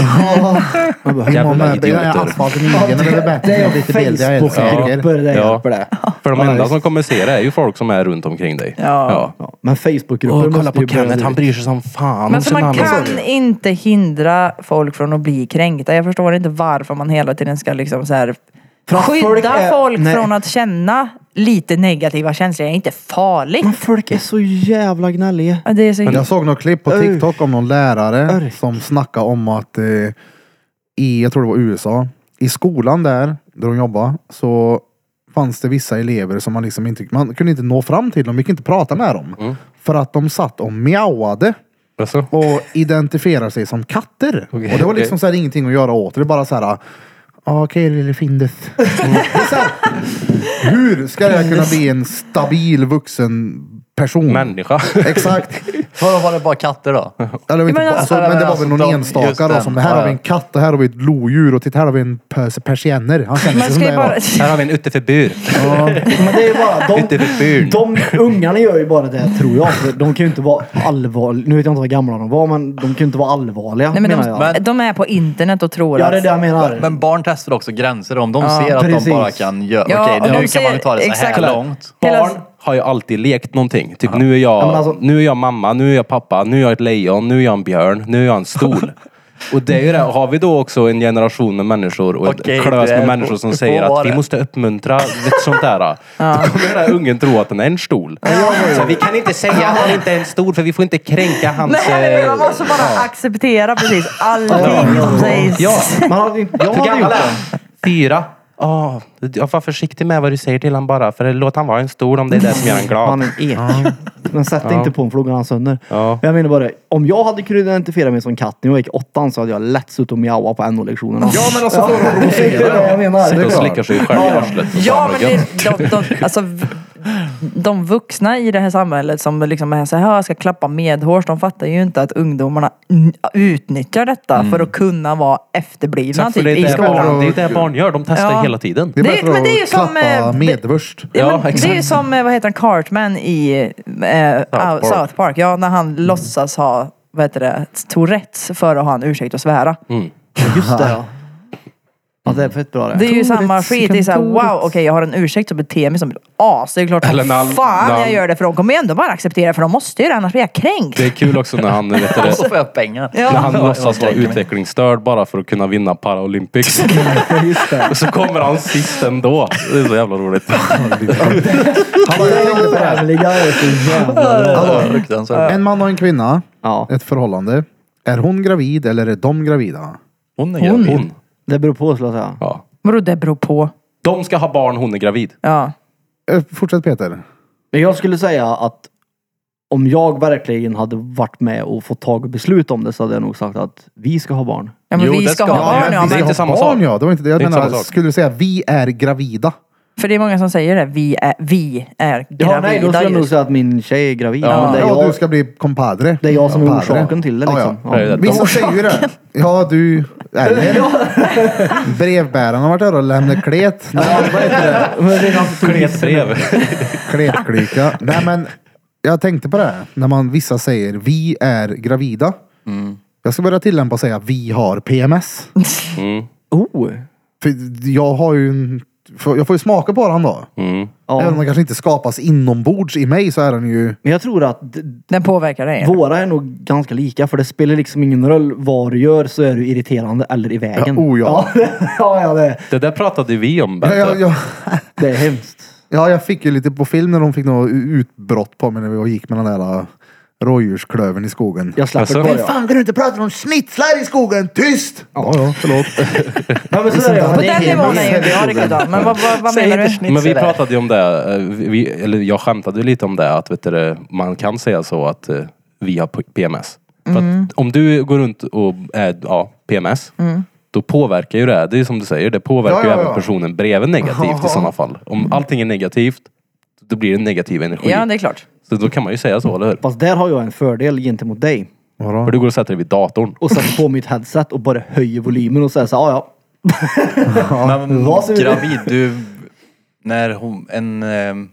S1: Hur många
S3: Jävla
S1: bilder jag
S3: idioter.
S1: har asfalt i midjan? Det är väl bättre
S6: Det
S1: med
S6: är
S1: lite bilder. Jag älskar.
S6: Facebookgrupper, det
S3: Ja.
S6: hjälper det.
S3: För de enda som kommer se det är ju folk som är runt omkring dig.
S5: Ja.
S4: Ja, men Facebookgrupper
S3: Åh, kolla
S4: måste
S3: på
S4: ju börja
S3: Kenneth,
S4: nu.
S3: han bryr sig som fan
S5: Men
S3: om
S5: så man
S3: tsunamin.
S5: kan inte hindra folk från att bli kränkta. Jag förstår inte varför man hela tiden ska liksom så här
S4: att
S5: skydda folk,
S4: folk är- nej.
S5: från att känna lite negativa känslor. Det är inte farligt.
S4: Men folk är så jävla gnälliga.
S5: Ja, Det är så
S1: Jag såg något klipp på TikTok om någon lärare som snackade om att eh, i, jag tror det var USA, i skolan där, där hon jobbade, så fanns det vissa elever som man liksom inte, man kunde inte nå fram till, de fick inte prata med dem. För att de satt och mjauade
S3: Alltså?
S1: och identifierar sig som katter.
S3: Okej.
S1: Och det var liksom så här, ingenting att göra åt det. Det är bara så här, "Ah, okej lille Findus. Det är så här, Hur ska jag kunna bli en stabil vuxen person?
S3: Människa.
S1: Exakt.
S2: Vadå, var det bara katter då?
S1: Eller, men,
S5: men
S1: inte,
S5: alltså-
S1: alltså, men det var
S2: alltså,
S1: väl någon
S2: de- just
S1: enstaka då,
S2: den.
S1: som här
S2: Ja,
S1: har vi
S2: ja.
S1: en katt och här har vi ett lodjur och titta här har vi en pers- persienner. Han känner sig
S5: Man
S1: som
S5: ska
S1: det.
S5: ju bara...
S1: Bara...
S3: Här har vi en utteförbur.
S4: Men det är ju bara, de,
S3: Utteförbur.
S4: de ungarna gör ju bara det tror jag. För de kan ju inte vara allvarliga. Nu vet jag inte vad gamla de var, men de kan ju inte vara allvarliga
S5: Nej, men
S4: menar jag.
S5: de, de är på internet och tror
S4: Ja,
S5: att...
S4: det är det jag menar.
S2: Men barn testar också gränser. Om de ser att
S4: precis.
S2: de bara kan göra...
S5: Ja,
S2: Okej,
S5: och de
S2: nu kan man ju ta det så här
S5: ser- exakt.
S2: långt.
S5: Hela-
S3: Barn har ju alltid lekt någonting. Typ nu är,
S4: Ja,
S3: jag,
S4: men alltså-
S3: nu är jag mamma, nu är jag pappa, nu är jag ett lejon, nu är jag en björn, nu är jag en stol. Och det är ju det. Har vi då också en generation med människor och
S2: Okej,
S3: ett klös
S2: det är-
S3: med människor som
S2: så
S3: säger
S2: var
S3: att vi
S2: det.
S3: måste uppmuntra ett sånt där. Då kommer den här ungen tro att den är en stol. Så vi kan inte säga att han inte är en stol för vi får inte kränka hans...
S5: Nej, men man
S3: eh,
S5: måste bara acceptera precis allting som sägs.
S3: Ja,
S4: Man hade, inte- jag
S3: hur
S4: hade
S3: gammal
S4: gjort
S3: är
S4: det.
S3: han? Fyra. Oh, var försiktig med vad du säger till han bara, för låt han vara en stol om det är det som gör han glad.
S4: Han är en ek. Men sätt inte på en för då går han sönder.
S3: Ja.
S4: Jag menar bara, om jag hade kunnat identifiera mig som katt när jag gick i åttan så hade jag lätt suttit och mjauat på NO-lektionerna.
S1: Ja men alltså får de
S4: det är det jag menar.
S1: Det är
S3: Sitter och
S1: klart.
S3: slickar sig själv i arslet. och
S5: Ja,
S3: fan,
S5: men
S3: vad gött.
S5: det, de, de, alltså, v- de vuxna i det här samhället som liksom är så här, jag ska klappa medhårs, de fattar ju inte att ungdomarna n- utnyttjar detta för att kunna vara efterblivna
S3: Mm. Exakt, för
S5: typ,
S3: det är
S5: i
S3: det, barn,
S5: skolan.
S3: det är det barn gör. De testar
S5: Ja.
S3: hela tiden.
S1: Det är
S5: Det-
S1: bättre
S5: men det är ju
S1: att
S5: som,
S1: klappa
S5: eh,
S1: medvurst.
S5: Ja,
S3: Ja,
S5: men
S3: exakt.
S5: det är ju som, eh, vad heter han, Cartman i eh, South,
S3: Park. Mm.
S5: Park. South Park. Ja, när han låtsas ha, vad heter det, Tourettes för att ha en ursäkt att svära.
S4: Just det ja. Ja, det är fett bra det.
S5: Det är ju samma
S4: Tourettes,
S5: skit. Det är såhär, wow,
S4: Tourettes.
S5: okej jag har en ursäkt och beter mig som ett as. Det är klart
S3: Eller när han-
S5: som fan
S3: när han-
S5: jag gör det för de kommer ju ändå bara acceptera för de måste ju det annars blir jag kränkt.
S3: Det är kul också när han, vet du,
S2: Och
S3: det,
S2: så får jag pengar.
S5: Ja.
S3: när han låtsas vara
S2: Jag tänker mig.
S3: utvecklingsstörd bara för att kunna vinna Paralympics. Och så kommer han sist ändå. Det är så jävla roligt.
S1: Hallå, jag tänkte på det här.
S4: Jävliga är så jävla roligt.
S2: Hallå. Fruktansvärt.
S1: En man och en kvinna,
S4: Ja,
S1: ett förhållande. Är hon gravid eller är de gravida?
S2: Hon är gravid.
S3: Hon.
S4: det beror på skulle jag säga.
S3: Ja.
S5: Vadå det beror på?
S3: De ska ha barn, hon är gravid.
S5: Ja.
S1: Eh, Fortsätt Peter.
S4: Men jag skulle säga att om jag verkligen hade varit med och fått tag och beslut om det så hade jag nog sagt att vi ska ha barn.
S5: ja men
S2: Jo,
S5: vi
S2: det
S5: ska
S2: ska-
S5: ha
S2: ja,
S5: barn
S2: men
S5: ja,
S3: det är
S5: men,
S3: inte samma
S1: barn,
S3: sak.
S1: Ja, det var inte det. Jag
S3: Det är inte
S1: menar,
S3: samma sak.
S1: skulle du säga vi är gravida?
S5: För det är många som säger det. Vi är, vi är
S4: Ja,
S5: gravida
S4: nej, då skulle jag nog
S5: just.
S4: säga att min tjej är gravid.
S3: Ja.
S4: men det är
S1: ja,
S4: jag,
S1: du ska bli compadre.
S4: det är jag som är
S1: Compadre.
S4: orsaken till det
S1: Ja,
S4: liksom.
S1: ja.
S4: Ja,
S3: Det är det. De-
S1: Vissa säger ju det. Ja, du... Eller? Brevbäraren har varit där och lämnat klet. Nej, vad heter det?
S3: Kletbrev.
S1: Kletklyka. Nej, men jag tänkte på det här. När man, vissa säger vi är gravida.
S4: Mm.
S1: Jag ska börja tillämpa och säga vi har PMS.
S4: Oh.
S1: För jag har ju en, för jag får ju smaka på den då.
S3: Mm.
S1: Även om
S4: Ja.
S1: den kanske inte skapas inombords i mig så är den ju...
S4: Men jag tror att d-
S5: Den påverkar dig.
S4: våra är nog ganska lika för det spelar liksom ingen roll vad du gör så är du irriterande eller i vägen.
S1: Ja, oh ja.
S4: Ja, ja, ja det,
S3: Det där pratade vi om
S1: Ja, jag,
S3: Bente.
S1: jag,
S4: det är hemskt.
S1: ja, jag fick ju lite på film när de fick något utbrott på mig när vi gick med den där äh, rådjursklövern i skogen.
S4: Jag slapp
S3: Alltså?
S4: det kvar,
S3: Men
S4: ja.
S1: Fan kan du inte prata om snitslar i skogen? Tyst! Ja, ja, förlåt.
S4: ja men så är det, ja.
S5: På
S4: det är
S5: den
S4: helt-
S5: nivån är ju inte jag riktigt av. Men vad, vad, vad menar du?
S3: Men vi pratade ju om det, eh, vi, eller jag skämtade ju lite om det, att vet du, det, man kan säga så att eh, vi har p- PMS. För
S5: Mm.
S3: att om du går runt och är ja, PMS, då påverkar ju det, det är ju som du säger, det påverkar
S1: Ja, ja,
S3: ju
S1: ja.
S3: även personen bredvid negativt i sådana fall. Om allting är negativt, då blir det negativ energi.
S5: Ja, det är klart.
S3: Så då kan man ju säga så, eller hur?
S4: Fast där har jag en fördel gentemot dig.
S1: Vadå?
S3: För du går och sätter dig vid datorn.
S4: och sätter på mitt headset och bara höjer volymen och säger så här, "Ah, ja
S2: Men
S4: Vad säger du?
S2: gravid, du... När hon, en, ehm,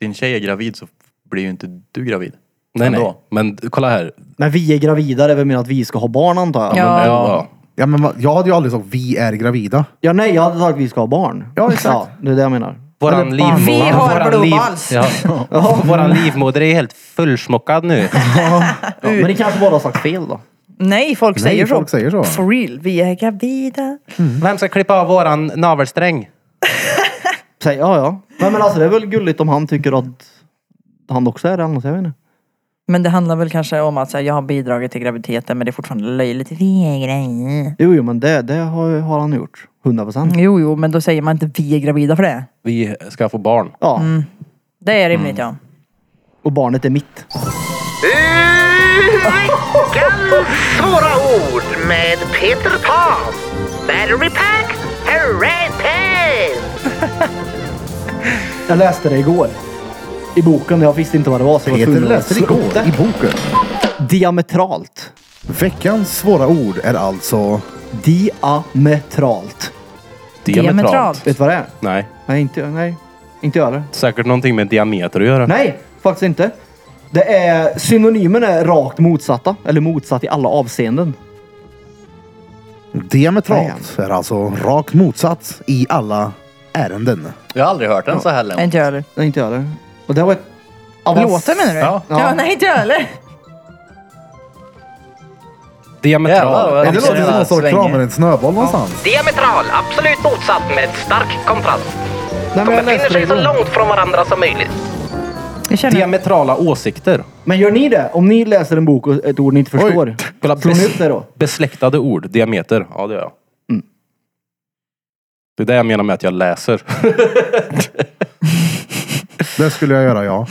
S2: din tjej är gravid så blir ju inte du gravid.
S3: Nej, nej.
S2: Ändå.
S3: Men kolla här.
S4: ja. Men vi är gravida, det är väl mer att vi ska ha barn antar jag?
S5: Ja.
S3: Ja.
S1: Ja, men va- jag hade ju aldrig sagt vi är gravida.
S4: Ja, nej, jag hade sagt att vi ska ha barn.
S1: Ja, exakt.
S4: det är det jag menar.
S3: Våran livmoder.
S5: Vi har
S3: våran
S5: blodvals.
S3: Ja. Våran livmoder är helt fullsmockad nu.
S4: Ja, men det kanske bara har sagt fel då.
S5: Nej, folk
S1: Nej,
S5: säger
S1: folk
S5: så.
S1: säger så.
S5: For real. Vi är gravida.
S3: Vem ska klippa av våran navelsträng?
S4: Säg, ja, ja. Men, men alltså det är väl gulligt om han tycker att han också är det annars, jag vet inte.
S5: Men det handlar väl kanske om att så här, jag har bidragit till graviditeten men det är fortfarande löjligt. Vi är grejer.
S4: Jo, jo, men det, det har, har han gjort. 100 procent.
S1: Mm.
S5: Jo, jo, men då säger man inte vi är gravida för det.
S3: Vi ska få barn.
S4: Ja,
S1: Mm.
S5: Mm. Det är rimligt ja.
S4: och barnet är mitt.
S7: It's
S8: Veckans svåra ord med Peter Pan. Battery pack, hooray pan!
S4: Jag läste det igår. I boken, jag visste inte vad det var. Så jag var
S1: Peter
S4: tvungen att
S1: läste det
S4: slå upp
S1: igår i boken.
S4: Diametralt.
S1: Veckans svåra ord är alltså...
S4: Diametralt.
S5: Diametralt.
S4: Vet du vad det är?
S3: Nej.
S4: Nej, inte, nej. inte jag heller.
S3: Säkert någonting med diameter att göra.
S4: Nej, faktiskt inte. Det är, synonymen är rakt motsatta. Eller motsatt i alla avseenden.
S1: Diametralt är alltså rakt motsatt i alla ärenden.
S2: Jag har aldrig hört den så här länge.
S5: Inte jag heller.
S4: Nej, inte jag heller. Och det var ett...
S5: Låten menar du?
S2: Ja.
S5: ja nej inte jag heller.
S2: Jävlar,
S3: Diametral.
S2: vad
S1: Det låter som någon som
S2: svänger.
S1: kramar en snöboll någonstans.
S8: Diametral, absolut motsatt med stark kontrast.
S4: Nej,
S8: De
S4: men, jag
S8: befinner
S4: läste det
S8: sig så
S4: igår.
S8: långt från varandra som möjligt.
S5: Jag känner
S3: Diametrala åsikter.
S4: men gör ni det? Om ni läser en bok och ett ord ni inte förstår.
S3: Kolla,
S4: Slår ni
S3: bes-
S4: upp det då?
S3: Besläktade ord. Diameter. Ja, det gör jag.
S1: Mm.
S3: Det är det jag menar med att jag läser.
S1: Det skulle jag göra, ja.
S3: Jag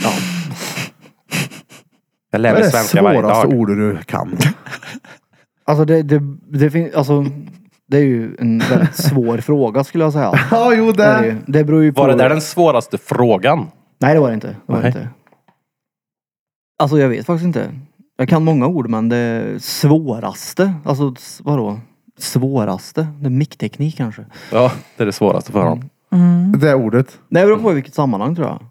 S1: Vad
S3: lär
S1: är
S3: mig
S1: det
S3: svenska varje
S1: svåraste
S3: dag.
S1: ord du kan?
S4: Alltså det, det, det finns... Alltså, det är ju en väldigt svår fråga skulle jag säga.
S1: Ja, jo
S4: Det, är det, ju.
S1: det.
S4: det beror ju på...
S3: Var det där den svåraste frågan?
S4: Nej, det var det inte. Det var det
S3: Nej.
S4: inte. Alltså jag vet faktiskt inte. Jag kan många ord men det svåraste, alltså s- vadå? Svåraste? Det är mickteknik kanske?
S3: Ja, det är det svåraste för honom.
S5: Mm.
S1: Det ordet.
S4: Det beror på i vilket sammanhang tror jag.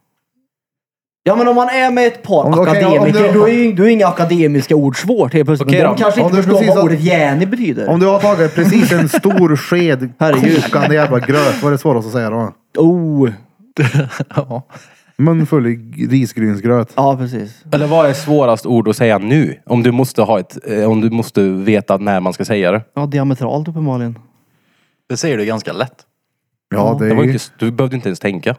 S4: Ja men om man är med ett par
S1: Om- okej,
S4: akademiker,
S1: om du-
S4: då, är ju, då är inga akademiska ord svårt helt plötsligt.
S3: Okej
S4: men de
S3: då.
S4: kanske
S1: Om
S4: inte
S1: du
S4: förstår
S1: precis
S4: vad
S1: har-
S4: ordet jäni betyder.
S1: Om du har tagit precis en stor sked
S4: Herregud.
S1: kokande jävla gröt, vad är det svårast att säga då?
S4: Oh!
S1: Mun full i risgrynsgröt.
S4: Ja precis.
S3: Eller vad är svårast ord att säga nu? Om du måste, ha ett, eh, om du måste veta när man ska säga det.
S4: Ja diametralt uppenbarligen.
S2: Det säger du ganska lätt.
S1: Ja, det
S3: det var
S1: är
S3: ju
S1: ju...
S3: inte, du behövde inte ens tänka.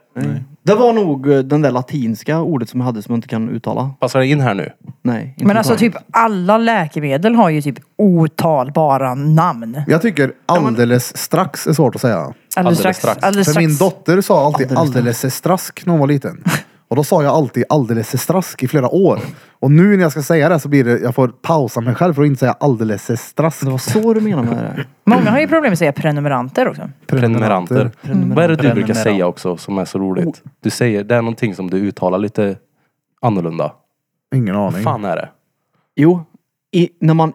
S4: Det var nog eh, den där latinska ordet som jag hade som jag inte kan uttala.
S3: Passar det in här nu?
S4: Nej. inte
S5: Men alltså
S4: uttala.
S5: typ alla läkemedel har ju typ otalbara namn.
S1: Jag tycker alldeles strax är svårt att säga.
S5: Alldeles
S3: Alldeles
S5: strax.
S3: strax.
S5: Alldeles
S1: För
S5: strax.
S1: min dotter sa alltid
S4: Alldeles
S1: alldeles strask när hon var liten. Och då sa jag alltid alldeles strask i flera år. Och nu när jag ska säga det så blir det, jag får pausa mig själv för att inte säga alldeles strask.
S4: Det var så du menade med det?
S5: Många har ju problem med att säga prenumeranter också.
S3: Prenumeranter. Vad är det du brukar
S2: Prenumerant.
S3: säga också som är så roligt? Du säger, det är någonting som du uttalar lite annorlunda.
S1: Ingen
S3: Vad
S1: aning.
S3: fan är det?
S4: Jo, i, när man...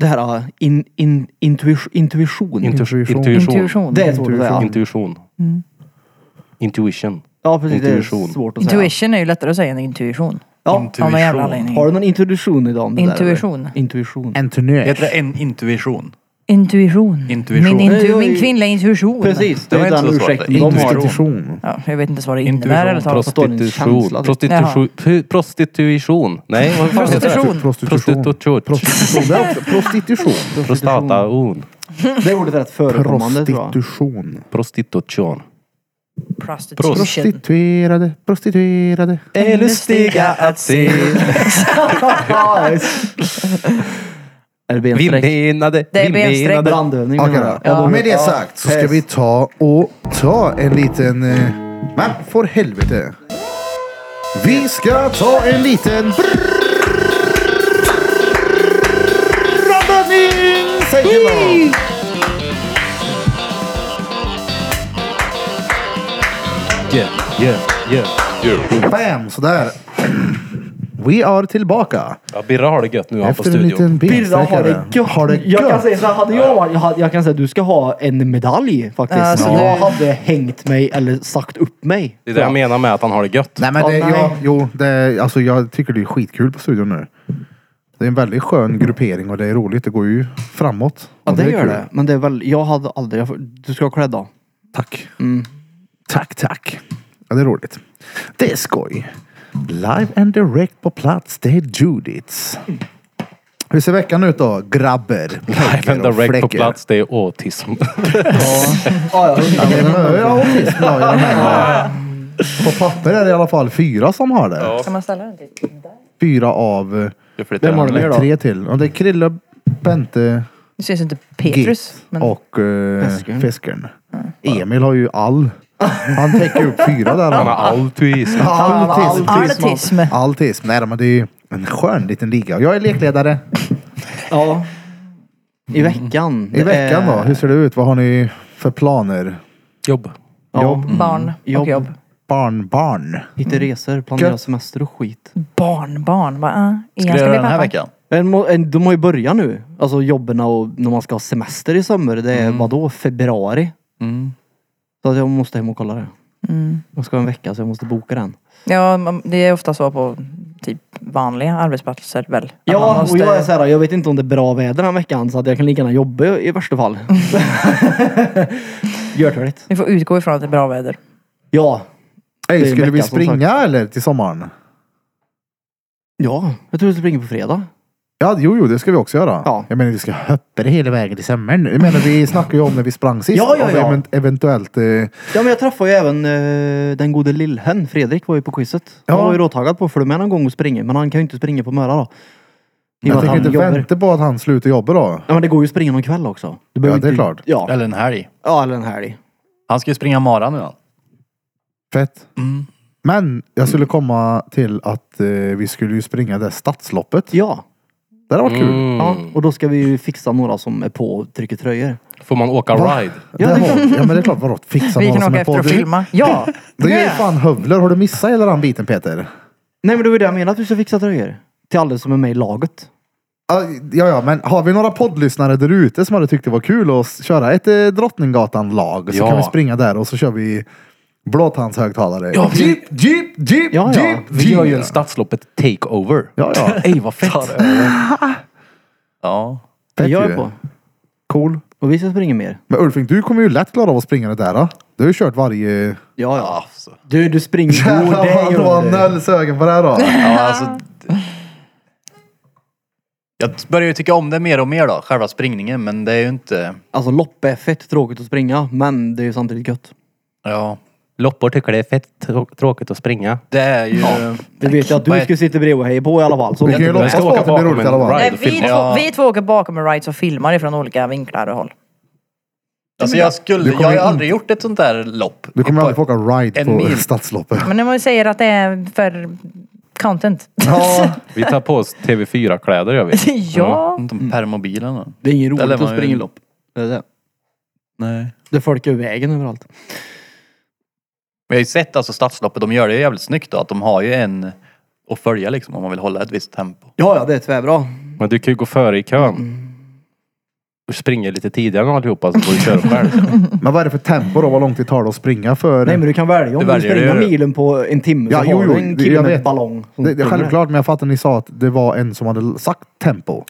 S4: Det här ah, in, in, intuition, intuition.
S1: Intuition.
S3: Intuition. Intuition.
S5: Intuition. Mm.
S4: det är svårt att säga.
S3: Intuition. Intuition.
S4: Ja precis, det
S3: Intuition.
S4: är svårt att säga.
S5: Intuition är ju lättare att säga än intuition.
S4: Ja.
S5: Av någon jävla anledning.
S4: Har du någon introduktion idag om det
S5: Intuition.
S4: Där, eller? intuition.
S1: Entreprenör.
S2: Heter det en intuition?
S5: Intuition.
S2: Intuition.
S5: Min,
S4: Det
S5: intu-
S4: var ju-
S5: min kvinnliga intuition.
S4: Precis,
S2: Det
S4: det
S2: var
S4: är
S2: inte
S4: den
S2: så svårt.
S4: ursäkten de har.
S1: Intuition.
S5: Ja, jag vet inte ens vad det
S2: Intuition,
S5: innebär eller talat om.
S4: står en känsla,
S3: Prostitution.
S4: typ.
S3: Prostitution. Pu- Prostitution. Nej, vad fan heter det?
S5: Prostitution.
S1: Prostitution.
S3: Prostitution.
S1: Prostitution. Det är också- Prostitution.
S3: Prostatation.
S4: Det ordet är rätt förekommande tror jag.
S1: Prostitution.
S3: Prostitution.
S5: Prostitution.
S1: Prostituerade, prostituerade.
S3: Är
S5: lustiga att se.
S4: Ja, Är det bensträck?
S3: Vindbenade.
S5: Det är bensträck.
S3: vindbenade.
S4: Brandövning
S1: Okej
S4: menar
S1: då.
S4: jag. Ja, då-
S1: Med det
S4: ja,
S1: sagt så ska
S4: pest.
S1: vi ta och ta en liten... eh, Men för helvete. Vi ska ta en liten... Brandövning! Säg till dem.
S3: Yeah, yeah, yeah.
S1: Bam! Sådär. We are tillbaka.
S3: Ja, Birra har det gött nu han på
S1: Efter en
S3: studion.
S1: liten
S4: Birra har det gött.
S1: Har det
S4: jag kan
S1: gött.
S4: säga så här, hade jag varit, jag, hade- jag kan säga att du ska ha en medalj faktiskt.
S5: Ja, så
S4: jag
S5: du-
S4: hade hängt mig eller sagt upp mig.
S3: Det är det jag menar med att han har det gött.
S1: Nej men
S4: Ja,
S1: det,
S4: nej.
S1: Ja, jo, det, alltså, jag tycker det är skitkul på studion nu. Det är en väldigt skön gruppering och det är roligt. Det går ju framåt.
S4: Ja
S1: Och
S4: det
S1: är
S4: gör
S1: kul.
S4: det. Men det är väl, jag hade aldrig, jag, får- du ska ha cred då.
S1: Tack.
S4: Mm.
S1: Tack, tack. Ja, det är roligt. Det är skoj. Live and direct på plats, det är Judiths. Hur ser veckan ut då, grabbar?
S3: Live and
S1: Pojkar och
S3: direct på
S1: fläckar.
S3: plats, det är autism.
S4: Ja,
S1: Ja, det är mö av autism då i den här. På papper är det i alla fall fyra som har det.
S5: Kan man ställa den dit?
S1: Fyra av eh,
S2: Du flyttar
S4: Vem har
S2: den.
S4: det?
S1: nej,
S4: då?
S1: tre till. Och det är Krille, Bente,
S5: Nu syns inte
S1: Git
S5: Petrus. Men...
S1: och eh,
S4: Feskern.
S1: Feskern. Emil har ju all. Han täcker upp fyra där.
S3: Han har
S1: Han.
S3: autism.
S1: Autism. Mm.
S5: Autism.
S1: Autism. Nej, men det är ju en skön liten liga. Jag är lekledare.
S4: Ja. I veckan.
S1: I veckan då? Hur ser det ut? Vad har ni för planer?
S3: Jobb.
S1: Jobb?
S5: Barn och
S4: Jobb.
S5: Mm. jobb.
S1: Barn, barn.
S4: Hitta resor, planera
S1: Gött.
S4: semester och skit.
S5: Barn, barn. Bara, ah, Ian
S2: Ska du
S5: ska
S2: göra
S5: bli
S2: den här
S5: pappa.
S2: veckan?
S4: En må- en- De har ju börjat nu. Alltså jobben och när man ska ha semester i sommar. Det
S1: Mm.
S4: är vadå? Februari?
S2: Mm.
S4: Så att jag måste hem och kolla det.
S5: Mm.
S4: Jag ska ha en vecka så jag måste boka den.
S5: Ja, man- det är ofta så på typ vanliga arbetsplatser väl? Att man
S4: Ja,
S5: måste-
S4: och jag är så här, jag vet inte om det är bra väder den här veckan så att jag kan lika gärna jobba i i värsta fall. Görtörligt.
S5: Vi får utgå ifrån att det är bra väder.
S4: Ja. Det är
S1: Ey,
S4: en
S1: skulle vi
S4: vecka, som
S1: springa eller till sommaren?
S4: Ja, jag tror vi springer på fredag.
S1: Ja, jo, jo, det ska vi också göra.
S4: Ja.
S1: Jag menar, vi ska höppa det hela vägen till sommaren. Jag menar, vi snackade ju om när vi sprang sist.
S4: Ja, ja,
S1: om
S4: ja.
S1: event- Eventuellt. Eh,
S4: Ja, men jag träffade ju även eh, den gode lillhen. Fredrik var ju på quizet.
S1: Ja.
S4: Han var ju råtaggad på att följa med någon gång och springa, men han kan ju inte springa på Möra då. I och med
S1: jag
S4: att
S1: tänker
S4: han
S1: inte
S4: jobbar.
S1: vänta på att han slutar jobba då.
S4: Ja, men det går ju att springa någon kväll också. Du behöver
S1: Ja, det är
S4: inte-
S1: klart.
S4: Ja,
S2: Eller en helg.
S4: ja eller en helg.
S2: Han ska ju springa mara nu han.
S1: Fett.
S2: Mm.
S1: Men jag skulle komma till att eh, vi skulle ju springa det stadsloppet.
S4: Ja.
S1: Det hade varit kul.
S5: Mm.
S3: Mm.
S4: ja,
S1: Mm.
S4: och då ska vi ju fixa några som är på och trycker tröjor.
S3: Får man åka ride?
S1: Ja, det har, ja men det är klart, vadå? Fixa
S5: Vi
S1: någon
S5: kan
S1: som
S5: åka
S1: är på.
S5: efter och
S1: Du-
S5: filma. Ja,
S1: Det är ju
S5: Ja.
S1: fan hövler. Har du missat hela den biten Peter?
S4: Nej, men det var ju det jag menade, att du ska fixa tröjor. Till alla som är med i laget.
S1: Ja, ja, ja, men har vi några poddlyssnare där ute som hade tyckt det var kul att s- köra ett eh, Drottninggatan-lag så
S3: Ja.
S1: kan vi springa där och så kör vi blåtandshögtalare. Ja, jeep, jeep, jeep,
S4: Ja, ja.
S1: jeep,
S3: Vi gör ju en
S1: jeep.
S3: stadsloppet takeover.
S1: Ja, ja.
S3: Ey vad fett!
S2: Ja.
S4: Det
S1: Fett
S4: gör
S1: ju.
S4: jag på.
S1: Cool.
S4: Och vi ska springa mer.
S1: Men Ulfing, du kommer ju lätt klara av att springa det där. Då. Du har ju kört varje...
S4: Ja, ja.
S2: Alltså.
S4: Du, du springer. Jo, det
S1: Jävlar vad du var
S4: gör du.
S1: nöll sögen på det här då.
S2: Ja, alltså, d- jag börjar ju tycka om det mer och mer då, själva springningen. Men det är ju inte...
S4: Alltså lopp är fett tråkigt att springa, men det är ju samtidigt gött.
S2: Ja,
S3: Loppor tycker det är fett trå- tråkigt att springa.
S2: det är ju...
S4: Vi vet ju att
S2: Vad
S4: du
S2: är-
S4: skulle sitta bredvid och heja på i alla fall. Så
S1: Vi kan ju
S4: jättebra.
S1: låtsas på att det blir roligt i alla fall.
S5: Nej,
S3: ride och
S5: vi,
S3: filma.
S5: två,
S2: Ja.
S5: vi två åker bakom en ride och filmar ifrån olika vinklar och håll.
S2: Alltså jag skulle...
S1: Du kommer
S2: Jag har
S1: ju
S2: aldrig gjort ett sånt där lopp.
S1: Du kommer aldrig få åka ride
S2: En
S1: på
S2: mil.
S1: stadsloppet.
S5: Men när man säger att det är för content.
S1: Ja,
S3: Vi tar på oss TV4-kläder gör vi.
S5: ja.
S2: Inte om permobilen då.
S4: Det är ingen
S2: Där lär
S4: roligt
S2: man
S4: att
S2: ju-
S4: springa lopp. Det är det.
S2: Nej.
S4: Det är folk över vägen överallt.
S2: Men jag har ju sett alltså stadsloppet, de gör det ju jävligt snyggt då. Att de har ju en att följa liksom om man vill hålla ett visst tempo.
S4: Ja, ja, det är tvärbra.
S3: Mm. Men du kan ju gå före i kön. Och springer lite tidigare än allihopa så får du köra själv.
S1: men vad är det för tempo då? Vad långt det tar att springa för?
S4: Nej, men du kan välja
S2: Du
S4: om du,
S2: väljer
S4: springer
S2: det, du.
S4: milen på en timme.
S1: Ja,
S4: så
S1: jo,
S4: har
S1: jo,
S4: du en
S1: det-
S4: kille
S1: jag
S4: med
S1: vet.
S4: ballong. som
S1: Det, det,
S4: springer.
S1: självklart, men jag fattar ni sa att det var en som hade sagt tempo.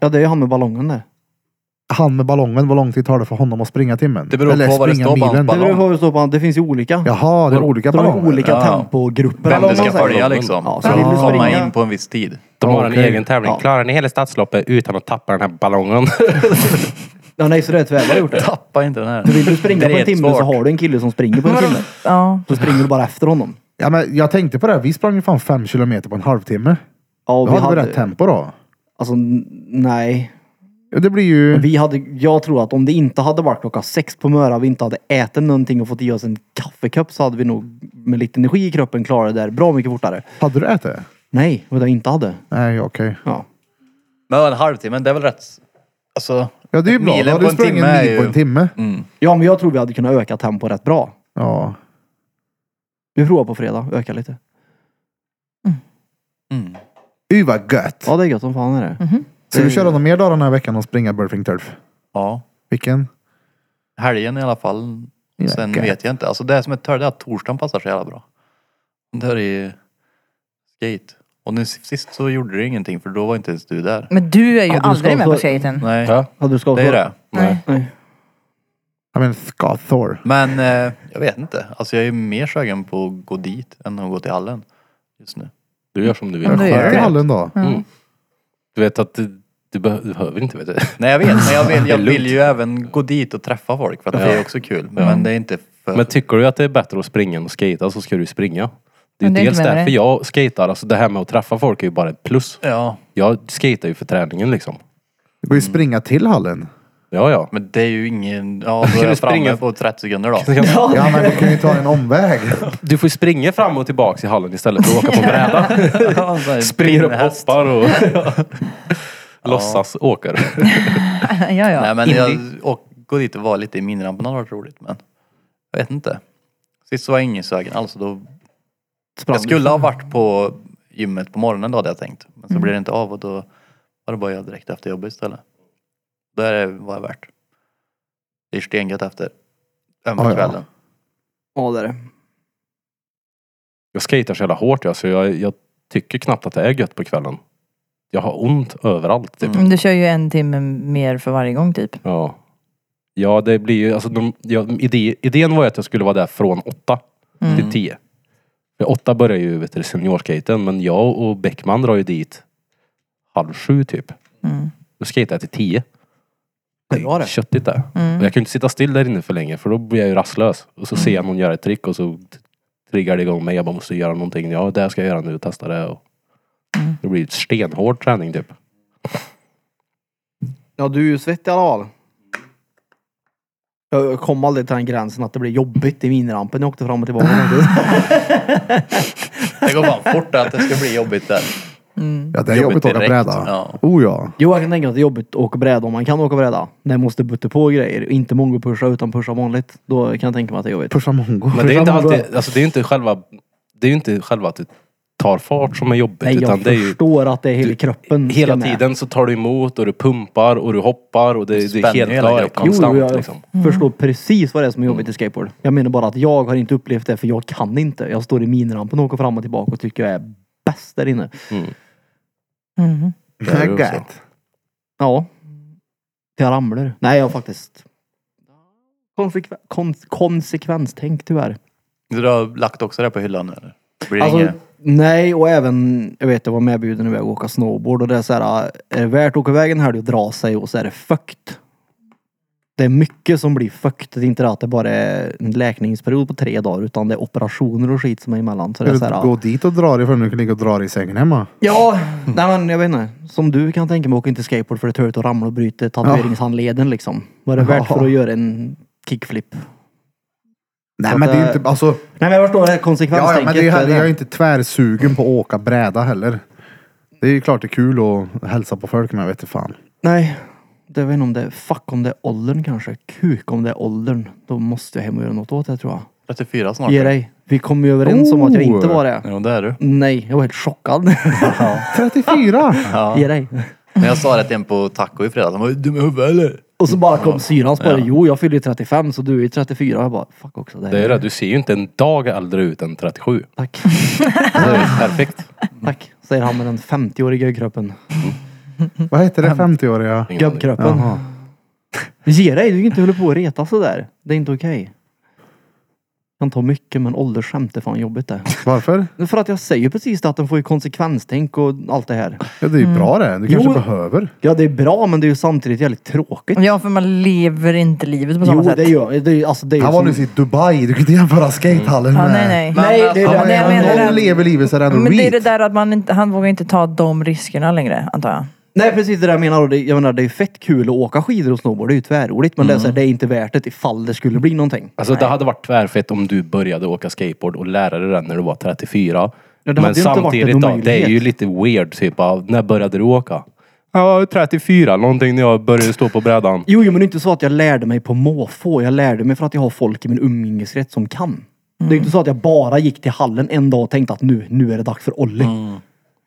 S4: Ja, det är ju han med ballongen där.
S1: Han med ballongen, vad lång tid tar det för honom att springa timmen?
S2: Det beror
S1: Eller
S2: på vad det
S1: springa
S2: står på hans
S1: milen.
S4: Det
S2: Ballong.
S4: beror på vad det står på. Det finns ju olika.
S1: Jaha, det är olika
S4: Så de har
S1: ballonger.
S4: olika
S2: Ja, ja.
S4: tempogrupper. eller
S2: Vem
S4: vad
S2: du ska
S4: man säger.
S2: följa liksom.
S4: Ja, så
S2: så
S4: vill du
S2: komma
S4: springa-
S2: in på en viss tid.
S3: De har en
S1: Okej.
S3: egen tävling.
S4: Ja.
S3: Klarar ni hela stadsloppet utan att tappa den här ballongen?
S4: Ja, nej, så det är tvärbra gjort det.
S2: Tappa inte den här.
S4: För vill du springa på en timme så
S2: Dretsvårt.
S4: har du en kille som springer på en timme.
S5: Ja.
S4: Då springer du bara efter honom.
S1: Ja, men jag tänkte på det, här. vi sprang ju fan fem kilometer på en halvtimme.
S4: Ja,
S1: Då
S4: och vi
S1: hade vi
S4: hade,
S1: rätt tempo då.
S4: alltså, n- nej.
S1: Ja, Det blir ju...
S4: Vi hade, jag tror att om det inte hade varit klockan sex på Möra, vi inte hade ätit någonting och fått i oss en kaffekopp så hade vi nog med lite energi i kroppen klarat det där bra mycket fortare.
S1: Hade du ätit?
S4: Nej, vad jag inte hade.
S1: Nej, okej.
S4: Ja.
S2: Men en halvtimme, det är väl rätt... Alltså...
S1: Ja, det är ju bra. Då
S2: Milen
S1: hade
S2: på
S1: du
S2: en
S1: sprungit
S2: timme
S1: en
S2: är
S1: mil på
S2: ju-
S1: en timme.
S2: Mm.
S4: ja, men jag tror vi hade kunnat öka tempo rätt bra.
S1: Ja.
S4: Vi provar på fredag, öka lite.
S2: Mm.
S1: Uy, vad gött.
S4: Ja, det är gött som fan är det.
S1: Ska du köra några mer dagar den här veckan och springa Burfing Turf?
S2: Ja.
S1: Vilken?
S2: Helgen i alla fall.
S1: Ja,
S2: Sen
S1: gött.
S2: vet jag inte. Alltså det som är törligt är att torsdagen passar så jävla bra. Det här är skate. Och nu sist så gjorde det ingenting för då var inte ens du där.
S5: Men du är ju
S4: Ja, du ska
S5: aldrig med på
S4: också-
S5: skaten.
S2: Nej,
S3: Ja.
S4: Hade du skadat
S2: det är det.
S3: Nej.
S4: Nej.
S1: Jag menar Scott Thor.
S2: Men eh, jag vet inte. Alltså jag är mer sugen på att gå dit än att gå till hallen just nu.
S3: Du gör som du vill.
S5: Ja, det gör
S1: Sköt i
S5: det.
S1: hallen då.
S3: Du vet att du, du, beh- du behöver inte vet du.
S2: Nej jag vet, men jag vill, jag vill ju även gå dit och träffa folk för att det är också kul. Men det är inte för...
S3: Men tycker du att det är bättre att springa än att skata så ska du springa. Det är
S5: Men det är
S3: dels
S5: inte med
S3: därför
S5: dig.
S3: jag skatar. Alltså det här med att träffa folk är ju bara ett plus.
S2: Ja,
S3: Jag skatar ju för träningen liksom.
S1: Det går ju springa till hallen.
S3: Ja, ja.
S2: Men det är ju ingen... Ja, då
S3: Kan
S2: är
S3: du
S2: jag
S3: springa?
S2: framme på 30 sekunder då.
S1: Ja, men vi kan ju ta en omväg.
S3: Du får ju springa fram och tillbaks i hallen istället för att åka på brädan.
S2: Ja, så här,
S3: Springer och
S2: pinnhäst.
S3: hoppar och låtsas åker.
S5: ja, ja.
S2: Nej men jag, och gå dit och vara lite i minirampen hade varit roligt men jag vet inte. Sist så var jag ingensugen alls och då
S4: Sprang liksom.
S2: Jag skulle ha varit på gymmet på morgonen då hade jag tänkt. Men så
S1: Mm.
S2: blev det inte av och då var det bara jag direkt efter jobbet istället. Där var det värt. Det är stengött efter. Även
S1: Ja,
S2: på
S1: ja.
S2: kvällen.
S4: Ja, det är det.
S3: Jag skejtar så jävla hårt jag, så jag, jag tycker knappt att det är gött på kvällen. Jag har ont överallt. Typ.
S2: Mm.
S5: Men du kör ju en timme mer för varje gång typ.
S3: Ja. ja, det blir ju... Alltså, de, ja, ide, idén var ju att jag skulle vara där från åtta
S4: Mm.
S3: till tio. För åtta börjar ju vet du, seniorskaten, men jag och Bäckman drar ju dit halv sju typ.
S5: Mm.
S3: Då skejtar jag till tio.
S4: Det är bra det. Mm.
S3: Köttigt där.
S5: Mm.
S3: Och jag kan ju inte sitta still där inne för länge för då blir jag ju rastlös. Och så ser
S4: Mm.
S3: jag någon göra ett trick och så t- triggar det igång mig. Jag bara måste göra någonting. Ja, det här ska jag göra nu. Testa det. Och...
S4: Mm.
S3: Det blir ju ett stenhård träning typ.
S4: Ja, du är ju svettig i alla fall. Jag kom aldrig till den gränsen att det blev jobbigt i minirampen. Jag åkte fram och tillbaka.
S2: Det går fan fort att det ska bli jobbigt där.
S5: Mm.
S1: Ja, det är jobbigt att åka
S2: direkt.
S1: bräda.
S2: Ja.
S1: Oh ja.
S4: jo, jag kan tänka mig att det är jobbigt att åka bräda om man kan åka bräda. När man måste butta på grejer. Inte många pusha utan pusha vanligt. Då kan jag tänka mig att det är jobbigt.
S1: Pusha mongo.
S3: Men det är
S1: Pusha
S3: inte
S1: mongo.
S3: alltid, alltså det är inte själva, det är ju inte själva att du tar fart som är jobbigt.
S4: Nej, jag
S3: utan det är ju,
S4: förstår att det är hela kroppen. ska
S3: hela
S4: med.
S3: tiden så tar du emot och du pumpar och du hoppar och det, det
S2: Spänner
S3: är
S2: ju
S3: helt
S2: hela
S3: ja,
S2: kroppen.
S3: konstant.
S4: jo, jag
S3: liksom.
S4: Mm. förstår precis vad det är som är
S3: Mm.
S4: jobbigt i skateboard. Jag menar bara att jag har inte upplevt det för jag kan inte. Jag står i minirampen och åker fram och tillbaka och tycker jag är bäst där inne.
S5: Mm.
S3: Det är ju också.
S1: Gött.
S4: Ja. Jag ramlar. Nej, jag har faktiskt konsekven, kon, konsekvenstänk tyvärr.
S2: Så Du har lagt också det på hyllan nu eller? Blir det
S4: Alltså,
S2: inget?
S4: nej, och även, jag vet jag var medbjuden iväg och åka snowboard och det är så här, är det värt att åka vägen här och dra sig och så är det fukt. Det är mycket som blir fukt. Det är inte det att det bara är en läkningsperiod på tre dagar utan det är operationer och skit som är emellan. Så det
S1: Ska
S4: är så här,
S1: du gå dit och dra dig förrän du kan ligga och dra dig i sängen hemma?
S4: Ja, nej men jag vet inte. Som du kan tänka mig, åka inte skateboard för det är törligt att ramla och bryta tatueringshandleden liksom. Vad är det värt för att göra en kickflip?
S1: Nej
S4: att,
S1: men det är ju
S4: eh,
S1: inte, alltså.
S4: Nej men jag förstår det här
S1: Ja, ja,
S4: konsekvenstänket.
S1: men det är, ju heller- jag är
S4: det.
S1: inte tvärsugen på att åka bräda heller. Det är ju klart det är kul att hälsa på folk men jag vet inte fan.
S4: Nej. Det vet inte om det är, fuck om det är åldern kanske. Kuk om det är åldern. Då måste jag hem och göra något åt det tror jag.
S2: 34 snart.
S4: Ge dig. Vi kom ju överens om att jag inte var det.
S2: Jo det är du.
S4: Nej, jag var helt chockad.
S1: 34!
S4: Ge dig.
S2: När jag sa det till en på taco i fredags, han bara, "Är du dum i huvudet eller?
S4: Och så bara kom syrran bara,
S2: Ja.
S4: jo jag fyller ju 35 så du är ju 34. Jag bara, fuck också. Det är
S3: Det är det, du ser ju inte en dag äldre ut än 37.
S4: Tack.
S3: Det är ju perfekt.
S4: Tack. Säger han med den 50-åriga gubbkroppen.
S1: Vad heter det 50-åriga?
S3: Ingen aning.
S4: Gubbkroppen.
S1: Jaha.
S4: Ge dig, du kan inte hålla på och reta sådär. Det är inte okej. Kan ta mycket men åldersskämt är fan jobbigt det.
S1: Varför?
S4: Det är För att jag säger ju precis det att den får ju konsekvenstänk och allt det här.
S1: Ja, det är ju bra det. Du
S4: Jo.
S1: kanske behöver.
S4: Ja det är bra men det är ju samtidigt jävligt tråkigt.
S5: Ja för man lever inte livet på samma
S4: jo
S5: sätt.
S4: det gör det. Är, ju- alltså, det är ju
S1: Han var
S4: som-
S1: nu i Dubai. Du kan inte jämföra skatehallen
S5: Mm. ja, nej nej.
S4: Nej det är
S1: Ja,
S4: det.
S5: men jag
S1: men
S5: menar
S1: om
S5: det.
S1: någon lever livet så är det ändå
S5: Men det är det
S1: reet.
S5: där att man inte, han vågar inte ta de riskerna längre antar jag.
S4: Nej precis det där jag menar. Och det, jag menar det är fett kul att åka skidor och snowboard. Det är ju tvärroligt. Men det, är
S1: Mm.
S4: så här, det är inte värt det ifall det skulle bli någonting.
S3: Alltså det hade varit tvärfett om du började åka skateboard och lära dig det när du var 34.
S4: det hade
S3: Men
S4: ju inte varit en
S3: samtidigt då, det är
S4: omöjlighet.
S3: ju lite weird typ av, när började du åka? Ja, 34 någonting när jag började stå på brädan.
S4: Jo, jo men det är inte så att jag lärde mig på måfå. Jag lärde mig för att jag har folk i min umgängesrätt som kan. Det
S5: Mm.
S4: är inte så att jag bara gick till hallen en dag och tänkte att nu, nu är det dags för Olli.
S1: Mm.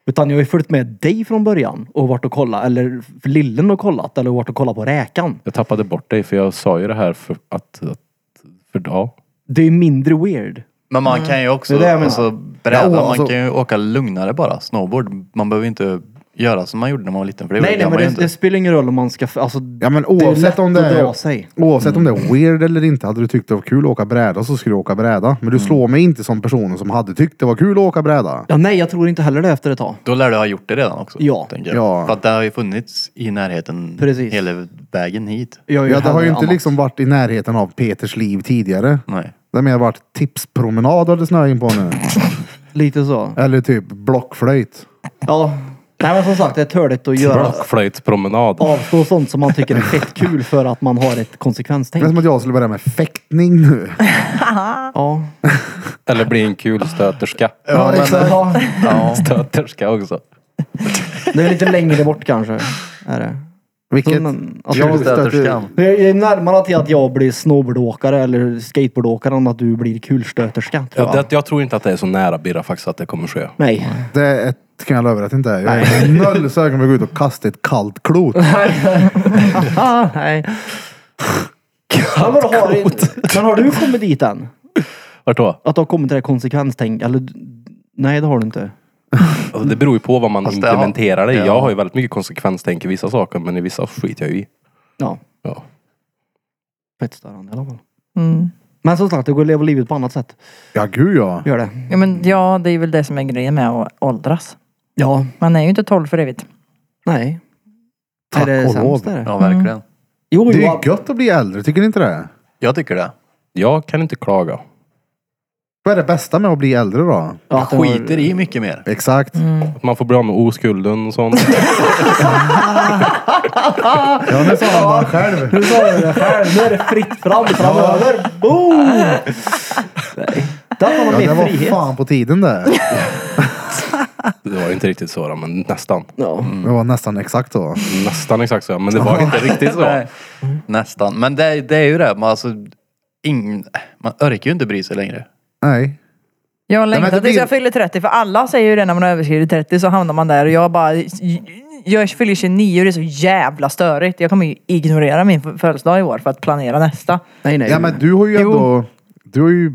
S4: Utan jag har ju följt med dig från början och varit och kollat, eller lillen och kollat, eller varit och kollat på räkan.
S3: Jag tappade bort dig för jag sa ju det här för att, att för, ja.
S4: Det är ju mindre weird.
S2: Men man kan ju också,
S4: Mm. Det är det jag menar.
S2: alltså, bräda,
S1: Ja, alltså-
S2: man kan ju åka lugnare bara. Snowboard, man behöver inte göra som man gjorde när man var liten för det
S4: nej,
S2: nej,
S4: nej
S2: man
S4: men
S2: ju
S4: det,
S2: inte.
S4: det spelar ingen roll om man ska... Alltså,
S1: Ja men
S4: det är
S1: oavsett
S4: lätt
S1: om det
S4: att
S1: är... Mm.
S4: dra sig.
S1: Oavsett om det är weird eller inte, hade du tyckt det var kul att åka bräda så skulle du åka bräda. Men du slår mig inte som personen som hade tyckt det var kul att åka bräda.
S4: Ja, nej, jag tror inte heller det efter ett tag.
S2: Då lär du ha gjort det redan också.
S4: Ja.
S2: tänker jag.
S1: Ja.
S2: För att det har ju funnits i närheten
S4: Precis.
S2: hela vägen hit.
S4: Jag
S1: Ja, det har
S4: hellre
S1: ju inte
S4: annat.
S1: liksom varit i närheten av Peters liv tidigare.
S4: Mm.
S2: Nej.
S1: Det har mer varit tipspromenad har det snöat in på nu.
S4: Lite så.
S1: Eller typ blockflöjt.
S4: Ja, Nej men som sagt, det är törligt att göra.
S3: Blockflöjtspromenad.
S4: Avstå sånt som man tycker är fett kul för att man har ett
S1: Det är
S4: konsekvenstänk.
S1: som att jag skulle börja med fäktning nu.
S4: Ja.
S3: Eller bli en kul stöterska.
S1: Ja, exakt.
S4: Ja,
S3: Stöterska också.
S4: det är lite längre bort kanske. Är det.
S1: Vilket?
S4: Men, alltså,
S1: Jag-
S2: Kulstöterskan.
S4: jag är närmare till att jag blir snowboardåkare eller skateboardåkare än att du blir kulstöterska. Tror
S3: Jag,
S4: jag.
S3: det, jag tror inte att det är så nära Birra faktiskt att det kommer ske.
S4: Nej.
S1: Det är ett, kan jag lova att det inte är. Jag är noll sugen på att gå ut och kasta ett kallt klot.
S4: Ah, nej. Ja, men, har, men har du kommit dit än?
S3: Vart då?
S4: Att du har kommit till det här konsekvenstänk? Eller, nej det har du inte.
S3: Alltså, Det beror ju på vad man
S2: Fast det har-
S3: implementerar det i.
S2: ja.
S3: Jag har ju väldigt mycket konsekvenstänk i vissa saker men i vissa skiter jag ju i.
S4: Ja.
S3: Ja.
S4: Fett störande i alla fall.
S5: Mm.
S4: Men som sagt, det går att leva livet på annat sätt.
S1: Ja, gud ja.
S4: Gör det.
S5: Ja, men ja, det är väl det som är grejen med att åldras.
S4: Ja.
S5: Man är ju inte 12 för evigt.
S4: Nej.
S1: Tack
S4: är det
S1: och lov.
S4: sämst är det?
S2: Ja, verkligen.
S4: Jo,
S1: Det
S4: jo.
S1: är ju gött att bli äldre, tycker ni inte det?
S2: Jag tycker det.
S3: Jag kan inte klaga.
S1: Vad är det bästa med att bli äldre då?
S4: ja,
S2: Jag
S4: att den har-
S2: skiter i mycket mer.
S1: Exakt.
S3: Att man får bli av med oskulden och sånt.
S1: Ja, nu sa han bara själv.
S4: Nu sa du det själv. Nu är det fritt fram framöver. Boom! Nej. Där har man
S1: Ja, det
S4: mer
S1: var
S4: frihet.
S1: fan på tiden det.
S3: Det var inte riktigt så då, men nästan.
S4: Ja.
S1: Det var nästan exakt så.
S3: Nästan exakt så, men det var inte riktigt så.
S2: Nej. Nästan. Men det, det är ju det. Man, alltså, ingen, man orkar ju inte bry sig längre.
S1: Nej.
S5: Jag
S1: men det
S5: längtar tills
S1: blir-
S5: jag fyller 30 för alla säger ju det när man överskrider 30 så hamnar man där och jag bara jag fyller 29 och det är så jävla störigt. Jag kommer ju ignorera min f- födelsedag i år för att planera nästa.
S4: Nej, nej.
S1: Ja, men du har ju ändå... Du har ju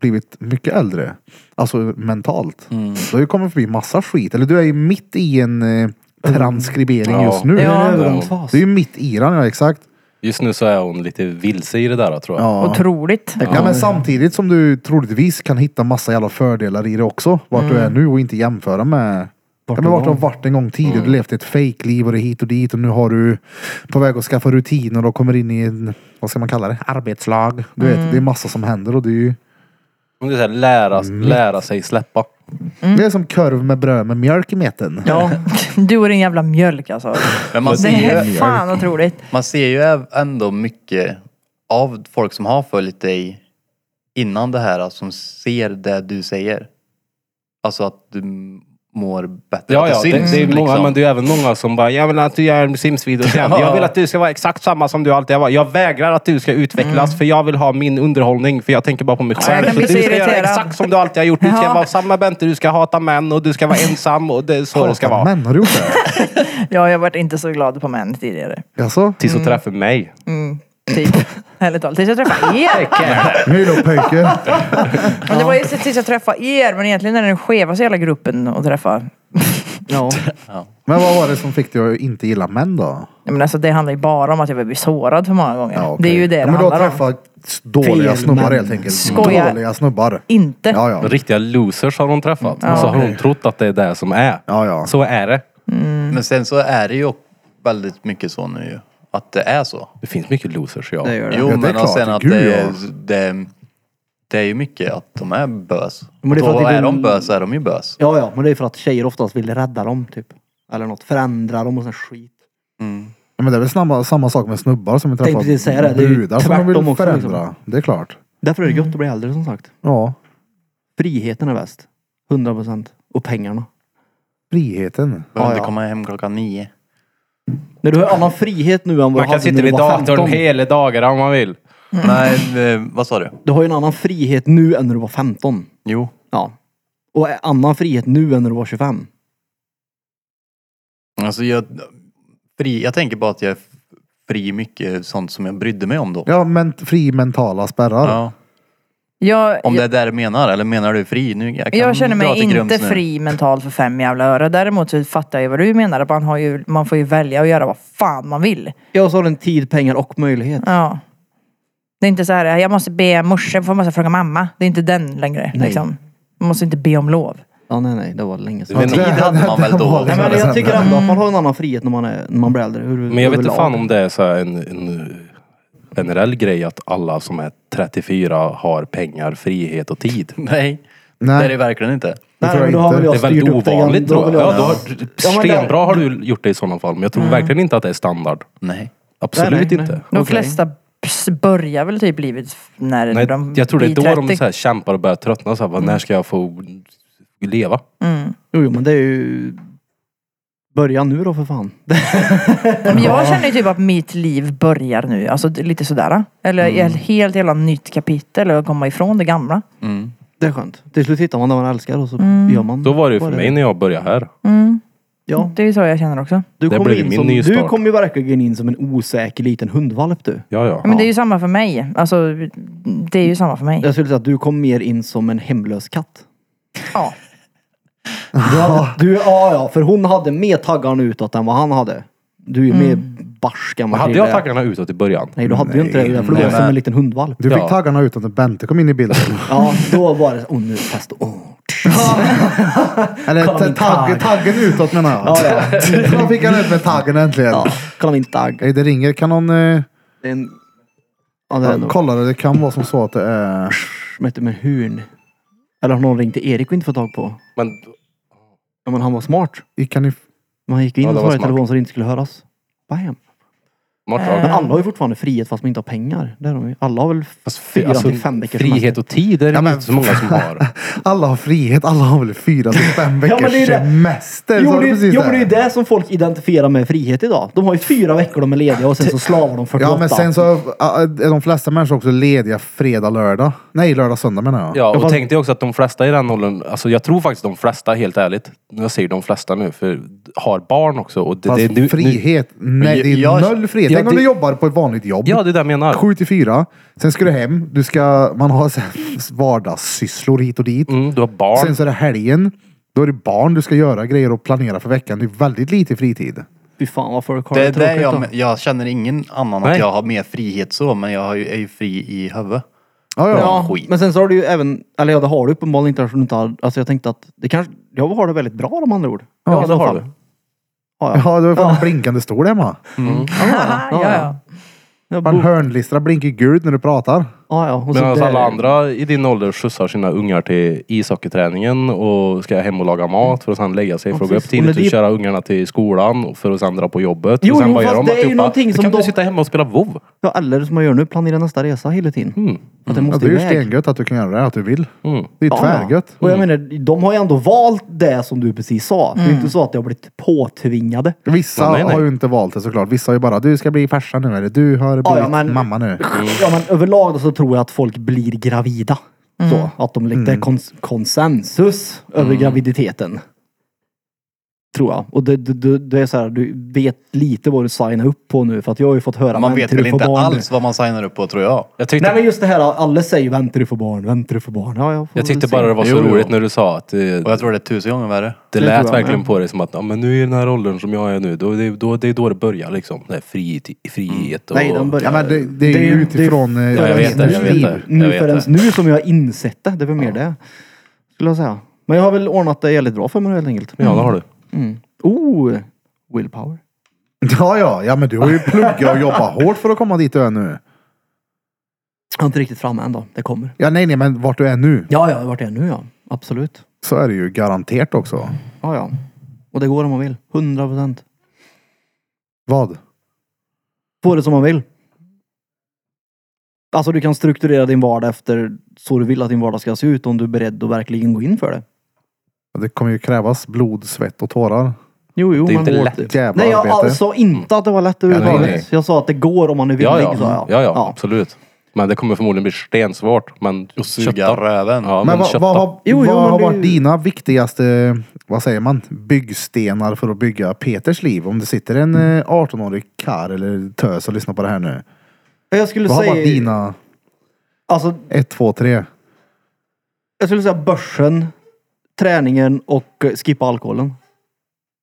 S1: blivit mycket äldre. Alltså mentalt. Du har ju kommit förbi massa skit. Eller du är ju mitt i en eh, transkribering
S3: Ja.
S1: just nu.
S4: Det är
S5: Ja.
S4: en övergångsfas.
S1: Du är ju mitt i den, ja exakt.
S3: Just nu så är hon lite vilse i det där tror jag.
S1: Ja.
S5: Otroligt.
S1: Ja men samtidigt som du troligtvis kan hitta massa jävla fördelar i det också. Vart du är nu och inte jämföra med vart, ja, men vart du har varit en gång tidigare. Du levt ett fejkliv och det är hit och dit och nu har du på väg att skaffa rutiner och kommer in i en, vad ska man kalla det, arbetslag. Du vet, det är massa som händer och det är ju,
S3: Men Det är så här, lära,
S2: Mm.
S3: lära sig släppa.
S1: det är som korv med bröd med mjölk i mitten.
S5: Ja. Du och din jävla mjölk alltså.
S2: Men man
S5: Det
S2: ser
S5: är
S2: ju,
S5: fan otroligt.
S2: man ser ju äv- ändå mycket av folk som har följt dig innan det här, alltså, som ser det du säger. Alltså att du mår bättre.
S3: Ja,
S2: att
S3: ja, det, det, är många,
S2: liksom.
S3: men det är även många som bara, jag vill att du gör Sims-videos igen. Jag vill att du ska vara exakt samma som du alltid har varit. Jag vägrar att du ska utvecklas för jag vill ha min underhållning för jag tänker bara på mig
S5: jag
S3: själv.
S5: kan
S3: Så du
S5: bli så
S3: ska göra
S5: irriterad.
S3: exakt som du alltid har gjort. Du ska
S5: Ja.
S3: vara samma Bente, du ska hata män och du ska vara ensam och det är så det ska vara.
S1: Men har du gjort det?
S5: Ja, jag varit inte så glad på män tidigare.
S1: Jaså?
S3: Tills hon träffar mig.
S5: Typ. Härligt talat. Tills jag träffade er.
S1: Nu är det pöjke.
S5: Men det var ju tills jag träffade er. Men egentligen är det den skevaste hela gruppen att träffa.
S4: Ja.
S1: Men vad var det som fick dig att inte gilla män då?
S5: Nej, Men alltså, det handlar ju bara om att jag blir sårad för många gånger.
S1: Ja, okej.
S5: Det är ju det
S1: Ja,
S5: det
S1: Men du har
S5: handlar om.
S1: träffat dåliga
S4: Fel
S1: snubbar
S4: män.
S1: helt enkelt.
S5: Skoja.
S1: Dåliga snubbar.
S5: Inte.
S1: Ja, ja.
S3: Riktiga losers har hon träffat. Och så har hon trott att det är det som är.
S1: Ja, ja.
S3: Så är det.
S2: Men sen så är det ju väldigt mycket så nu ju. Att det är så.
S3: Det finns mycket losers, ja.
S4: Det gör det.
S2: Jo
S1: Ja, det är
S2: men och
S1: klart.
S2: sen att
S1: Gud,
S2: det,
S1: ja.
S2: är, det, det är ju mycket att de är bös.
S4: Men det är för att
S2: Då
S4: det är
S2: är de
S4: en-
S2: bös är de ju bös.
S4: ja, ja. Men det är för att tjejer oftast vill rädda dem typ. Eller något. Förändra dem och sån här skit.
S1: Ja, men det är väl samma, samma sak med snubbar som vi träffar.
S4: precis säga det. Det är ju
S1: Brudar som de
S4: tvärtom
S1: vill
S4: också,
S1: förändra.
S4: liksom.
S1: Det är klart.
S4: Därför är det gött att bli äldre som sagt.
S1: Ja.
S4: Friheten är bäst. 100 procent. Och pengarna.
S1: Friheten.
S2: Behöver
S4: Ja,
S2: inte
S4: ja.
S2: komma hem klockan nio.
S4: När du har annan frihet nu än
S3: Man
S4: vad du
S3: kan
S4: hade
S3: sitta
S4: när du
S3: vid
S4: var
S3: datorn
S4: 15.
S3: hela dagar om man vill.
S2: Nej, eh, vad sa du?
S4: Du har ju en annan frihet nu än när du var 15.
S2: Jo.
S4: Ja. Och en annan frihet nu än när du var 25.
S2: Alltså jag, fri, jag tänker bara att jag är fri i mycket sånt som jag brydde mig om då.
S1: Ja, men fri mentala spärrar.
S2: Ja.
S5: Jag,
S2: Om det är det du menar, eller menar du fri? Nu, jag, kan
S5: jag känner
S2: dra
S5: mig
S2: till
S5: inte
S2: Grums nu.
S5: fri mentalt för fem jävla öre. Däremot så fattar jag vad du menar. Att man, har ju, man får ju välja att göra vad fan man vill.
S4: Jag sa den tid, pengar och möjlighet.
S5: Ja. Det är inte så här, jag måste be morsan, för jag måste fråga mamma. Det är inte den längre.
S4: Nej.
S5: Liksom. Man måste inte be om lov.
S4: Ja, nej, nej, det var länge sedan.
S3: Men
S1: det-
S2: tid hade man väl
S1: det
S2: då?
S1: var
S4: Nej, men
S1: liksom-
S4: jag tycker ändå att man har en annan frihet när man, är, när man blir äldre. Hur,
S3: Men jag vet inte
S4: överlag.
S3: fan om det är så här en, en generell grej att alla som är 34 har pengar, frihet och tid.
S2: Nej, det är
S1: Nej.
S2: det verkligen inte.
S1: Det
S4: Nej,
S1: tror
S4: men då
S1: jag
S4: har
S1: inte.
S4: väl jag
S3: Det är väldigt
S4: styrt upp det
S3: ovanligt
S4: igen. Då
S3: tror
S4: vill
S3: jag. Ja, då har,
S4: Ja, men det- Mm.
S3: stenbra har du gjort det i sådana fall, men jag tror verkligen inte att det är standard.
S2: Nej.
S3: Absolut
S4: Nej, nej,
S3: inte.
S4: nej.
S5: De
S4: Okej.
S5: flesta ps- börjar väl typ livet f- när
S3: Nej,
S5: de
S3: jag tror det är
S5: blir
S3: då
S5: 30.
S3: de så här kämpar och börjar tröttna. Så här, bara,
S4: Mm.
S3: När ska jag få leva?
S5: Mm.
S4: Jo, jo, men det är ju... Börja nu då för fan.
S5: Men jag känner ju typ att mitt liv börjar nu. Alltså det är lite sådär.
S4: Mm.
S5: Eller ett helt jävla nytt kapitel och komma ifrån det gamla.
S2: Mm.
S4: Det är skönt. Till slut hittar man det man älskar och så gör man
S3: Då var det ju för
S4: vad
S3: mig när jag började här.
S4: Ja,
S5: Det är ju så jag känner också.
S4: du
S3: Det
S4: kom,
S3: blev
S4: in
S3: min
S4: som,
S3: nystart.
S4: du kom ju verkligen in som en osäker liten hundvalp du.
S3: Ja, ja.
S5: Men det är ju samma för mig. Alltså det är ju samma för mig.
S4: Jag skulle säga att du kom mer in som en hemlös katt.
S5: Ja.
S4: Du, hade, du ja, ja, för hon hade mer taggarna utåt än vad han hade. Du är ju mer barsk än
S3: Men
S4: vad
S3: hade
S4: Krille
S3: jag
S4: är.
S3: taggarna utåt i början?
S4: Nej, du hade ju inte det. Därför du var
S2: Nej,
S4: som
S2: men-
S4: en liten hundvalp.
S1: Du fick
S3: Ja.
S1: taggarna utan att Bente kom in i bilden.
S4: Ja, då var det åh nu är det fest. Åh.
S1: Eller
S4: Kolla
S1: ta-
S4: min
S1: tagg,
S4: tagg.
S1: taggen utåt menar jag.
S4: Ja,
S1: Då fick han ut med taggen äntligen.
S4: Ja, kolla min tagg.
S1: Ey, det ringer. Kan någon eh,
S4: Det är en... Ja, det är nog
S1: kolla det? Det kan vara som så att det är...
S4: som heter med hurn. Eller har någon ringt till Erik och inte fått tag på?
S3: Men
S4: Ja, men han var smart.
S1: Kan ni...
S4: Men han gick in
S3: Ja, det
S4: och
S3: var
S4: svarade i
S3: smart.
S4: telefon så det inte skulle höras. Bam.
S3: Martin,
S4: Men alla har ju fortfarande frihet fast man inte har pengar. Det har de ju. Alla har väl
S3: Fast fri,
S4: fyra
S3: alltså,
S4: till fem veckors
S3: frihet
S4: semester.
S3: och tid är det
S1: Ja, men-
S3: inte så många som har.
S1: Alla har frihet. Alla har väl fyra till fem
S4: men
S1: veckors
S4: det är det.
S1: semester.
S4: Jo,
S1: sa du
S4: det,
S1: precis
S4: jo
S1: där?
S4: det är ju det som folk identifierar med frihet idag. De har ju fyra veckor de är lediga och sen så slavar de 48.
S1: Ja, men sen så äh, är de flesta människor också lediga fredag, lördag. Nej, lördag, söndag menar jag.
S3: Ja, och
S4: fast-
S3: tänkte jag också att de flesta i den åldern, alltså jag tror faktiskt de flesta helt ärligt, jag säger de flesta nu, för har barn också. Och det,
S1: Fast
S3: det, nu, nu,
S1: frihet? nej, det är ju
S2: jag-
S1: noll frihet.
S3: Ja,
S1: Tänk om
S3: det-
S1: du jobbar på ett vanligt jobb.
S3: ja, det är det jag menar.
S1: 7 till 4. Sen ska du hem. Du ska, man har så här vardagssysslor hit och dit.
S3: Mm, du har barn.
S1: Sen så är det helgen. Då är det barn. Du ska göra grejer och planera för veckan. Det är väldigt lite fritid.
S4: Fy fan vad folk har
S2: Det
S4: det,
S2: är det
S4: tråkigt då.
S2: jag, jag känner ingen annan
S3: Nej.
S2: att jag har mer frihet så, men jag har ju, är ju fri i huvudet.
S1: Ja, ja.
S2: Ja.
S4: Ja,
S2: skit.
S4: men sen så har du ju även, eller ja det har du uppenbarligen inte eftersom du inte har, alltså jag tänkte att det kanske, jag har det väldigt bra om andra ord.
S3: Ja,
S4: I
S3: det
S4: så
S3: har
S4: fall.
S3: du.
S4: Ja, ja.
S1: Ja, det var fan en blinkande stol hemma.
S5: ja, ja.
S4: Jag
S1: Fan,
S3: Oh.
S4: bor-
S1: hörnlistra blinkar gult när du pratar.
S4: ja, ja. och så
S3: Medan
S4: det-
S3: alltså, alla andra i din ålder skjutsar sina ungar till ishockeyträningen och ska hem och laga mat för att sen lägga sig för att gå upp
S4: precis. Och
S3: tidigt
S4: när
S3: och
S4: det-
S3: köra ungarna till skolan och för att sen dra på jobbet.
S4: Jo,
S3: och sen
S4: jo, fast det är ju
S3: alltihopa?
S4: någonting
S3: Då
S4: som
S3: kan du
S4: de-
S3: sitta hemma och spela WoW.
S4: Ja, eller som jag gör nu, planera nästa resa hela tiden.
S3: Mm.
S4: Att jag
S1: Mm. Ja, det
S4: måste
S1: är ju
S4: iväg.
S1: stengött att du kan göra det, att du vill. Det är ju
S4: Ja,
S1: tvärgött.
S4: Och jag
S3: Mm.
S4: menar, de har ju ändå valt det som du precis sa. Det är
S5: Mm.
S4: ju inte så att det har blivit påtvingade.
S1: Vissa
S3: Ja, nej, nej.
S1: har ju inte valt det såklart. Vissa har ju bara, du ska bli farsa nu eller du har blivit
S4: Ja, ja, men-
S1: mamma nu.
S3: Mm.
S4: Ja, men överlag då så tror jag att folk blir gravida.
S3: Mm.
S4: Så, att de,
S1: Mm.
S4: Det är kons- konsensus över graviditeten. Tror jag. Och det, det, det, det är så här, du vet lite vad du signar upp på nu. För att jag har ju fått höra
S2: Man
S4: "Vänta
S2: vet
S4: till
S2: väl
S4: du får
S2: inte
S4: barn nu."
S2: alls vad man signar upp på tror jag.
S3: Jag tyckte,
S4: Nej men just det här, alla säger väntar du får barn, väntar du får barn. Ja, jag, får
S3: jag tyckte
S4: väl se.
S3: bara det var så
S2: Jo, jo.
S3: roligt när du sa att eh,
S2: Och jag tror det är tusen gånger värre.
S3: det
S4: tror
S3: lät
S4: jag
S3: verkligen
S4: med.
S3: på dig som att ja, men nu i den här åldern som jag är nu, då, det, då, det är då det börjar liksom. Det här frihet, frihet och...
S4: Mm. Nej, de börjar...
S1: Ja, men det, det är
S4: Det är
S1: ju
S4: ju-
S1: utifrån... eh,
S3: Ja, jag vet det, jag vet det. Jag
S4: nu
S3: vet
S4: förrän
S3: det.
S4: nu som jag har insett det. Det är väl mer det. Skulle jag säga. Men jag har väl ordnat det jävligt bra för mig helt enkelt.
S3: Ja, det har du.
S4: Oh! Willpower.
S1: Ja, ja, ja, men du har ju pluggat och jobbat hårt för att komma dit du är nu.
S4: Jag är inte riktigt framme än då. Det kommer.
S1: Ja, nej, nej, men vart du är nu
S4: Ja, ja, vart är jag nu ja. Absolut.
S1: så är det ju garanterat också.
S4: Ja, ja. Och det går om man vill. 100 procent.
S1: Vad?
S4: Får det som man vill. Alltså du kan strukturera din vardag efter så du vill att din vardag ska se ut om du är beredd att verkligen gå in för det.
S1: Det kommer ju krävas blod, svett och tårar.
S4: Jo, jo.
S3: Det är
S4: men-
S3: inte lätt.
S1: Jävla
S4: Nej, jag
S1: arbete.
S4: alltså, sa inte att det var lätt överhuvudtaget.
S3: nej.
S4: Jag sa att det går om man är villig.
S3: Ja,
S4: sa jag.
S3: ja. ja, ja, absolut. Men det kommer förmodligen bli stensvårt. Men
S2: Och suga röven.
S3: Ja, men,
S1: men vad,
S3: kötta.
S1: vad, har-
S4: Jo, jo,
S1: vad
S4: men
S1: har
S4: det är
S1: varit
S4: ju-
S1: dina viktigaste, vad säger man, byggstenar för att bygga Peters liv? Om det sitter en
S4: Mm.
S1: eh, 18-årig karl eller tös och lyssnar på det här nu.
S4: Jag skulle
S1: Vad har varit
S4: säga...
S1: dina
S4: Alltså,
S1: ett, två, tre?
S4: jag skulle säga börsen, träningen och eh, skippa alkoholen.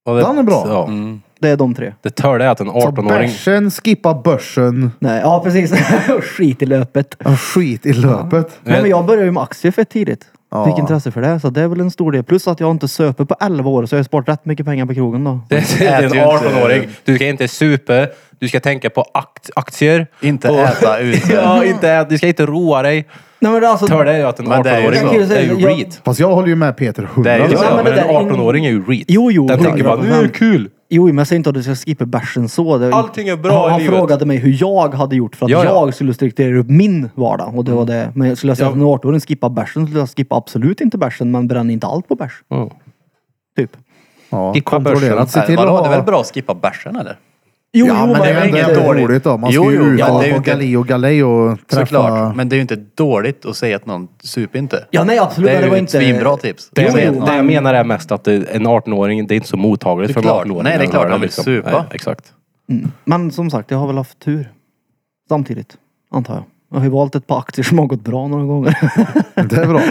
S3: Ja, det,
S1: Den är bra.
S3: Ja.
S4: Det är de tre.
S3: Det törliga är att en
S1: Så
S3: 18-åring...
S1: bärsen, skippa börsen,
S4: Nej, ja precis. Skit i löpet.
S1: och skit i löpet.
S4: Nej, men jag började ju med aktier fett tidigt.
S1: Ja.
S4: Fick intresse för det, så det är väl en stor del. Plus att jag inte söper på 11 år, så jag har sparat rätt mycket pengar på krogen då.
S3: Det det är en
S2: Äter ju inte-
S3: 18-åring. Du ska inte supa. Du ska tänka på akt aktier.
S2: Inte
S3: Och-
S2: äta ute.
S3: ja, inte äta. Du ska inte roa dig.
S4: Nej men alltså,
S3: Hör det ju att en
S2: Men det är ju
S3: 18-åring...
S2: så.
S3: Det är ju
S4: Jag-
S3: reat.
S1: Fast jag håller ju med Peter 100%.
S2: Det är ju
S3: Ja,
S2: så.
S4: men
S3: men
S4: det
S3: en
S4: där-
S3: 18-åring är ju reet.
S4: Jo, jo,
S3: Den tänker bara, nu är det
S4: 100%.
S3: kul.
S4: jo men jag säger inte att du ska skippa bärsen så. Det,
S3: Allting är bra
S4: han,
S3: i
S4: han
S3: livet.
S4: frågade mig hur jag hade gjort för att
S3: Ja, ja.
S4: jag skulle strukturera upp min vardag. Och det var det. Men skulle jag säga
S3: Ja.
S4: att en 18-åring skippar bärsen skulle jag skippa absolut inte bärsen, men bränner inte allt på bärs.
S3: Mm.
S4: Typ.
S1: Ja,
S3: Skippa börsen.
S1: kontrollerat. Se
S2: Nej,
S1: till att
S2: vadå, det är väl
S1: ha...
S2: bra att skippa bärsen eller?
S4: Jo,
S1: Ja, men det är
S2: inget
S1: ju ändå
S2: dåligt.
S1: roligt då. Man
S2: Jo,
S1: ska ju
S2: jo,
S1: ut
S2: ja, det är ju
S1: på
S2: inte-
S1: galej och galej och träffa...
S2: Såklart. Men det är ju inte dåligt att säga att någon super inte.
S4: Ja, nej absolut.
S2: Det är
S4: men
S2: ju
S4: var
S2: ett
S4: inte...
S2: svinbra tips.
S3: Det,
S2: Säg
S3: jag,
S2: att någon-
S3: det jag menar är mest att det, en 18-åring, det är inte så mottagligt
S2: Det är
S3: för en
S2: klart.
S3: 18-åring.
S2: Nej, det är
S3: att
S2: klart.
S3: höra
S2: Han vill supa.
S3: liksom- Nej, exakt.
S4: Mm. Men som sagt, jag har väl haft tur. Samtidigt, antar jag. Jag har ju valt ett par aktier som har gått bra några gånger.
S1: Det är bra.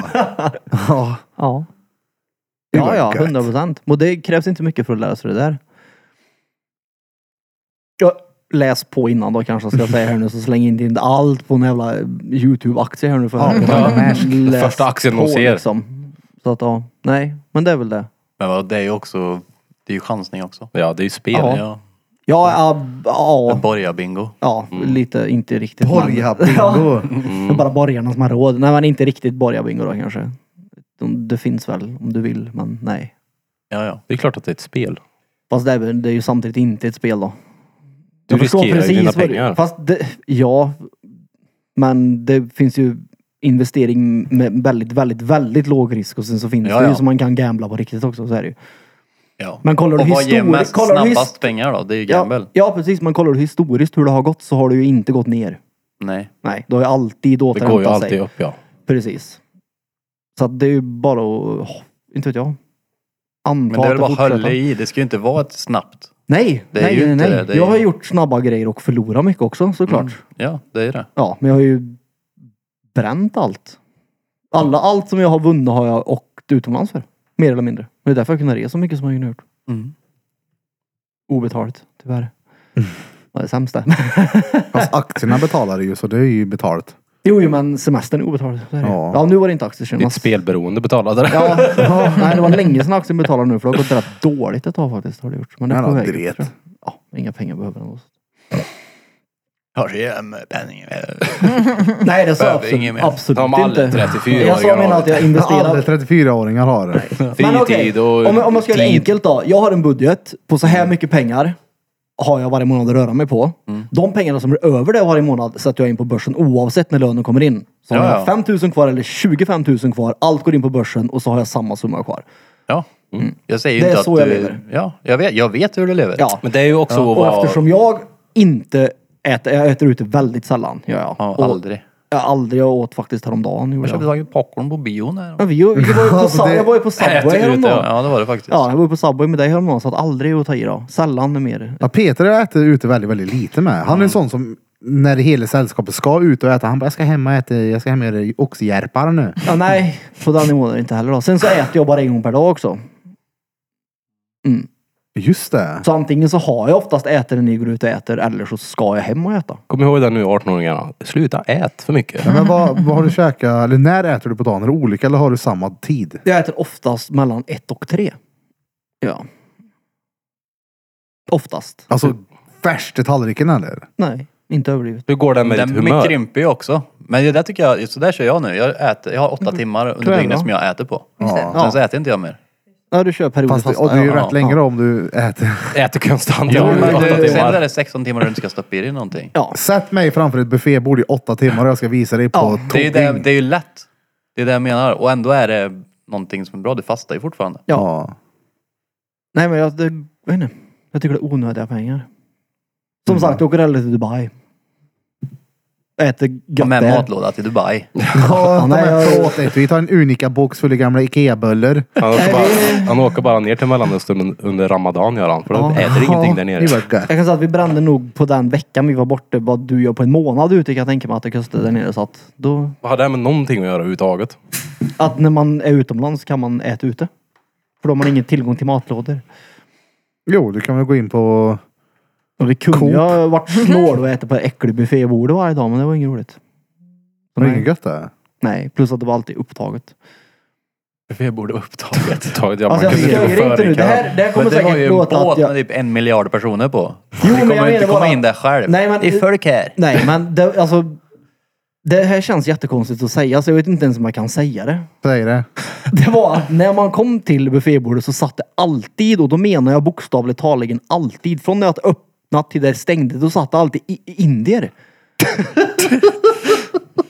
S1: Ja.
S4: Ja.
S1: Det var
S4: Ja, ja,
S1: gött.
S4: 100 procent. Och det krävs inte mycket för att lära sig det där. Ja, läs på innan då kanske jag ska säga här nu, så släng inte in allt på en jävla YouTube-aktie här nu. För
S1: Ja,
S4: ja.
S3: Den första aktien de ser.
S4: Liksom. Så att ja, nej, men det är väl det.
S2: Men vad, det är ju också, det är ju chansning också.
S3: Ja, det är ju spel.
S4: Ja.
S2: Ja.
S4: Ja, ja, ja,
S2: Borgarbingo.
S4: ja lite, inte riktigt. men-
S1: Borgarbingo.
S4: Det är bara borgarna som har råd. Nej, men inte riktigt borgarbingo då kanske. De, det finns väl om du vill, men nej.
S2: Ja, ja.
S3: Det är klart att det är ett spel.
S4: Fast det är, väl- det är ju samtidigt inte ett spel då.
S3: Du
S4: Jag förstår
S3: riskerar ju dina
S4: vad du-
S3: pengar.
S4: Fast det, ja, men det finns ju investering med väldigt, väldigt, väldigt låg risk och sen så finns
S2: Ja,
S4: det ju
S2: ja.
S4: som man kan gambla på riktigt också. Så är det ju.
S2: ja.
S4: Men kollar du
S2: Och vad ger
S4: histori-
S2: mest
S4: kollar du his-
S2: snabbast pengar då? Det är ju gamble.
S4: Ja, ja, precis. Men kollar du historiskt hur det har gått så har det ju inte gått ner.
S2: Nej.
S4: Nej, det har ju alltid
S3: Det
S4: återhämtat sig.
S3: går ju alltid upp, ja.
S4: Precis. Så att det är ju bara att, åh, inte vet jag. Anta
S2: Men det är
S4: att
S2: väl bara att
S4: fortsätter.
S2: hålla i. Det ska ju inte vara ett snabbt.
S4: Nej,
S2: Det är
S4: nej,
S2: ju
S4: nej.
S2: inte
S4: nej.
S2: det, det är
S4: jag har
S2: ju- Mm.
S4: gjort snabba grejer och förlorat mycket också såklart.
S2: Ja, det är ju det.
S4: Ja, men jag har ju bränt allt. Alla, allt som jag har vunnit har jag åkt utomlands för. Mer eller mindre. Det är därför jag kunnat resa så mycket som jag har gjort.
S2: Mm.
S4: Obetalt, tyvärr. Ja, Det är sämst det.
S1: Fast aktierna betalar det ju, så det är ju betalt.
S4: jo, jo, men semestern är obetald. Det är det.
S1: Ja.
S4: ja, nu var det inte aktier.
S3: Ditt spelberoende betalade det.
S4: Ja, ja, nej, det var länge sedan aktien betalade nu för det har gått rätt dåligt ett tag faktiskt. Har det gjort. Men det är
S1: Men
S4: på
S1: han
S4: väg.
S1: dret.
S4: upp, tror jag. Ja, inga pengar behöver den. också.
S2: Har du en penning?
S4: Nej, det sa jag
S2: Behöver ingen mer.
S4: absolut, absolut
S3: De alla
S4: inte.
S3: 34
S4: Jag sa
S3: åringar
S4: menar
S3: har
S4: att jag
S1: Alla
S4: investerar.
S1: 34-åringar har det.
S4: Men okej,
S3: Fritid och
S4: om, om jag ska göra det
S3: tid.
S4: enkelt då. Jag har en budget på så här mycket pengar har jag varje månad att röra mig på. De pengarna som blir över det varje månad sätter jag in på börsen oavsett när lönen kommer in. Så har
S2: Ja,
S4: jag
S2: ja.
S4: 5 000 kvar eller 25 000 kvar, allt går in på börsen och så har jag samma summa kvar.
S2: Ja. Jag säger ju
S4: Mm. Det är
S2: inte att
S4: så jag
S2: du...
S4: lever.
S2: Ja, jag vet, jag vet hur du lever.
S4: Ja.
S3: Men det är ju också att
S4: Och
S3: vara...
S4: eftersom jag inte äter, jag äter ute väldigt sällan. Gör jag.
S2: Ja,
S4: och
S2: aldrig.
S4: Jag har aldrig jag åt faktiskt häromdagen. Gjorde
S2: Jag köpte
S4: jag.
S2: tagit popcorn på bion här.
S4: Men vi, vi var ju på,
S1: Alltså,
S4: Sub-
S1: det-
S4: jag var ju på
S3: Äter
S4: Subway
S3: ute,
S4: häromdagen.
S2: Ja, det var det faktiskt.
S4: Ja, jag var ju på Subway med dig häromdagen så att aldrig att ta i då. Sällan är mer.
S1: Ja, Peter äter ute väldigt, väldigt lite med. Han är en sån som när hela sällskapet ska ut och äta, han bara jag ska hem och äta, jag ska hem och göra oxjärpar nu.
S4: Ja, nej, på den nivån är det inte heller då. Sen så äter jag bara en gång per dag också.
S1: Just det.
S4: Så antingen så har jag oftast ätit när ni går ut och äter eller så ska jag hem och äta.
S3: Kom ihåg det nu 18-åringarna. Sluta ät för mycket.
S1: Men vad, vad har du käkat, eller när äter du på dagen? Är det olika eller har du samma tid?
S4: Jag äter oftast mellan ett och tre. Ja. Oftast.
S1: Alltså värsta tallriken eller?
S4: Nej, inte överdrivet.
S3: Hur går det med ditt
S2: Den
S3: humör?
S2: krymper ju också. Men det där tycker jag, så där kör jag nu. Jag, äter, jag har åtta timmar under
S4: jag
S2: dygnet
S4: då.
S2: som jag äter på.
S5: Just det.
S1: Ja.
S2: Sen så äter inte jag mer.
S4: Ja, du kör periodiskt
S1: Fast det,
S4: fasta.
S1: och det är ju
S4: ja.
S1: rätt länge då om du äter.
S3: Äter konstant.
S2: Ja,
S3: Ja,
S2: men
S3: åtta
S2: det, sen är
S3: timmar.
S2: det 16 timmar du inte ska stoppa i dig någonting.
S4: Ja.
S1: Sätt mig framför ett buffébord i åtta timmar och jag ska visa dig på
S4: Ja,
S1: två
S2: Det är, ju det,
S1: dygn.
S2: det är ju lätt. Det är det jag menar. Och ändå är det någonting som är bra. Du fastar ju fortfarande.
S1: Ja.
S4: Nej men jag, det, jag vet inte. Jag tycker det är onödiga pengar. Som sagt, jag åker hellre till Dubai. Äter
S2: Ta
S4: gött
S2: med
S4: där.
S2: matlåda till Dubai.
S1: Ja, ta
S4: nej,
S1: med
S4: jag-
S1: plåtet. Vi tar en unika box full av gamla Ikea-bullar.
S3: Han åker, bara, han åker bara ner till Mellanöstern under Ramadan gör han. För de
S4: Ja.
S3: äter ingenting där
S1: Det
S3: nere.
S1: var gött.
S4: Jag kan säga att vi brände nog på den veckan vi var borta vad du gör på en månad ute kan jag tänka mig att det kostade där nere. Så att, då,
S3: Vad har det med någonting att göra överhuvudtaget?
S4: att när man är utomlands kan man äta ute. För då har man ingen tillgång till matlådor.
S1: Jo, du kan väl gå in på...
S4: Och vi kunde
S1: Coop.
S4: ju ha varit snål och ätit på äcklig buffébordet varje dag men det var inget roligt.
S1: Var det inget gött det?
S4: Nej, plus att det var alltid upptaget.
S2: Vi borde vara upptaget.
S3: Taget, ja,
S4: Alltså,
S3: man
S4: jag
S3: kunde
S4: skojar
S3: gå
S4: inte
S3: före
S4: nu.
S3: i
S4: Det här,
S3: kön.
S4: det här kommer
S2: Men det var ju
S4: säkert
S2: en
S4: låta
S2: båt
S4: att jag...
S2: med typ en miljard personer på.
S4: Jo,
S2: Jo,
S4: men
S2: vi
S4: jag
S2: kommer inte
S4: menar
S2: komma
S4: bara-
S2: in där själv.
S4: Nej, men-
S2: I folk här.
S4: Nej, men det, alltså, det här känns jättekonstigt att säga, så jag vet inte ens om jag kan säga det.
S1: Säg det.
S4: Det var att när man kom till buffébordet så satt det alltid, och då menar jag bokstavligt taligen alltid, från när jag öppnat till där stängde, då satt det alltid i, i indier.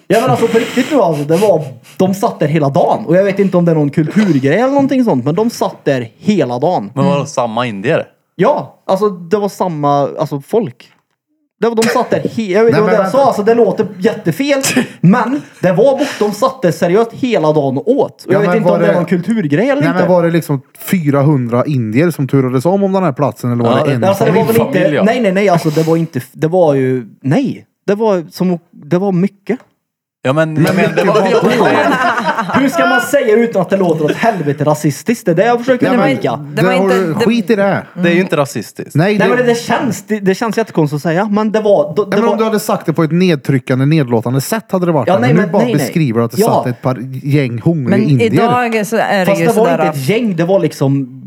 S4: ja men alltså på riktigt nu alltså, det var, de satt där hela dagen. Och jag vet inte om det är någon kulturgrej eller någonting sånt, men de satt där hela dagen.
S2: Men var det samma indier?
S4: Ja, alltså det var samma alltså, folk. Det var, de satt där he- jag vet
S1: Nej,
S4: inte vad
S1: men
S4: jag sa,
S1: vänta.
S4: alltså, det låter jättefel. Men det var bok, de satt där seriöst hela dagen och åt.
S1: Ja,
S4: Och jag vet
S1: men
S4: inte
S1: var
S4: om det är
S1: det-
S4: någon kulturgrej eller
S1: Nej,
S4: inte.
S1: men var det liksom 400 indier som turades om om den här platsen eller var
S2: Ja,
S1: det
S2: det-
S1: en?
S4: alltså, det var väl
S3: familj,
S4: inte,
S3: ja.
S4: nej, nej, nej, alltså det var inte, det var ju, nej. Det var som, det var mycket.
S2: Ja men, jag men det var
S4: Hur ska man säga utan att det låter åt helvete rasistiskt? Det är det jag försöker
S1: Nej, men-
S4: undvika.
S5: Det var
S1: har
S5: inte-
S1: du-
S5: det-
S1: Skit i det.
S3: Det är ju inte rasistiskt.
S1: Nej,
S4: Nej men det,
S1: det...
S4: det känns, det, det känns jättekonstigt att säga, men det var... Det,
S1: Ja,
S4: det
S1: men
S4: var
S1: om du hade sagt det på ett nedtryckande, nedlåtande sätt hade det varit
S4: Ja,
S1: det.
S4: nej,
S1: men
S4: men
S1: nu bara
S4: nej, nej.
S1: beskriver du att det
S4: Ja.
S1: satt ett par gäng hungriga
S5: Men
S1: indier.
S5: idag så är det
S4: Fast
S5: ju
S4: det var inte
S5: sådär...
S4: ett gäng, det var liksom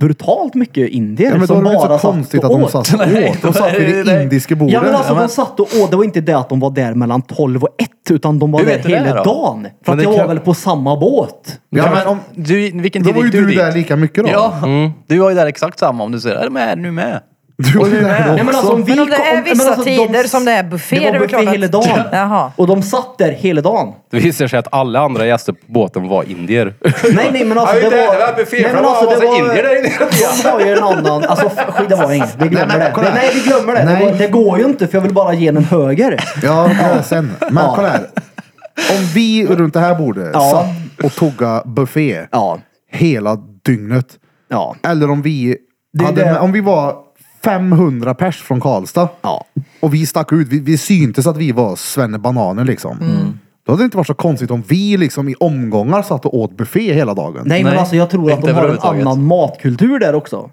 S4: brutalt mycket indier
S1: Ja, men då
S4: som
S1: är det
S4: bara
S1: inte
S4: satt
S1: så konstigt
S4: och
S1: att de
S4: åt.
S1: satt och åt. De satt vid det
S2: Nej.
S1: indiska bordet.
S4: Ja men alltså de satt och åt, det var inte det att de var där mellan 12 och 1 utan de var
S2: Hur
S4: där
S2: vet du det
S4: hela
S2: då?
S4: dagen.
S3: Men
S4: För att
S3: det
S4: jag var
S3: kan-
S4: väl på samma båt.
S1: Ja, men om-
S2: om, du, vilken
S1: Då
S2: tid
S1: var ju
S2: gick
S1: du
S2: du dit?
S1: där lika mycket då.
S2: Ja, du var ju där exakt samma om du säger är de här nu med?
S1: Du var ju där
S4: Nej,
S1: då.
S4: men alltså, om vi
S5: Men om det
S4: kom-
S5: är
S4: men
S5: vissa
S4: alltså, de-
S5: tider som det är buffé,
S4: Det
S5: det är
S4: var
S5: väl klart
S4: buffé
S5: att-
S4: hela dagen.
S5: Jaha.
S4: Och de satt där hela dagen.
S3: Det visar sig att alla andra gäster på båten var indier.
S4: Nej nej men alltså det var... Nej, men alltså, det var Det var ju en annan, alltså f- skit det var inget. Vi glömmer
S1: Nej, men
S4: det.
S1: kolla
S4: det.
S1: här.
S4: Nej vi glömmer det. Det,
S1: Nej.
S4: var, det går ju inte för jag vill bara ge den en höger.
S1: Ja, det är sen. Men kolla här. Om vi runt det här bordet
S4: Ja.
S1: satt och togga buffé
S4: Ja.
S1: hela dygnet.
S4: Ja.
S1: Eller om vi,
S4: Det är
S1: hade,
S4: det.
S1: om vi var 500 pers från Karlstad.
S4: Ja.
S1: Och vi stack ut. Vi, vi syntes att vi var svennebananer liksom.
S4: Mm.
S1: Då hade det inte varit så konstigt om vi liksom i omgångar satt och åt buffé hela dagen.
S4: Nej, men
S2: Nej,
S4: alltså jag tror att
S2: inte
S4: de har en
S2: överhuvudtaget.
S4: annan matkultur där också.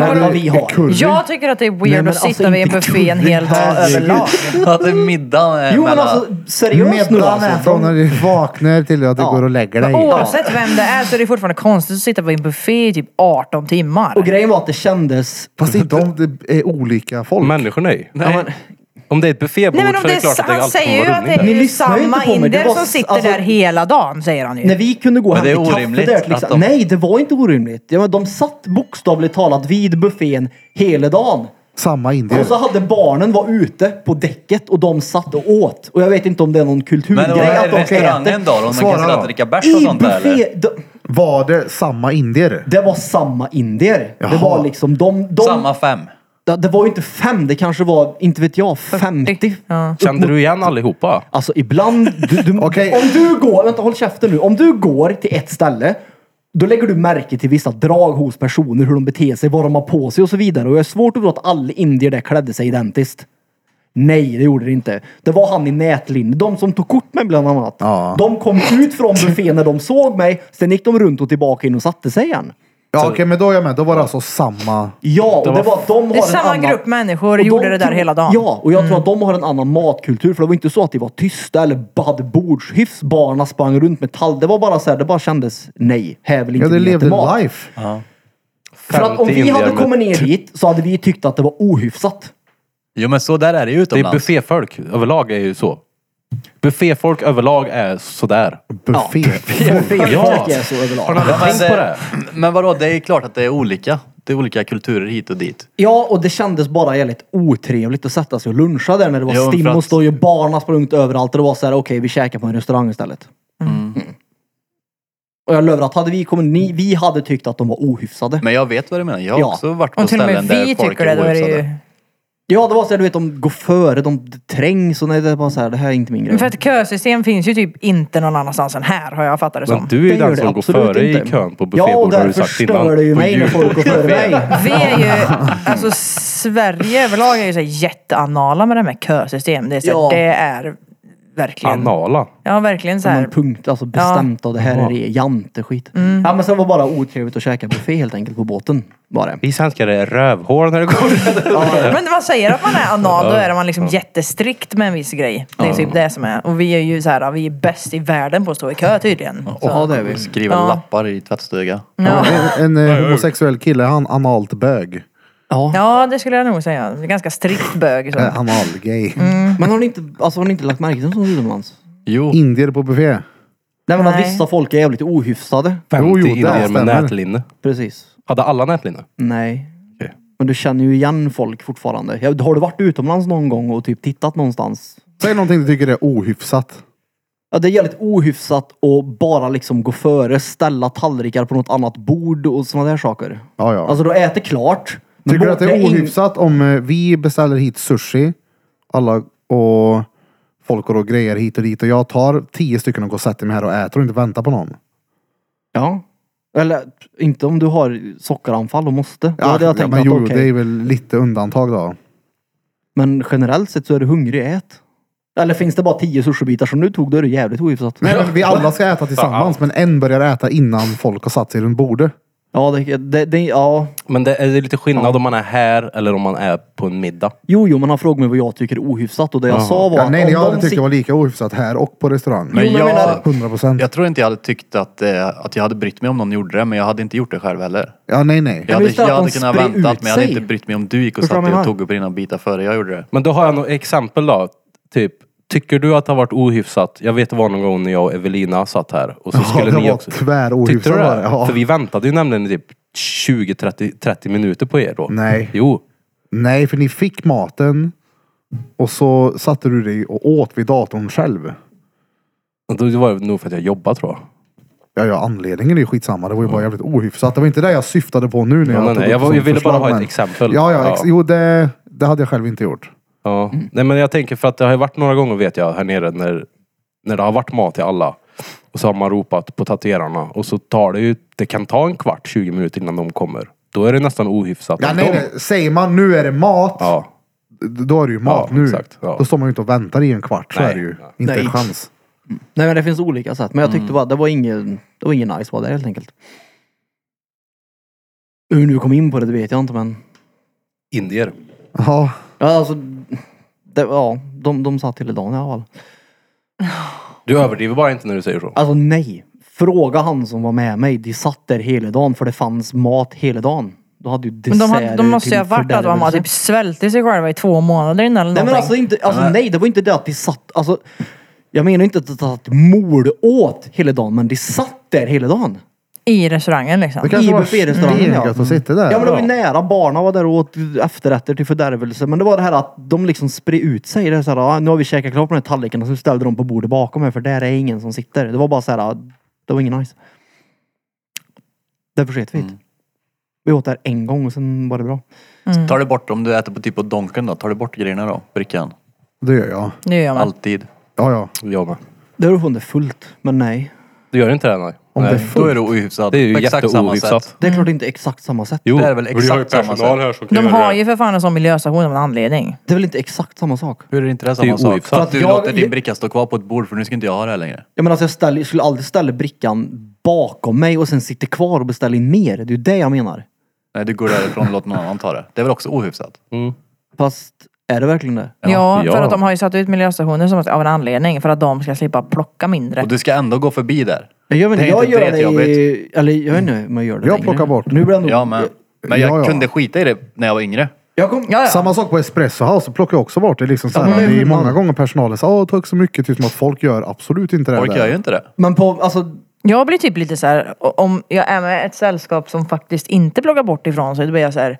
S1: Ja,
S4: än
S1: det
S4: vad vi
S1: är
S4: har.
S1: curry.
S5: Jag tycker att det är
S4: Nej,
S5: weird
S4: men
S5: att
S4: alltså,
S5: sitta vid en
S4: inte
S5: buffé en hel dag
S4: herregud.
S5: överlag.
S2: Att det är middagen är
S4: Jo men
S2: mellan-
S4: alltså seriöst nu
S1: Middagen är
S4: alltså.
S1: från när
S4: De,
S1: du vaknar till att du
S4: Ja.
S1: går och lägger dig.
S5: Oavsett vem det är så är det fortfarande konstigt att sitta på en buffé i typ 18 timmar.
S4: och grejen var att det kändes...
S1: Fast inte om det är olika folk.
S3: Människorna är ju.
S4: Ja, men,
S3: Om det är ett buffébord
S5: Nej men om
S3: så är
S5: det
S3: det klart att
S5: är,
S3: det är
S5: han
S3: allt kommer
S5: säger ju
S3: vara
S5: att det
S3: rullning.
S5: är
S4: Ni
S5: ju
S4: lyssnar ju inte
S5: samma
S4: på mig. Det
S5: indier
S4: var
S5: som
S4: s-
S5: sitter
S4: alltså-
S5: där hela dagen säger han
S4: när
S5: ju.
S4: vi kunde gå och
S2: Men det är
S4: hämta kaffe
S2: orimligt
S4: där till
S2: att
S4: exempel.
S2: de-
S4: Nej det var inte orimligt. Ja, men de satt bokstavligt talat vid buffén hela dagen.
S1: Samma indier.
S4: Och så hade barnen var ute på däcket och de satt och åt. Och jag vet inte om det är någon
S2: Men det
S4: kulturgrej
S2: var
S4: att de ska äta.
S2: restaurangen då? Om man
S1: Svara
S2: kan sitta
S1: då.
S2: och dricka bärs och
S4: I
S2: sånt där eller?
S4: buffé... de-
S1: Var det samma indier?
S4: Det var samma indier. Det
S1: Jaha.
S4: var liksom de... de
S2: Samma fem.
S4: Det, det var ju inte fem, det kanske var, inte vet jag, 50.
S5: Ja.
S3: Kände du igen allihopa?
S4: Alltså ibland... Du, du,
S1: Okej.
S4: Om du går, vänta håll käften nu. Om du går till ett ställe, då lägger du märke till vissa drag hos personer, hur de beter sig, vad de har på sig och så vidare. Och jag är svårt att tro att alla indier där klädde sig identiskt. Nej, det gjorde det inte. Det var han i nätlinjen. De som tog kort med bland annat.
S1: Ja.
S4: De kom ut från buffén när de såg mig. Sen gick de runt och tillbaka in och satte sig igen.
S1: Ja okej, men då är jag med. Då var det alltså samma.
S4: Ja, och det var att de har
S5: Det är
S4: en
S5: samma
S4: annan...
S5: grupp människor
S4: Och de
S5: gjorde det där
S4: tror-
S5: hela dagen. Mm.
S4: Ja, och jag tror att de har en annan matkultur. För det var inte så att de var tysta eller hade bordshyfs. Barnen sprang runt med tall. Det var bara så här, det bara kändes nej. Här vill inte
S1: Ja, det
S4: vi äta
S1: levde
S4: mat.
S1: life.
S4: För att om
S3: 50
S4: vi hade
S3: indier med-
S4: kommit ner dit så hade vi tyckt att det var ohyfsat.
S2: Jo men så där är det ju
S3: Det är
S2: utomlands.
S3: bufféfolk överlag är ju så. Bufféfolk överlag är sådär.
S1: Buffé.
S4: Folk är så
S3: Har ni
S4: överlag.
S3: aldrig
S2: men,
S3: tänkt på det?
S2: men vadå, det är klart att det är olika. Det är olika kulturer hit och dit.
S4: Ja, och det kändes bara jävligt otrevligt att sätta sig och luncha där när det var
S2: Jo, men för
S4: stim och
S2: att-
S4: stå och barnen sprang runt överallt. Och det var så här, okej vi käkar på en restaurang istället. Mm. Och jag lovar att hade vi kommit ni, vi hade tyckt att de var ohyfsade.
S2: Men jag vet vad du menar. Jag har
S4: Ja.
S2: också varit på
S5: Om till och med
S2: ställen
S5: vi
S2: där folk
S5: tycker det, då är det ju...
S4: Ja, det var så här, du vet, de går före, de trängs och nej, det är bara så här, det här är inte min grej.
S5: Men För att kösystem finns ju typ inte någon annanstans än här har jag fattat det
S3: Men
S5: som.
S3: du är ju
S4: Det gör
S3: den
S4: det
S3: som går
S4: absolut
S3: före
S4: inte.
S3: i kön på
S4: ja, och
S3: buffébordet har
S4: där
S3: du sagt innan.
S4: förstör det ju
S3: På
S4: mig när folk går före
S3: julbordsbuffé.
S4: mig.
S5: Vi är ju, alltså Sverige överlag är ju så här jätteanala med det här med kösystem. Det är, så här,
S4: Ja.
S5: det är Verkligen.
S3: Anala.
S5: Ja, verkligen så här.
S4: En punkt, alltså bestämt av det här är det janteskit.
S5: Mm.
S4: Ja men sen var det bara otrevligt att käka buffé helt enkelt på båten. Var det.
S3: Vi svenskar är rövhål när det kommer
S5: Men vad säger att man är anal, då är man liksom jättestrikt med en viss grej. Det är typ det som är. Och vi är ju så här, vi är bäst i världen på att stå i kö tydligen. Så.
S4: Ja det är vi.
S2: Skriva
S5: Ja.
S2: lappar i tvättstuga.
S5: Ja.
S1: En, en eh, homosexuell kille, han analt bög.
S5: ja, det skulle jag nog säga. Det är ganska strikt bög. Så.
S1: Eh, Analgay.
S3: Mm.
S4: Men har ni inte, alltså, har ni inte lagt märke till en sån utomlands?
S2: Jo,
S1: Indier på buffé.
S4: Nej men att
S5: Nej.
S4: vissa folk är jävligt ohyfsade.
S3: 50
S1: Jo, jo, det
S3: indier med
S1: stämmer.
S3: nätlinne.
S4: Precis.
S3: Hade alla nätlinne?
S4: Nej.
S3: Okej.
S4: Men du känner ju igen folk fortfarande. Ja, Har du varit utomlands någon gång och typ tittat någonstans?
S1: Säg någonting du tycker är ohyfsat.
S4: Ja, det är jävligt ohyfsat att bara liksom gå före, ställa tallrikar på något annat bord och sådana där saker.
S1: Ja, ja.
S4: Alltså du äter klart. men
S1: Tycker du
S4: bo-
S1: att det är
S4: ing-
S1: ohyfsat om eh, vi beställer hit sushi, alla och folk går och grejer hit och dit och jag tar tio stycken och går och sätter mig här och äter och inte väntar på någon?
S4: Ja. Eller inte om du har sockeranfall och måste. Då
S1: Ja,
S4: hade jag tänkt
S1: men
S4: att
S1: jo,
S4: okej.
S1: det är väl lite undantag då.
S4: Men generellt sett så är du hungrig, ät. Eller finns det bara tio sushibitar som du tog, då är det jävligt ohyfsat.
S1: Nej, men vi alla ska äta tillsammans, men en börjar äta innan folk har satt sig runt bordet.
S4: Ja, det, det, det, ja.
S3: Men det är det lite skillnad om man är här eller om man är på en middag.
S4: Jo, jo, men han frågade mig vad jag tycker är ohyfsat och det jag sa var
S1: Ja, nej,
S4: om
S1: jag hade
S4: de
S1: tyckt
S4: sit-
S1: det var lika ohyfsat här och på restaurang.
S2: Men
S4: men jag menar-
S2: jag,
S1: 100 procent.
S2: jag tror inte jag hade tyckt att, eh, att jag hade brytt mig om någon gjorde det, men jag hade inte gjort det själv heller.
S1: Ja, nej, nej.
S2: Jag
S4: men
S2: hade,
S4: just det, att
S2: jag hade
S4: de
S2: kunnat
S4: spred
S2: vänta,
S4: ut
S2: men jag hade
S4: sig.
S2: inte brytt mig om du gick och
S4: Förstår
S2: satt
S4: du vad
S2: dig
S4: jag
S2: och tog upp dina bitar före jag gjorde det.
S3: Men då har jag något exempel då. Typ, tycker du att det har varit ohyfsat? Jag vet det var någon gång när jag och Evelina satt här och så skulle
S1: det
S3: ni
S1: var
S3: också...
S1: tvärohyfsat
S3: Tyckte du
S1: var det?
S3: det?
S1: Ja.
S3: För vi väntade ju nämligen i typ 20-30 minuter på er då.
S1: Nej.
S3: Jo.
S1: Nej, för ni fick maten och så satte du dig och åt vid datorn själv.
S3: Och Då var det nog för att jag jobbade tror jag.
S1: Ja, ja, anledningen är ju skitsamma. Det var ju bara jävligt ohyfsat. Det var inte det jag syftade på nu när
S3: Ja,
S1: jag
S3: nej,
S1: tog
S3: nej.
S1: upp
S3: Jag, var-
S1: som
S3: jag ville bara
S1: förslag,
S3: ha ett
S1: men-
S3: exempel.
S1: Ja, ja. Ex- jo, det, det hade jag själv inte gjort.
S3: Ja. Nej men jag tänker för att det har ju varit några gånger vet jag här nere när, när det har varit mat till alla. Och så har man ropat på tatuerarna och så tar det ju, det kan ta en kvart, 20 minuter innan de kommer. Då är det nästan ohyfsat.
S1: Ja,
S3: av
S1: nej,
S3: dem.
S1: nej. Säger man nu är det mat,
S3: Ja.
S1: då är det ju mat
S3: Ja,
S1: nu.
S3: exakt. Ja.
S1: Då står man ju inte och väntar i en kvart. Så
S3: Nej.
S1: är det ju. Inte
S4: Nej.
S1: en chans.
S4: Nej men det finns olika sätt. Men jag
S5: Mm.
S4: tyckte bara det var ingen, det var ingen nice var det helt enkelt. Hur nu kom in på det, det vet jag inte men.
S3: Indier.
S1: Ja,
S4: Ja alltså. Det, ja, de, de satt till dagen i alla fall.
S3: Du överdriver bara inte när du säger så.
S4: Alltså nej. Fråga han som var med mig. De satt där hela dagen för det fanns mat hela dagen. Då hade ju
S5: Men de,
S4: desserter
S5: har, de måste ju
S4: till
S5: ha varit att de har
S4: fördärvelse.
S5: typ svältit sig själva i två månader innan eller
S4: Nej men
S5: någonting.
S4: alltså, inte, alltså nej, det var inte det att de satt, alltså. Jag menar inte att de satt mord åt hela dagen, men de satt där hela dagen.
S5: I restaurangen liksom.
S1: det kanske
S4: I
S1: var
S4: bufférestaurangen, ja. Mm.
S1: stengött att sitta där.
S4: Ja men det var ju nära, barnen var där och åt efterrätter till fördärvelse. Men det var det här att de liksom spred ut sig. Det är så här, ah, nu har vi käkat klart på den här tallriken och så ställde de på bordet bakom här för där är ingen som sitter. Det var bara så här, ah, det var ingen nice. Därför sket vi mm. Vi åt där en gång och sen var det bra.
S2: Tar du bort, om du äter på typ på Donken då, tar du bort grejerna då? Brickan?
S1: Det gör jag.
S5: Det gör man.
S2: Alltid.
S1: Ja, ja.
S3: Jag med.
S4: Det var det fullt, men nej.
S3: Du gör inte det nej.
S1: Om
S3: nej.
S1: det är
S2: Då
S1: fullt.
S2: är det ohyfsat.
S3: Det är ju
S2: På exakt samma
S3: jätteohyfsat.
S2: sätt.
S4: Det är klart inte exakt samma sätt.
S3: Jo,
S2: Det är väl
S3: men du har ju
S2: exakt samma
S3: personal
S2: sätt.
S3: här som kan
S5: De
S3: göra
S5: har
S3: det.
S5: ju för fan en sån miljöstation av en anledning.
S4: Det är väl inte exakt samma sak?
S2: Hur är det inte det
S3: Det är
S2: samma sak?
S3: ohyfsat.
S2: För att
S4: För
S2: du
S4: att jag-
S2: låter din bricka stå kvar på ett bord för nu ska inte jag ha det här längre.
S4: Ja men alltså jag ställer, jag skulle aldrig ställa brickan bakom mig och sen sitter kvar och beställa in mer. Det är ju det jag menar.
S2: Nej, du går därifrån och låter någon annan ta det. Det är väl också ohyfsat?
S4: Fast är det verkligen det?
S5: Ja, för
S3: ja.
S5: att de har ju satt ut miljöstationer som, av en anledning. För att de ska slippa plocka mindre.
S2: Och du ska ändå gå förbi där.
S4: Jag, gör-
S2: Det är
S4: jag
S2: inte
S4: gör det i,
S2: dretjobbigt.
S4: eller jag vet inte om jag gör det
S1: Jag
S4: längre.
S1: plockar bort.
S4: Nu blir jag nog...
S2: Ja, men, men jag
S1: Ja, ja.
S2: kunde skita i det när jag var yngre.
S4: Jag kom,
S5: Ja, ja.
S1: Samma sak på Espresso House, så plockar jag också bort det. Liksom så här,
S4: men-
S1: det är många gånger personalen säger åh tack så mycket, typ som att folk gör absolut inte det.
S2: Folk
S1: där.
S2: gör ju inte det.
S4: Men på, alltså,
S5: Jag blir typ lite så här, o- om jag är med ett sällskap som faktiskt inte plockar bort ifrån sig, då blir jag så här,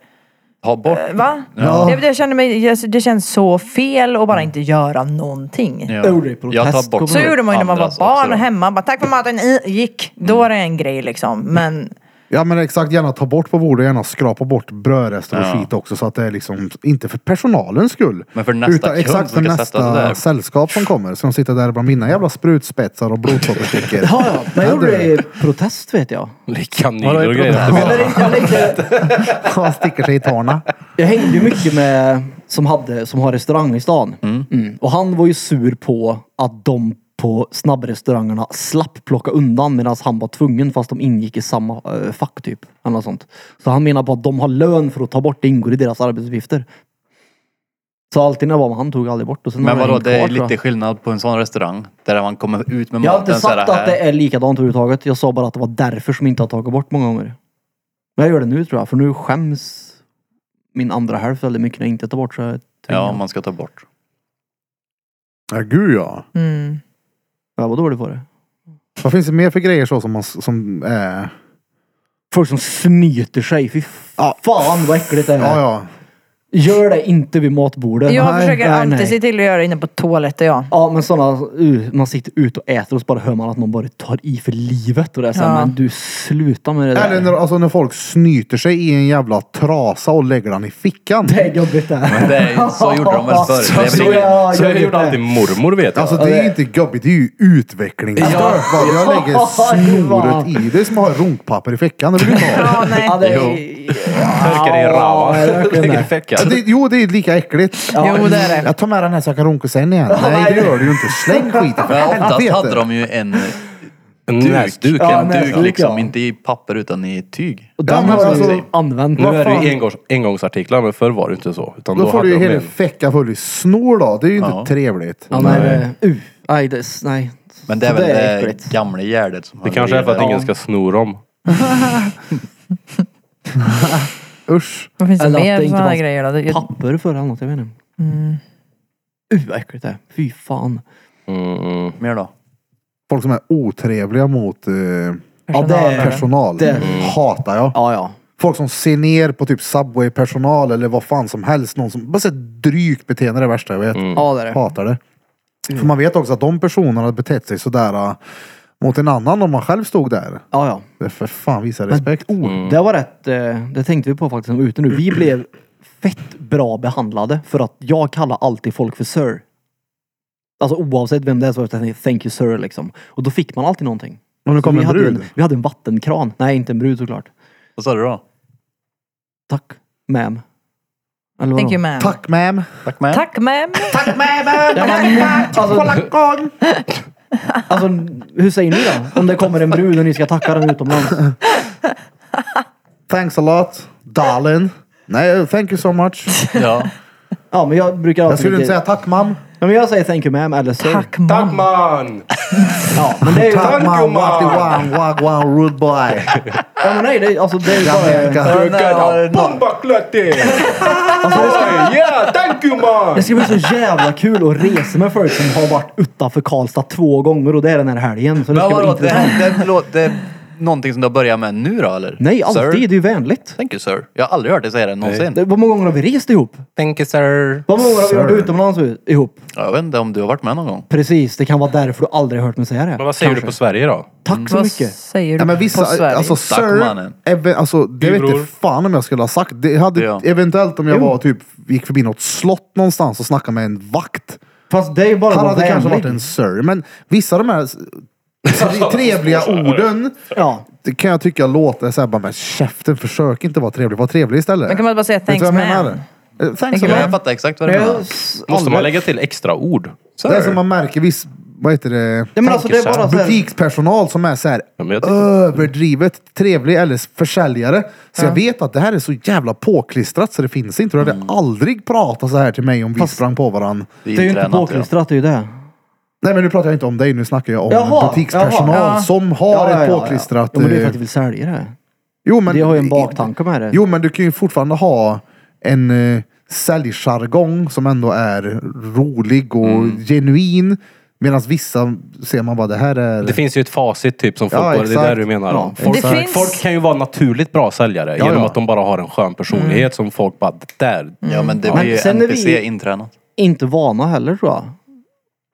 S2: Ha bort.
S5: Eh, va?
S1: Ja.
S5: Jag, jag känner mig, jag, det känns så fel att bara inte göra någonting.
S2: Mm. Ja.
S4: Jag gjorde det i protest,
S2: Jag tar bort.
S5: Så gjorde man ju när man var
S2: andras också
S5: barn
S2: då. Mm.
S5: och hemma. Bara, Tack för maten, i, gick. Då var det en grej liksom. Men
S1: Ja men exakt, gärna ta bort på bordet, gärna skrapa bort brödrester och
S2: Ja.
S1: skit också. Så att det är liksom, inte för personalens skull.
S2: Men för nästa kund
S1: exakt för
S2: som ska sätta sig
S1: nästa
S2: där.
S1: sällskap som kommer. Ska de sitta där bland mina jävla sprutspetsar och blodsockerstickor.
S4: ja, ja, men jag
S1: Ja,
S4: gjorde
S1: du.
S4: det i protest vet jag.
S3: Kanyler och grejer.
S4: Eller, inte- eller, inte-
S1: Han sticker sig i tårna.
S4: jag hängde ju mycket med som, hade, som har restaurang i stan. Mm. Och han var ju sur på att de på snabbrestaurangerna slapp plocka undan medan han var tvungen fast de ingick i samma eh, fack typ. Eller något sånt. Så han menar på att de har lön för att ta bort, det ingår i deras arbetsuppgifter. Så alltid när jag var med han tog jag aldrig bort. Och sen
S2: Men
S4: har jag
S2: vadå,
S4: hängt
S2: det är
S4: kvar, tror jag.
S2: lite skillnad på en sån restaurang där man kommer ut med
S4: Jag har
S2: maten
S4: inte sagt
S2: här,
S4: att det är likadant överhuvudtaget. Jag sa bara att det var därför som jag inte har tagit bort många gånger. Men jag gör det nu tror jag, för nu skäms min andra hälft väldigt mycket när jag inte tar bort. Så jag är
S2: Ja,
S4: tvingad.
S2: man ska ta bort.
S1: Ja, gud ja.
S5: Mm.
S4: Jag var dålig på det.
S1: Vad finns det mer för grejer så som man... s- Som, eh,
S4: Folk som snyter sig. Fy fan vad äckligt det är.
S1: ja, ja.
S4: Gör det inte vid matbordet.
S5: Jag
S4: Nej,
S5: försöker
S4: nej,
S5: alltid
S4: nej.
S5: se till att göra det inne på toaletten ja.
S4: Ja men sådana, uh, man sitter ute och äter och så bara hör man att någon bara tar i för livet och det är såhär,
S5: Ja.
S4: men du sluta med det där.
S1: Eller när, alltså, när folk snyter sig i en jävla trasa och lägger den i fickan.
S4: Det är jobbigt det här.
S2: Det är, så gjorde de väl förr.
S4: Så-
S2: Det är väl
S4: så
S2: ingen-
S4: jag-
S3: Så
S4: jag
S3: det gjorde
S4: det.
S3: alltid mormor vet jag.
S1: Alltså det är ju inte jobbigt, det är ju utveckling. Ja. Jag lägger snoret i. Det är som att ha runkpapper i fickan. Det vill du inte ha.
S5: Ja, nej.
S4: Ja, det är,
S3: Torkar i
S4: Ja, det är
S3: rava.
S4: verkligen
S3: Lägger i
S4: det.
S3: fickan.
S1: Det, jo, det är lika äckligt.
S5: Jo det är det.
S1: Jag tar med den här så jag kan runka sen igen. nej, det gör du ju inte. Släng skiten för
S2: Men oftast hade
S1: helvete.
S2: de ju en
S3: En
S2: duk.
S3: näsduk.
S4: Ja,
S2: en
S4: näsduk,
S2: duk liksom.
S4: ja.
S2: Inte i papper utan i tyg.
S4: Och
S1: Ja,
S4: den
S1: men
S4: har jag
S1: alltså-
S4: använt.
S3: Nu är det
S1: fan?
S3: ju engångs, engångsartiklar men förr var det inte så. Utan då
S1: Då får
S3: hade
S1: du ju
S3: de
S1: hela
S3: en...
S1: fickan full i snor då. Det är ju inte
S2: Ja.
S1: trevligt.
S4: Ja, nej, det, uh, nej, det, nej.
S2: Men det är
S4: Så
S2: väl det,
S4: äckligt.
S2: gamla gärdet som
S3: Det
S2: höll
S3: kanske är för att
S2: där.
S3: ingen ska sno dem.
S1: Usch.
S5: Vad finns det
S4: Eller att
S5: mer
S4: det inte
S5: sådana här
S4: fanns
S5: grejer då? Det- jag-
S4: Papper för eller något, jag vet inte.
S5: Mm.
S4: Uh vad äckligt det är. Fy fan.
S3: Mm, mm.
S2: Mer då?
S1: Folk som är otrevliga mot eh,
S4: Ja, det
S5: Personal,
S4: är-
S5: eller?
S1: personal.
S4: Det-
S1: Hatar jag.
S4: Ja, ja.
S1: Folk som ser ner på typ Subway-personal eller vad fan som helst. Någon som bara så här drygt beteende är det värsta jag vet.
S3: Mm.
S4: Ja, det är det.
S1: Hatar det. För man vet också att de personerna har betett sig sådär äh, mot en annan om man själv stod där.
S4: Ja, ja.
S1: Det är för fan visa
S4: Men-
S1: respekt.
S3: Mm.
S4: Oh, det var rätt, eh, det tänkte vi på faktiskt när vi var ute nu. Vi blev fett bra behandlade för att jag kallar alltid folk för sir. Alltså oavsett vem det är så var det thank you sir liksom. Och då fick man alltid någonting.
S1: Om det
S4: Så
S1: kommer
S4: vi
S1: en
S4: hade ju
S1: brud.
S4: vi hade en vattenkran. Nej, inte en brud såklart.
S2: Vad sa du då?
S4: Tack, ma'am. Eller vadå?
S5: Thank you ma'am.
S1: Tack ma'am.
S2: Tack med.
S5: Tack ma'am.
S4: Ja, men, alltså, alltså, hur säger ni då? Om det kommer en brud och ni ska tacka den utomlands.
S1: Thanks a lot. Darling. Nej, thank you so much.
S2: Ja.
S4: Ja, men jag brukar alltid...
S1: Jag skulle inte säga tack mam.
S4: Ja, men jag säger thank you ma'am eller sir.
S5: Tack mom.
S3: man!
S4: Ja, men det är ju...
S1: Tack
S3: you,
S1: mam.
S3: ma'am.
S1: Wafty wang wag wang rude boy.
S4: Ja, men nej, det, är- alltså, det är ju bara...
S2: eh,
S3: Yeah, thank you man!
S4: Det ska bli så jävla kul att resa med folk som har varit utanför Karlstad två gånger och det är den här helgen. Så det
S2: Men
S4: ska bli
S2: vadå, det,
S4: intressant.
S2: det, lå- det är någonting som du har börjat med nu då eller?
S4: Nej, alltid. Det är
S2: Sir?
S4: ju vänligt.
S2: Thank you sir. Jag har aldrig hört dig säga det någonsin.
S4: Det, vad många gånger har vi rest ihop?
S3: Thank you sir.
S4: Vad många gånger har vi varit utomlands ihop?
S2: Jag vet inte om du har varit med någon gång.
S4: Precis, det kan vara därför du aldrig har hört mig säga det.
S3: Men vad säger du på Sverige då?
S4: Tack så
S5: Vad
S4: mycket.
S5: säger
S1: Ja,
S5: du
S1: men
S5: på
S1: vissa,
S5: Sverige?
S1: alltså sir,
S2: mannen.
S1: even, alltså, det vet
S3: bror.
S1: inte fan om jag skulle ha sagt. Det hade
S2: Ja.
S1: eventuellt om jag var typ, gick förbi något slott någonstans och snackade med en vakt.
S4: Fast det är ju bara
S1: Han
S4: att
S1: hade
S4: vara
S1: kanske varit
S4: vänlig.
S1: en sir, men vissa av de här s- tre- trevliga orden
S4: Ja.
S1: det kan jag tycka låter såhär bara, men käften försök inte vara trevlig, var trevlig istället.
S5: Men kan man bara säga
S1: Vet du
S5: thanks
S1: vad jag menar?
S5: ma'am?
S1: Eh, Thanks
S5: you,
S1: a
S2: Ja,
S1: lot.
S2: jag fattar exakt vad du
S4: Men jag-
S2: menar.
S3: Måste
S1: Aldrig.
S3: man lägga till extra ord? Sir.
S1: Det är som man märker viss, vad heter det?
S4: Ja, men alltså det är bara så här,
S1: butikspersonal som är så här
S3: Ja, men jag tycker-
S1: överdrivet trevlig eller försäljare. Så jag vet att det här är så jävla påklistrat så det finns inte. Du hade
S4: Mm.
S1: aldrig pratat så här till mig om vi sprang på varandra.
S4: det är ju inte
S2: intränat, ja.
S4: påklistrat, det är ju det.
S1: Nej men nu pratar jag inte om dig, nu snackar jag om
S4: Jaha,
S1: butikspersonal
S4: jaha.
S1: som har
S4: Ja, ja,
S1: ett
S4: ja,
S1: påklistrat...
S4: Ja, men det är för
S1: eh,
S4: att du vill sälja det.
S1: jo, men,
S4: Det har ju en baktanke med det.
S1: Jo men du kan ju fortfarande ha en uh, säljjargong som ändå är rolig och
S3: Mm.
S1: genuin. Medan vissa ser man bara det här är...
S3: Det finns ju ett facit typ som folk
S1: Ja,
S3: går, det
S1: exakt.
S3: är det du menar.
S4: Ja,
S3: då. folk,
S5: exakt. Det finns-
S3: folk kan ju vara naturligt bra säljare
S1: Ja,
S3: genom
S1: ja.
S3: att de bara har en skön personlighet
S5: Mm.
S3: som folk bara, "Det där.
S2: Ja men det
S4: Men
S2: blir ju
S4: sen är vi-
S2: NPC intränat.
S4: Inte vana heller tror jag.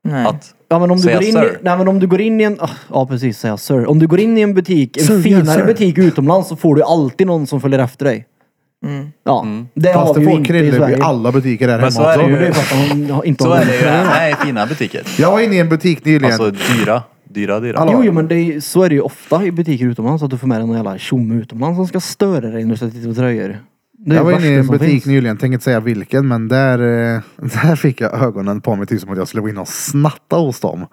S5: Nej.
S2: Att,
S4: Ja men om du,
S2: Säga
S4: går in i,
S2: sir.
S4: nej, men om du går in i en... ah, Ja precis, säga sir. Om du går in i en butik, en
S1: Sir, yes,
S4: finare
S1: sir.
S4: butik utomlands så får du alltid någon som följer efter dig.
S2: Mm.
S4: Ja, det har
S1: Fast
S4: vi
S1: det
S4: ju
S1: får
S4: inte i
S1: Krille vid
S4: Sverige.
S1: alla butiker här
S2: Men
S1: hemma
S2: så är
S1: också.
S2: det
S4: Men det
S2: ju.
S4: är för att de har- inte
S2: Så
S4: har
S2: är det ju.
S4: någon-
S2: Nej, fina butiker.
S1: Jag var inne i en butik nyligen.
S2: Alltså dyra. Dyra, dyra.
S1: Hallå?
S4: Jo, jo men det är, så är det ju ofta i butiker utomlands att du får med dig någon jävla tjomme utomlands som ska störa dig när du sätter på tröjor. Det är
S1: jag var
S4: det
S1: inne i
S4: värsta
S1: en
S4: som
S1: butik
S4: finns.
S1: nyligen, tänker inte säga vilken, men där, eh, där fick jag ögonen på mig typ som att jag skulle gå in och snatta hos dem.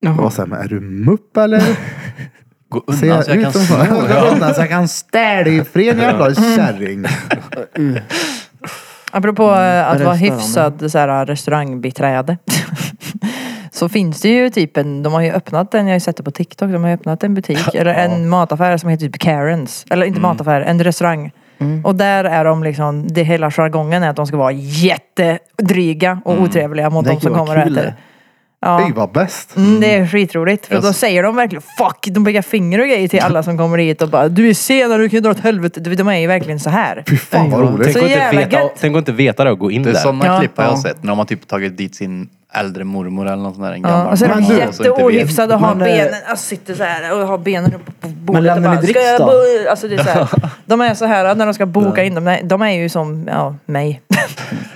S1: Jag var
S4: Jaha.
S1: såhär, men är du mupp eller?
S2: Gå
S1: Ser
S2: undan
S1: jag
S2: så jag
S1: ut
S2: kan
S1: som
S2: sno.
S1: sån? Gå
S2: Ja.
S1: undan så jag kan städa dig ifred din jävla kärring.
S5: Apropå
S4: Mm.
S5: eh, att vara
S4: restaurang.
S5: hyfsad så här, restaurangbiträde. så finns det ju typ en, de har ju öppnat en, jag har ju sett det på TikTok, de har ju öppnat en butik eller en mataffär som heter typ Karens. Eller
S4: Mm.
S5: inte mataffär, en restaurang. Och där är de liksom, det hela jargongen är att de ska vara jättedryga och otrevliga mot
S4: Mm. Det
S5: de som
S4: kan vara
S5: kommer och
S4: kul,
S5: äter.
S4: det.
S1: Fy vad bäst.
S5: Mm, det är skitroligt. För
S2: Jag
S5: då
S2: s-
S5: säger de verkligen fuck, de pekar finger och grejer till alla som kommer hit och bara du är senare, du kan ju dra åt helvete. Du vet, De är ju verkligen så här.
S1: Fy fan vad roligt.
S3: Tänk
S5: Så
S3: att inte
S5: jävla
S3: veta,
S5: gött.
S3: tänk att inte veta det och gå in
S2: Det är
S3: där.
S2: sådana
S5: Ja.
S2: klipp har
S5: Ja.
S2: jag sett. När de har typ tagit dit sin äldre mormor eller någon sån där en gammal
S5: Ja, och så är de
S2: mamma och så inte vet.
S5: jätteohyfsade och har
S4: Men, eh,
S5: benen, alltså sitter så här och har benen uppe på bordet och
S4: lämnar
S5: bara,
S4: ni
S5: ska jag
S4: dricks
S5: bo? Alltså det är så här, de är så här när de ska boka in dem, nej, de är ju som, ja, mig.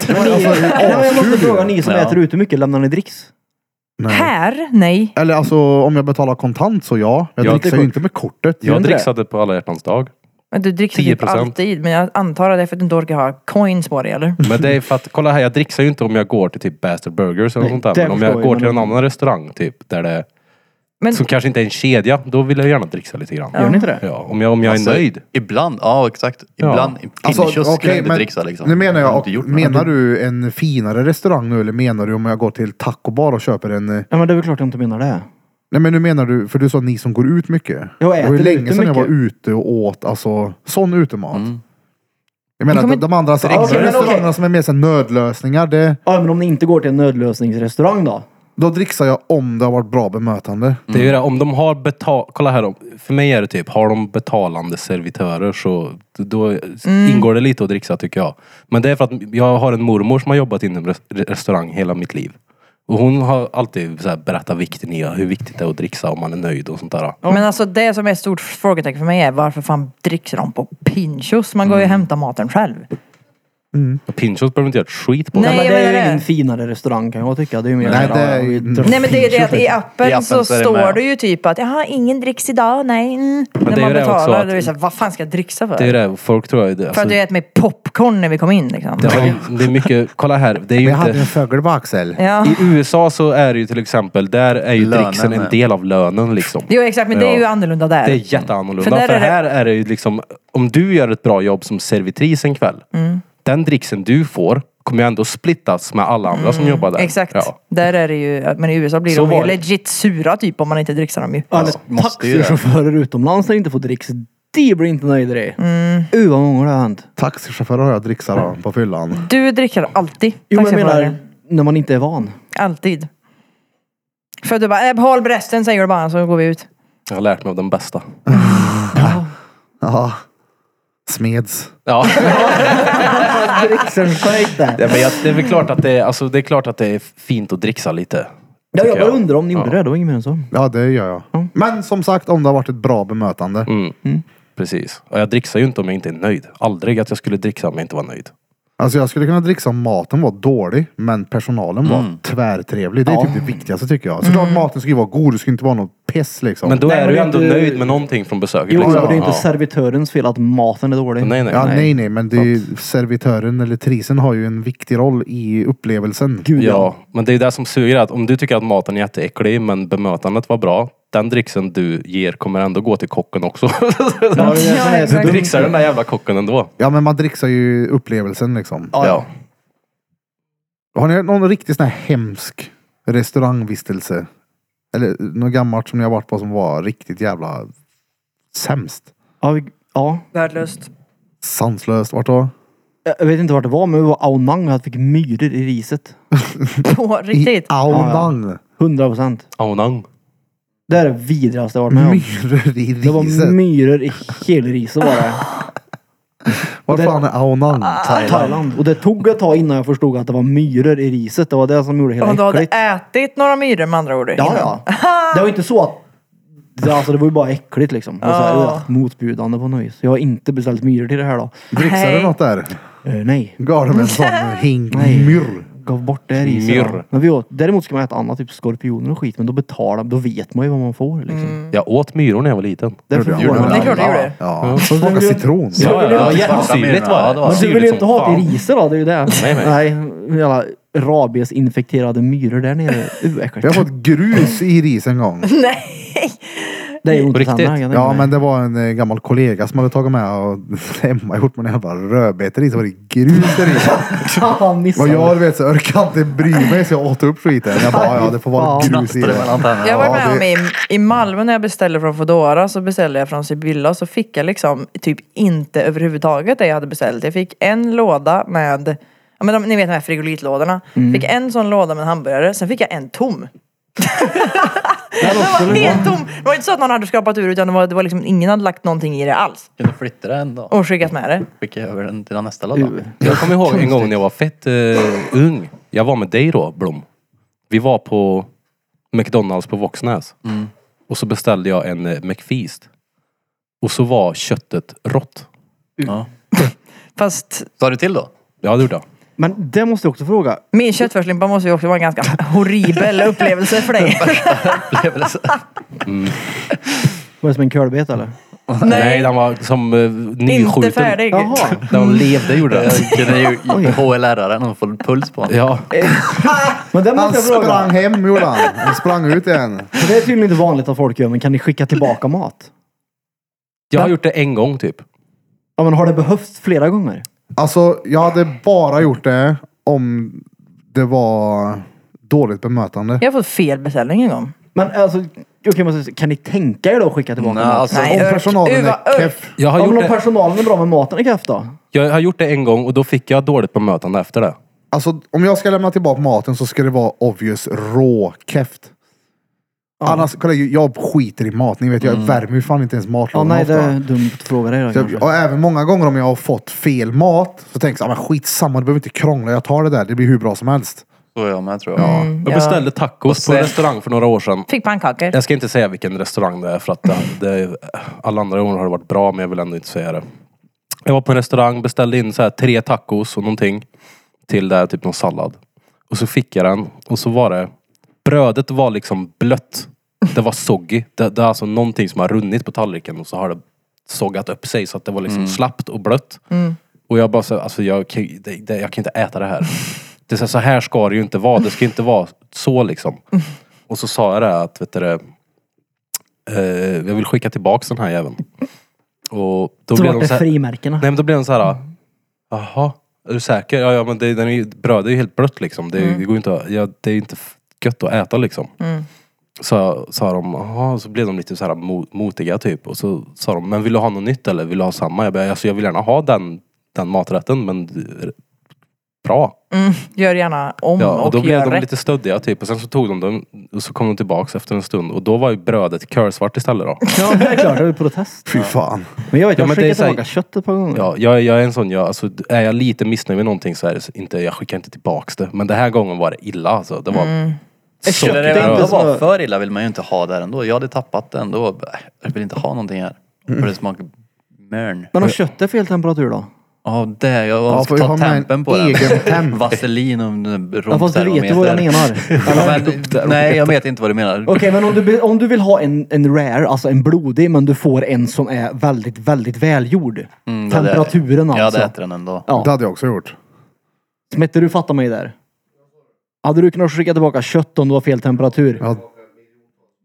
S4: Men ni, nej, men jag måste fråga, ni som
S2: Ja.
S4: äter ute mycket, lämnar ni dricks?
S1: Nej.
S5: Här? Nej.
S1: Eller alltså om jag betalar kontant så ja. Jag,
S3: Jag
S1: dricksar ju
S3: dricker-
S1: inte med kortet.
S3: Jag dricksade på alla hjärtans dag.
S5: Men du dricker typ
S3: 10%.
S5: alltid, men jag antar att det är för att du inte orkar ha coins på dig eller?
S3: Men det är för att, kolla här, jag dricksar ju inte om jag går till typ Bastard Burgers eller
S4: Nej,
S3: sånt där.
S4: det
S3: Men om
S4: förstår
S3: jag
S4: jag,
S3: går
S4: men-
S3: till en annan restaurang typ, där det,
S5: Men
S3: som kanske inte är en kedja, då vill jag gärna dricksa lite grann.
S4: Gör ni inte det?
S3: Ja, om jag, om jag är
S2: Alltså,
S3: nöjd.
S2: Ibland, ja exakt. Ibland, i
S1: Alltså,
S2: pinnekiosk skulle
S1: okej,
S2: jag inte
S1: men
S2: dricksa liksom.
S1: Nu menar
S2: har
S1: jag,
S2: inte gjort något.
S1: menar du en finare restaurang nu eller menar du om jag går till tacobar och köper en... eh,
S4: Ja men det är väl klart jag inte menar det.
S1: Nej men nu menar du, för du sa ni som går ut mycket.
S4: Jag
S1: det
S4: äter
S1: var ju länge
S4: ute
S1: sedan jag var
S4: mycket.
S1: ute och åt alltså sån utemat. Jag menar
S5: Men
S1: de,
S5: kommer-
S1: de andra så,
S2: Dricksar.
S1: andra
S4: Okej, men
S1: restaurangerna
S4: okej.
S1: som är mer så här nödlösningar, det,
S4: Ja men om ni inte går till en nödlösningsrestaurang då?
S1: då dricksar jag om det har varit bra bemötande.
S3: Det är ju det,
S5: Mm.
S3: om de har betal... Kolla här, om- för mig är det typ, har de betalande servitörer så då
S5: Mm.
S3: ingår det lite att dricksa tycker jag. Men det är för att jag har en mormor som har jobbat inom res- restaurang hela mitt liv. Och hon har alltid så här berättat vikten i hur viktigt det är att dricksa om man är nöjd och sånt där.
S5: Men alltså det som är ett stort frågetecken för mig är varför fan dricker de på pinchos? Man går ju och hämtar maten själv.
S3: Pinchos behöver inte göra ett skit på.
S5: Nej,
S4: Nej, men
S5: jag
S4: det är ju
S5: menar det.
S4: ingen finare restaurang kan jag tycka. Det är ju mer
S1: Nej,
S4: såhär,
S1: det är
S4: ja,
S1: ju-
S4: vi drar-
S5: Nej men det är ju det att i appen,
S2: I appen
S5: så,
S2: så är det
S5: står
S2: med.
S5: det ju typ att jaha ingen dricks idag, nej. Mm.
S3: det
S5: När
S3: är
S5: man
S3: ju det också
S5: betalar
S3: att-
S5: då är det såhär, vad fan ska jag dricksa för?
S3: Det är ju det, folk tror jag...
S5: För
S3: Alltså,
S5: att du äter med popcorn när vi kom in liksom.
S3: det, har, ju- det är mycket, kolla här, det är ju
S1: Jag hade
S3: inte...
S1: en fågel på axel.
S5: Ja.
S3: I USA så är det ju till exempel, där är ju
S2: Lönen
S3: dricksen en
S2: är-
S3: del av lönen liksom.
S5: Jo exakt men det är ju annorlunda där.
S3: Det är jätteannorlunda.
S5: För
S3: För,
S5: där är det-
S3: här är det ju liksom, om du gör ett bra jobb som servitris en kväll.
S5: Mm.
S3: Den dricksen du får kommer ju ändå splittas med alla andra som jobbar där.
S5: Mm. Exakt.
S3: Ja.
S5: Där är det ju, men i USA blir
S3: Så
S5: de ju
S3: var det.
S5: legit sura typ om man inte dricksar dem ju.
S4: Ja, eller
S2: måste ju det.
S4: Taxichaufförer utomlands när inte får dricks. De blir inte nöjda i. Mm. Uh vad många gånger det har hänt.
S1: Taxichaufför har jag dricksar av på fyllan.
S5: Du dricker alltid.
S4: Jo men jag
S5: taxichaufförer.
S4: menar när man inte är van.
S5: Alltid. För att du bara, "Äh, behåll resten säger du bara så går vi ut.
S3: Jag har lärt mig av den bästa.
S1: Ja. Smeds.
S3: Ja.
S4: Dricksen skit där.
S3: Ja, men jag, det, är väl klart att det, är- alltså, det är klart att det är fint att dricksa lite.
S4: Ja, jag
S3: tycker
S4: bara undrar om ni gjorde det. Det var inget mer än så.
S1: Ja det gör jag. Men som sagt om det har varit ett bra bemötande.
S3: Mm. Precis. Och jag dricksar ju inte om jag inte är nöjd. Aldrig att jag skulle dricksa om jag inte var nöjd.
S1: Alltså jag skulle kunna dricksa om maten var dålig men personalen
S3: Mm.
S1: var tvärtrevlig. Det är typ det viktigaste tycker jag. Såklart maten ska ju vara god, det ska inte vara något piss liksom.
S3: Men då
S4: Nej,
S3: är du
S4: men det
S3: ju
S4: är
S3: ändå
S4: inte-
S3: nöjd med någonting från besöket.
S4: Jo,
S3: liksom.
S4: det är inte
S3: Ja.
S4: servitörens fel att maten är dålig.
S3: Nej, nej.
S1: Ja,
S3: nej.
S1: nej, nej, men det är ju servitören eller trisen har ju en viktig roll i upplevelsen.
S4: Gud
S3: Ja, men det är det som suger. Att om du tycker att maten är jätteäcklig men bemötandet var bra. Den dricksen du ger kommer ändå gå till kocken också.
S4: Ja, det är det som är så
S5: exakt.
S3: du
S4: dumt.
S3: dricksar den där jävla kocken ändå.
S1: Ja, men man dricksar ju upplevelsen liksom.
S4: Ja, ja.
S1: Har ni någon riktigt sån här hemsk restaurangvistelse? Eller något gammalt som ni har varit på som var riktigt jävla sämst?
S4: Ja, vi, ja.
S5: Värdelöst.
S1: Sanslöst. Vart då?
S4: Jag vet inte vart det var, men vi var au nang och fick myror i riset.
S5: På
S1: I
S5: riktigt.
S1: Aonang.
S4: 100 procent.
S3: Aonang.
S4: Det är det vidrigaste jag varit med om.
S1: Myror i
S4: Det var
S1: riset.
S4: myror i hela riset var det.
S1: Var
S4: det-
S1: fan är Aonang?
S5: Ah,
S4: Thailand. Och det tog ett tag innan jag förstod att det var myror i riset. Det var det som gjorde hela
S5: Och du hade
S4: äckligt.
S5: ätit några myror med andra ord.
S4: Ja,
S5: innan.
S4: ja. Det var inte så att... Det, alltså det var ju bara äckligt liksom. Det var så här, ugh, motbjudande på något vis. Jag har inte beställt myror till det här då.
S1: Dricksar du
S5: Nej.
S1: något där?
S4: Eh, nej.
S1: Gav de en sån hink myrr?
S4: gav bort där i sig.
S3: Myrr.
S4: Men vi åt, däremot ska man äta annat, typ skorpioner och skit. Men då betalar då vet man ju vad man får liksom.
S3: Jag åt myror när jag var liten.
S4: Därför
S1: Gjorde
S4: får
S1: jag?
S4: man
S5: Mm. Det är klart det
S4: aldrig.
S5: gjorde.
S1: Ja, smaka citron.
S3: Ja, ja, ja, jättesyrligt var Alltså, det.
S2: Ja,
S4: Men du vill
S3: Syrligt
S4: ju inte
S3: som
S4: ha
S3: fan.
S4: till riset då, det är ju det.
S3: Nej, nej.
S4: Jävla rabesinfekterade myror där nere.
S1: Vi har
S4: Uäckligt.
S1: fått grus i ris en gång.
S5: Nej.
S4: Det är ju ont i
S3: Riktigt?
S4: tänderna, kan jag tänka
S1: Ja,
S4: mig.
S1: men det var en eh, gammal kollega som hade tagit med och hemma gjort med en jävla rödbeta i. Så var det grus där i. Och
S4: Han missade.
S1: jag du vet så orkade inte bry mig så jag åt upp skiten. Jag bara, ja det får vara
S2: Knappar
S1: grus i
S2: Alltså, det mellan
S1: det.
S2: tänderna.
S5: Jag var
S1: Ja,
S5: med
S1: det-
S5: om i, i Malmö när jag beställde från Foodora så beställde jag från Sibylla så fick jag liksom typ inte överhuvudtaget det jag hade beställt. Jag fick en låda med, ja men de, ni vet de här frigolitlådorna. Fick en sån låda med en hamburgare, sen fick jag en tom. den var helt tom! Det var inte så att någon hade skrapat ur utan det var, det var liksom ingen hade lagt någonting i det alls.
S2: Kunde flytta den då.
S5: Och skickat med det.
S2: Skicka över den till nästa låda.
S3: Jag kommer ihåg en gång när jag var fett eh, ung. Jag var med dig då, Blom. Vi var på McDonalds på Våxnäs.
S4: Mm.
S3: Och så beställde jag en eh, McFeast. Och så var köttet rått.
S2: Ja.
S5: Fast
S2: Sa du till då?
S3: Ja, det gjorde jag.
S4: Men det måste jag också fråga.
S5: min köttfärslimpa måste ju också vara en ganska horribel upplevelse för dig.
S2: Upplevelse.
S4: Var det som en kölbet eller?
S3: Nej, den var som eh, nyskjuten.
S5: inte färdig.
S4: Jaha.
S3: Den levde gjorde den.
S2: Jag kunde ju ge HLR-aren och få puls på honom.
S3: Ja,
S4: Men det
S1: Han
S4: måste jag fråga.
S1: sprang hem gjorde han. Han sprang ut igen.
S4: För det är tydligen inte vanligt att folk gör, men kan ni skicka tillbaka mat?
S3: jag har gjort det en gång typ.
S4: Ja, men har det behövts flera gånger?
S1: Alltså jag hade bara gjort det om det var dåligt bemötande.
S5: Jag har fått fel beställning en gång.
S4: Men alltså, okej, men så- kan ni tänka er då att skicka tillbaka
S2: Nej,
S4: mat?
S2: alltså,
S5: Nej,
S1: Om
S5: örk.
S1: personalen
S5: Uva,
S1: är
S5: örk.
S1: keff.
S3: Jag har,
S4: Ja,
S3: gjort
S4: men om
S3: det,
S4: personalen är bra med maten i kraft då?
S3: jag har gjort det en gång och då fick jag dåligt bemötande efter det.
S1: Alltså om jag ska lämna tillbaka maten så ska det vara obvious rå keft. Annars, kolla jag skiter i mat. Ni vet jag värmer ju fan inte ens
S4: Ja,
S1: matlådorna
S4: nej, det
S1: ofta.
S4: är dumt att fråga dig då
S1: Så
S4: kanske.
S1: jag, och även många gånger om jag har fått fel mat så tänker jag "Ah, men skitsamma, du behöver inte krångla. Jag tar det där, det blir hur bra som helst.
S2: Så är jag med tror jag.
S3: Jag beställde tacos på en
S2: sen-
S3: restaurang för några år sedan.
S5: Fick pannkakor.
S3: Jag ska inte säga vilken restaurang det är för att det, det, alla andra gånger har det varit bra men jag vill ändå inte säga det. Jag var på en restaurang, beställde in så här tre tacos och någonting. Till det här, typ någon sallad. Och så fick jag den och så var det Brödet var liksom blött. Det var soggy. Det, det är alltså någonting som har runnit på tallriken och så har det soggat upp sig så att det var liksom slappt och blött. Och jag bara så, alltså jag, kan ju- det, det, jag kan inte äta det här. Det är så, här, så här ska det ju inte vara. Det ska inte vara så liksom. Och så sa jag det här att, vet du det, eh, jag vill skicka tillbaks den här jäveln. Och då
S6: Så
S3: blev
S6: vart
S3: de
S6: det
S3: så här,
S6: frimärkena.
S3: Nej men då blir den så här. Jaha, är du säker? Ja, ja men det, den är ju, bröd är ju helt blött liksom. Det, det går ju inte, att- ja, det är ju inte f- gött att äta liksom. Så sa de, jaha, så blev de lite så här mo- motiga typ. Och så sa de, men vill du ha något nytt eller vill du ha samma? Jag bara, alltså, jag vill gärna ha den, den maträtten men eh, bra.
S5: Mm, gör gärna om
S3: Ja, och
S5: och,
S3: då blev
S5: gör
S3: de
S5: rätt.
S3: lite stöddiga typ. Och sen så tog de den och så kom de tillbaks efter en stund. Och då var ju brödet körsvart istället då.
S4: Ja, det är klart. Det är ju protest.
S1: Fy fan.
S4: Men jag vet,
S3: Ja,
S4: jag har
S3: men det är
S4: skickat
S3: så här-
S4: tillbaka kött ett par gånger.
S3: Ja, jag, jag är en sån, jag, alltså, är jag lite missnöjd med någonting så är det så- inte, jag skickar inte tillbaks det. Men den här gången var det illa alltså. Det var så
S2: Skulle det
S3: gröt.
S2: ändå
S4: alltså-
S2: vara för illa vill man ju inte ha det här ändå. Jag hade tappat den då. Äh, Jag vill inte ha någonting här. För det smakar mörn.
S4: Men om kött är fel temperatur då?
S2: Ja, det. Jag
S1: Ja,
S2: ska
S1: får vi ha
S2: ta
S1: med en
S2: tempen på
S1: egen
S2: den.
S1: temp?
S2: Vaselin och en
S4: Ja, fast du vet ju vad jag menar. Eller?
S2: menar. Nej, jag vet inte vad du menar.
S4: Okej, men om du, be- om du vill ha en, en rare, alltså en blodig, men du får en som är väldigt, väldigt välgjord.
S2: Mm, det hade-
S4: Temperaturen
S2: Jag hade
S4: alltså.
S2: ätit den ändå.
S4: Ja.
S1: Det hade jag också gjort.
S4: Smette, du fattar mig där. Hade du kunnat skicka tillbaka kött om det var fel temperatur?
S1: Ja.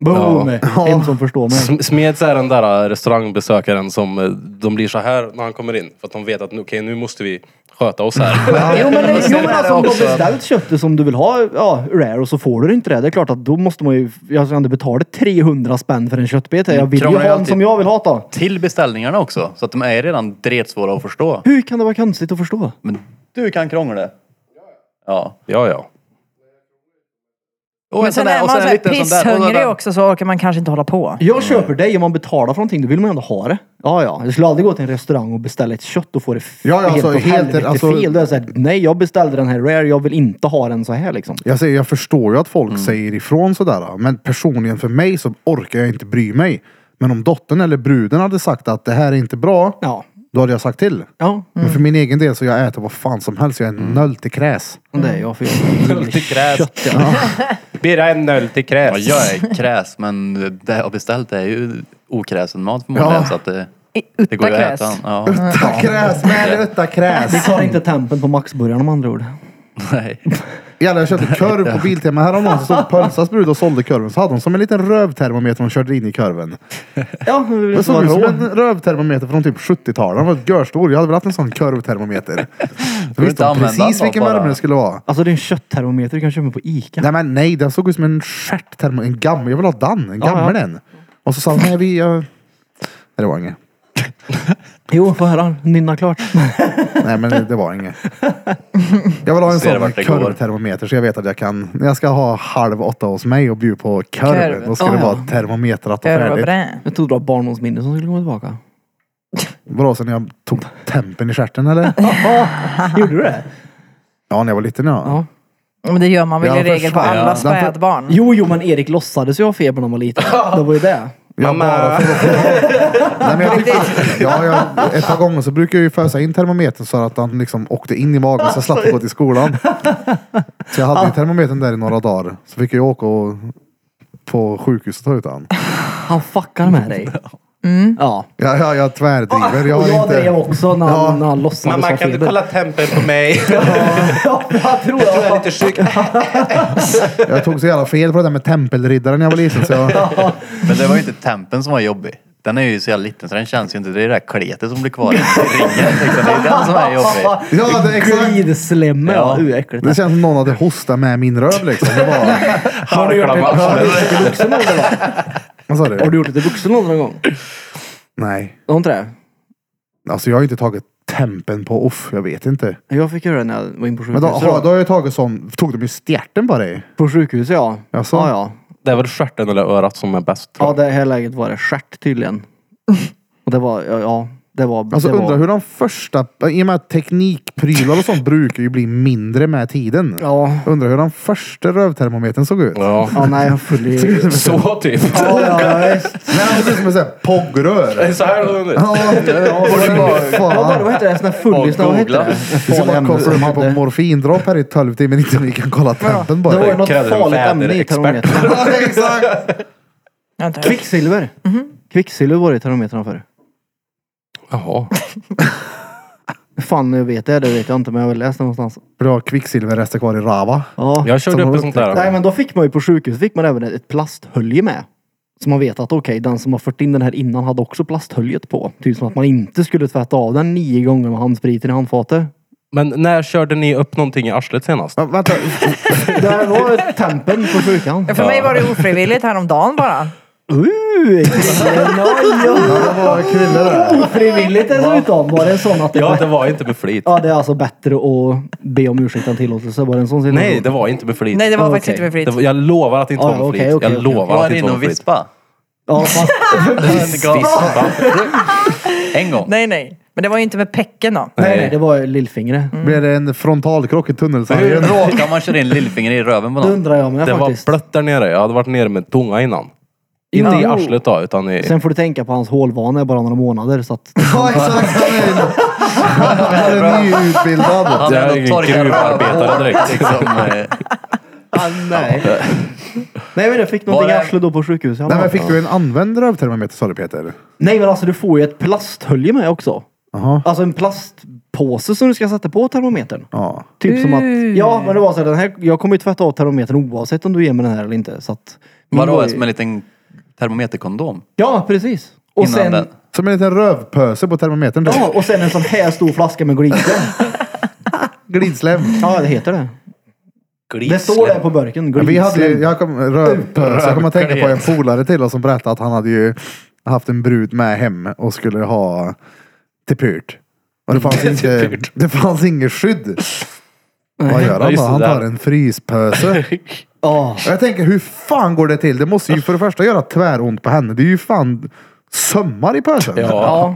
S4: Boom! En som förstår mig.
S3: Sm- Smeds är den där äh, restaurangbesökaren som äh, de blir så här när han kommer in. För att de vet att nu, okej nu måste vi sköta oss här.
S4: Jo men,
S2: Men sen
S4: jo,
S2: är
S4: men
S2: det
S4: alltså om du har
S2: också-
S4: beställt köttet som du vill ha, ja, rare, och så får du det inte det. Det är klart att då måste man ju, jag ska inte betala 300 spänn för en köttbete. Jag vill ju
S2: Krånglar
S4: ha
S2: ju
S4: en
S2: alltid.
S4: som jag vill ha då.
S2: Till beställningarna också. Så att de är redan dretsvåra att förstå.
S4: Hur kan det vara konstigt att förstå?
S2: Men du kan krångla. Ja.
S3: ja, ja.
S2: Och en
S5: Men sen
S2: sån där-
S5: är
S2: och
S5: man
S2: sen en
S5: så här
S2: liten sån där. Och
S5: pisshungrig
S2: den-
S5: också så orkar man kanske inte hålla på.
S4: Jag köper dig om man betalar för någonting, då vill man ju ändå ha det. Ja, ja. Jag skulle aldrig gå till en restaurang och beställa ett kött och få det f-
S1: Ja, ja, alltså,
S4: åt
S1: helt-
S4: helvete
S1: alltså-
S4: fel. Då är jag såhär, nej jag beställde den här rare, jag vill inte ha den så här liksom.
S1: Jag, säger, jag förstår ju att folk
S2: Mm.
S1: säger ifrån sådär. Men personligen för mig så orkar jag inte bry mig. Men om dottern eller bruden hade sagt att det här är inte bra.
S4: Ja.
S1: Då hade jag sagt till.
S4: Ja,
S2: Mm.
S1: Men för min egen del så jag äter vad fan som helst. Jag är en nöll till kräs.
S4: men det är jag. För jag
S3: Till kräs. Birra en öl till
S2: Ja,
S3: kräs.
S2: jag är kräs men det jag har beställt är ju okräsen mat förmodligen
S1: Ja.
S2: så att det, det går
S5: Utta
S2: ju att
S5: kräs.
S2: äta. den. Ja,
S1: Utta kräs, med utta
S4: Vi
S1: kräs.
S4: tar inte tempen på maxburgarna med andra ord.
S2: nej.
S1: Jävlar jag köpte korv på Biltema häromdagen. Så stod Pölsas brud och sålde korven. Så hade hon som en liten rövtermometer hon körde in i korven.
S4: Ja, vi vill
S1: Det
S4: inte
S1: såg
S4: vara
S1: ut som
S4: rå.
S1: en rövtermometer från typ 70-talet. Den var görstor. Jag hade väl haft en sån korvtermometer. Då
S2: inte
S1: visste hon
S2: använda den
S1: precis
S2: då
S1: vilken
S2: bara.
S1: värme det skulle vara.
S4: Alltså det är en kötttermometer du kan köpa på Ica.
S1: Nej men nej, den såg ut som en stjärttermo... En gammal. Jag vill ha den. En gammal en. Och så sa hon, nej vi... Jag... Nej det var inget.
S4: Jo, få höra. Nynna klart.
S1: Nej men det var inget. Jag vill ha en
S2: Ser
S1: sån
S2: vart det går.
S1: korvtermometer så jag vet att jag kan. När jag ska ha halv åtta hos mig och bjuda på korven.
S5: Korv.
S1: Då ska det
S5: Ja.
S1: vara termometrat och
S5: Körv och
S1: färdigt.
S5: brä.
S4: Jag trodde det var barndomsminne som skulle komma tillbaka.
S1: Vadå sen jag tog tempen i stjärten eller?
S4: Gjorde du det?
S1: Ja när jag var liten ja.
S4: Ja.
S5: Men det gör man väl
S1: Ja,
S5: i regel på
S1: försvann.
S5: alla
S1: Ja. Den för-
S5: spädbarn.
S4: Jo, jo, men Erik låtsades ju ha feber när han var liten. Det var ju det.
S1: Jag bara för att få... Nej, men jag fick, ja, jag, ett par gånger så brukar jag ju fösa in termometern så att han liksom åkte in i magen så jag slapp att gå till skolan. Så jag
S4: Ah.
S1: hade ju termometern där i några dagar. Så fick jag ju åka och på sjukhus och ta ut den.
S4: Han fuckar med dig. Mm. Ja.
S1: Jag, jag, jag tvärdriver. Jag
S4: och
S1: har
S4: jag drev
S1: inte...
S4: också när han, när han låtsades ha
S3: Mamma kan
S4: feber.
S3: du kolla tempen på mig?
S4: Ja, jag tror jag.
S3: Jag är lite sjuk.
S1: Jag tog så jävla fel på det där med tempelriddaren när jag var liten. Så jag,
S2: Men det var ju inte tempen som var jobbig. Den är ju så jävla liten så den känns ju inte. Det är det där kletet som blir kvar i ringen. Liksom. Det är den som är jobbig.
S1: ja, det, är exakt.
S4: Glidslemma, ja.
S2: Ja.
S4: Uh, äckligt.
S1: Det känns som någon hade hostat med min röv liksom. Det var...
S3: Har du gjort det?
S1: Vad sa
S4: Har
S1: du?
S4: du gjort det i vuxen ålder någon gång?
S1: Nej.
S4: Har du inte det?
S1: Alltså jag har ju inte tagit tempen på off. Jag vet inte.
S4: Jag fick göra det när jag var inne på
S1: Men
S4: sjukhuset.
S1: då, har- då har jag tagit sån. Tog de ju stjärten på dig?
S4: På sjukhuset ja.
S1: Jaså?
S4: Ja, ja.
S3: Det är väl stjärten eller örat som är bäst tror
S4: Ja,
S3: jag.
S4: det här läget var det stjärt tydligen. Och det var, ja, ja det var...
S1: Alltså
S4: det var,
S1: undrar hur de första, i och med att teknikprylar och sånt brukar ju bli mindre med tiden.
S4: Ja,
S1: Undrar hur den första rövtermometern såg ut.
S3: Ja.
S4: ja nej jag full i... ja,
S3: Så typ.
S4: ja, visst.
S1: Nej, den såg ut som en sån här poggrör.
S3: Så här såg den ut.
S1: Ja, ja, fy
S4: Vad var det?
S1: fan.
S4: Vad hette det? Sån där fullis? Vad hette det?
S1: Vi ska bara
S4: Farliga ämnen som
S1: koppla upp på
S4: hade-
S1: morfindropp här i 12 timmar innan vi kan kolla tempen på
S4: Det var ju
S1: dig.
S4: något
S3: Kräver en
S4: farligt ämne i
S3: väderexpert.
S4: termometern.
S1: Ja, exakt.
S5: Jag vet inte.
S4: Kvicksilver. Kvicksilver var det i termometrarna för.
S3: Jaha.
S4: Hur Fan jag vet det, det vet jag inte men jag har väl läst det någonstans.
S1: Bra kvicksilverrester kvar i Rava.
S4: Ja.
S3: Jag körde
S1: Som
S3: upp
S1: har
S3: ett sånt
S4: Nej
S3: där.
S4: men då fick man ju på sjukhuset fick man även ett plasthölje med. Så man vet att okej, den som har fört in den här innan hade också plasthöljet på. Typ som att man inte skulle tvätta av den nio gånger med handspriten i handfatet.
S3: Men när körde ni upp någonting i arslet senast?
S1: Ja, vänta.
S4: Där var tempen på sjukan.
S5: För mig var det ofrivilligt häromdagen bara.
S4: Uh, killen, oj, oj.
S1: Ja, det var kille där.
S4: Ofrivilligt dessutom. Var det en sån att det
S3: Ja,
S4: var...
S3: det var inte med flit.
S4: Ja, det är alltså bättre att be om ursäkt än tillåtelse. Var det en sån situation?
S3: Nej, det var inte med flit.
S5: Nej, det var
S4: Ah,
S5: faktiskt
S4: okej.
S5: inte med flit.
S3: Det var- jag lovar att det inte
S4: Ja,
S3: var med
S4: okej,
S3: flit.
S4: okej,
S3: Jag
S4: okej.
S3: lovar
S2: Var
S3: att
S2: inne
S3: det inte var
S2: och
S3: med flit.
S2: vispa.
S4: Ja, fast...
S3: Vispa.
S2: En gång.
S5: Nej, nej. Men det var ju inte med pecken då.
S4: Nej, nej, det var ju lillfingret.
S1: Blev det en frontalkrock i
S2: Hur
S1: tunnelsargen?
S2: råkar man köra in lillfingret i röven på
S4: Det
S2: någon?
S4: undrar jag med
S3: Det var
S4: faktiskt.
S3: blött där nere. Jag hade varit nere med tunga innan. Inte i
S4: Jo.
S3: arslet då, utan i...
S4: Sen får du tänka på hans hålvana är bara några månader så att...
S1: Ja, exakt. Han är en- Han är nyutbildad.
S2: Han
S3: Det
S2: är
S3: är ingen
S2: ändå torkad
S3: gruvarbetare direkt.
S2: Liksom, eh,
S4: nej. nej men jag fick
S2: Var
S4: någonting i
S2: det-
S4: arslet då på sjukhuset.
S1: Nej men fick du en använd rövtermometer sa du Peter?
S4: Nej men alltså du får ju ett plasthölje med också.
S1: Jaha.
S4: Alltså en plastpåse som du ska sätta på termometern.
S1: Ja.
S4: Typ som att, ja men det var så här, den här, jag kommer ju tvätta av termometern oavsett om du ger mig den här eller inte. Så att, min var
S2: Vadå,
S4: ju-
S2: som en liten termometerkondom?
S4: Ja precis. Och
S2: Innan
S4: sen,
S2: den.
S1: Som en liten rövpöse på termometern. du.
S4: ja, och sen en sån här stor flaska med glidslem.
S1: Glidsläm.
S4: ja det heter det. Det står där på burken.
S1: Ja,
S4: Glidslem.
S1: Vi hade ju, jag kom, rövpöse. Jag kommer att tänka på en polare till oss som berättade att han hade ju haft en brud med hem och skulle ha till pyrt. Och det fanns, inte, det fanns inget skydd. Vad gör
S3: Ja,
S1: han då?
S3: just det
S1: Han
S3: där.
S1: tar en fryspöse.
S4: Ja.
S1: Och Jag tänker, hur fan går det till? Det måste ju för det första göra tväront på henne. Det är ju fan sömmar i pösen.
S3: Ja.
S4: Ja.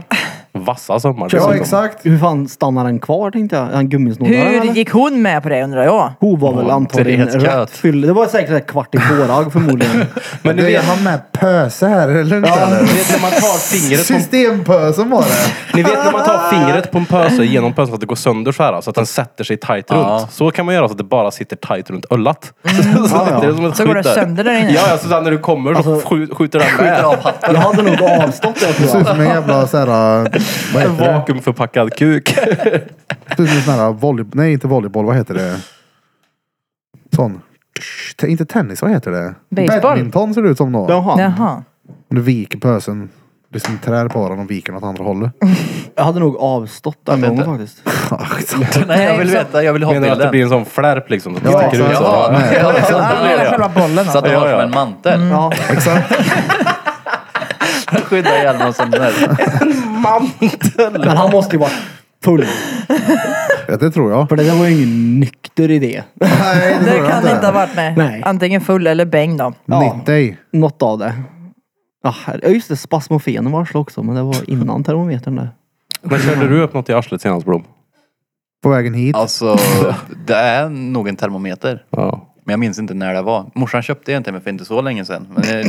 S3: Vassa sommar
S1: Ja,
S3: dessutom.
S1: exakt.
S4: Hur fan stannar den kvar tänkte jag? Är Han gummisnoddaren
S5: Hur
S4: eller?
S5: gick hon med på det undrar jag?
S4: Hon var väl antagligen
S2: Therese Köth.
S4: rätt fylld. Det var säkert ett kvart i pårag förmodligen.
S1: Men du vet han med pöse här, är det lugnt
S3: Ja, ni
S1: eller?
S3: vet när man tar fingret på en
S1: Systempösen var det.
S3: Ni vet när man tar fingret på en pöse genom pösen så att det går sönder så här, så att den sätter sig tight runt. Så kan man göra så att det bara sitter tight runt öllat. Så, så, sitter det som ett
S5: Så går det
S3: skjut där.
S5: sönder där inne.
S3: Ja, ja, så sen när du kommer så
S1: Alltså,
S3: skju- skjuter den med.
S4: Jag hade nog avstått det
S1: Det
S4: tror
S1: ser ut
S4: jag.
S1: som en jävla så här, äh, vad
S3: En
S1: heter det?
S3: vakuumförpackad kuk.
S1: Det ser ut som en sån här volley, nej inte volleyboll, vad heter det? Sån. Te- Inte tennis, vad heter det?
S5: Baseball.
S1: Badminton ser det ut som då.
S4: Jaha.
S5: Jaha.
S1: Om du viker pösen, liksom trär på den och viker den åt andra hållet.
S4: Jag hade nog avstått den gången
S2: inte.
S4: faktiskt.
S2: Nej, jag vill
S5: exakt.
S2: veta. Jag vill ha
S3: Menar du att det
S2: bilden.
S3: blir en sån flärp liksom som
S1: Ja,
S3: sticker ut så?
S1: exakt.
S3: Ja.
S1: Nej.
S5: Ah, det var själva bollen
S2: Så att
S5: alltså.
S2: det var
S3: Ja, ja.
S2: som en mantel.
S4: Ja.
S1: Exakt.
S2: Skydda hjälmen och sånt där.
S4: Men han måste ju vara full.
S1: Ja, det tror jag.
S4: För det där var ju ingen nykter idé.
S1: Nej,
S5: Det kan inte ha varit med.
S4: Nej.
S5: Antingen full eller bäng då.
S4: Ja.
S1: Nytt dig.
S4: Något av det. Ja, herre- ja, just det. Spasmofenen var arslet också. Men det var innan termometern där.
S3: När körde du upp något i arslet senast Blom?
S1: På vägen hit.
S2: Alltså, det är nog en termometer.
S3: Ja.
S2: Men jag minns inte när det var. Morsan köpte en till mig för inte så länge sedan. Men det,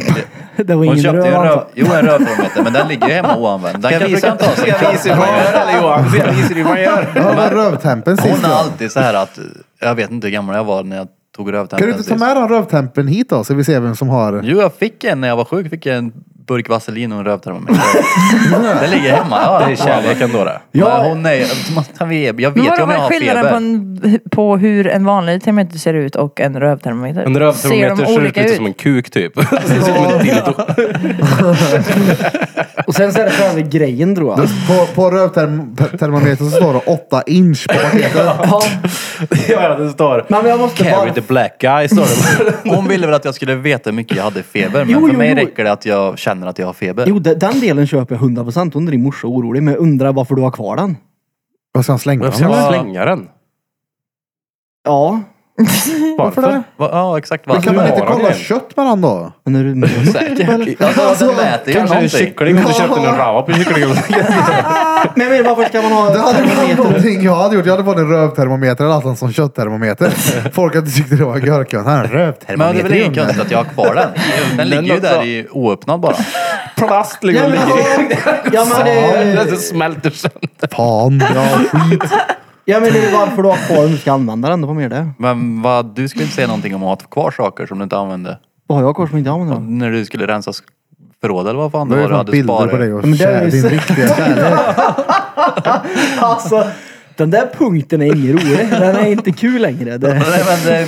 S2: det,
S4: Det var
S2: hon
S4: ingen
S2: köpte
S4: röd
S2: ju en röv,
S4: antar-
S2: jo, en rövtermometer, men den ligger ju hemma oanvänd. Den kan jag inte ta sig.
S3: visa hur man gör eller Johan? Ska jag visa hur man gör?
S1: Ja, men rövtempen sist
S2: Hon är
S1: ja.
S2: alltid så här att, jag vet inte hur gammal jag var när jag tog
S1: Kan du
S2: rövtempen
S1: inte ta
S2: sist.
S1: med den rövtempen hit då? Så vi ser vem som har...
S2: Jo, jag fick en när jag var sjuk. Fick jag en burk vaselin och en rövtermometer. den ligger hemma. Ja,
S3: Det är kärlek ändå det.
S2: Ja, hon är, man kan vi- jag vet
S5: Men
S2: ju
S5: vadå,
S2: om
S5: vad
S2: jag
S5: är
S2: har
S5: skillnaden på,
S2: feber.
S5: en, på hur en vanlig termometer ser ut och en rövtermometer?
S3: En rövtermometer ser
S5: ser de
S3: ut
S5: olika
S3: lite
S5: ut?
S3: som en kuk typ. Det ser ut som en dildo.
S4: Och sen så är det själva grejen tror jag.
S1: På, på rövtermometern så står det 8 inch på paketet.
S4: Ja.
S3: Ja, det står
S4: Men jag måste
S3: Carry
S4: bara...
S3: the black guy står det.
S2: Hon ville väl att jag skulle veta hur mycket jag hade feber. Men
S4: Jo,
S2: för
S4: jo,
S2: mig
S4: jo.
S2: räcker det att jag känner att jag har feber.
S4: Jo, de- den delen köper jag 100%. Hon är din morsa orolig. Men jag undrar varför du har kvar den.
S1: Vad ska han slänga
S3: Varför ska
S1: den?
S3: man slänga den?
S4: Ja.
S3: Varför?
S1: det?
S2: Va- Ja, exakt.
S1: Men kan
S2: Varför?
S1: man
S3: har
S1: inte
S3: den
S1: kolla
S3: igen?
S1: kött med den då?
S4: Men är du
S2: Säkert. Alltså, den äter ju
S3: Kanske en
S2: någonting.
S3: kyckling om du köpte en rava på kycklingen.
S4: Men jag menar, varför ska man ha
S1: Det hade varit
S4: termometer?
S1: någonting jag hade gjort. Jag hade fått en rövtermometer eller en som kötttermometer. Folk hade tyckt det var görkön. Här är en
S2: Men det är väl
S1: rövtermometer. i
S2: inget
S1: ugnen.
S2: konstigt att jag har kvar den. Den ligger ju där i oöppnad bara.
S3: Plast
S4: Ja,
S3: liksom
S4: men-
S3: ligger i.
S4: Ja men,
S3: Det så
S4: det,
S3: smälter sönder.
S1: Fan, ja skit.
S4: ja men det är varför du har kvar den, du ska använda den. Det var mer det.
S2: Men vad, du skulle inte säga någonting om att ha kvar saker som du inte använde.
S4: Vad har jag kvar som inte jag använder den?
S2: När du skulle rensa sk- förråd eller vad fan
S1: Det
S2: det
S1: är
S2: var du
S1: fan
S2: hade
S1: bilder på
S2: sparat.
S1: dig och
S4: Men det är
S1: kär,
S4: ju
S1: din
S4: så-
S1: riktiga kärlek.
S4: Alltså, den där punkten är ingen rolig. Den är inte kul längre. Det,
S2: Nej, men, eh,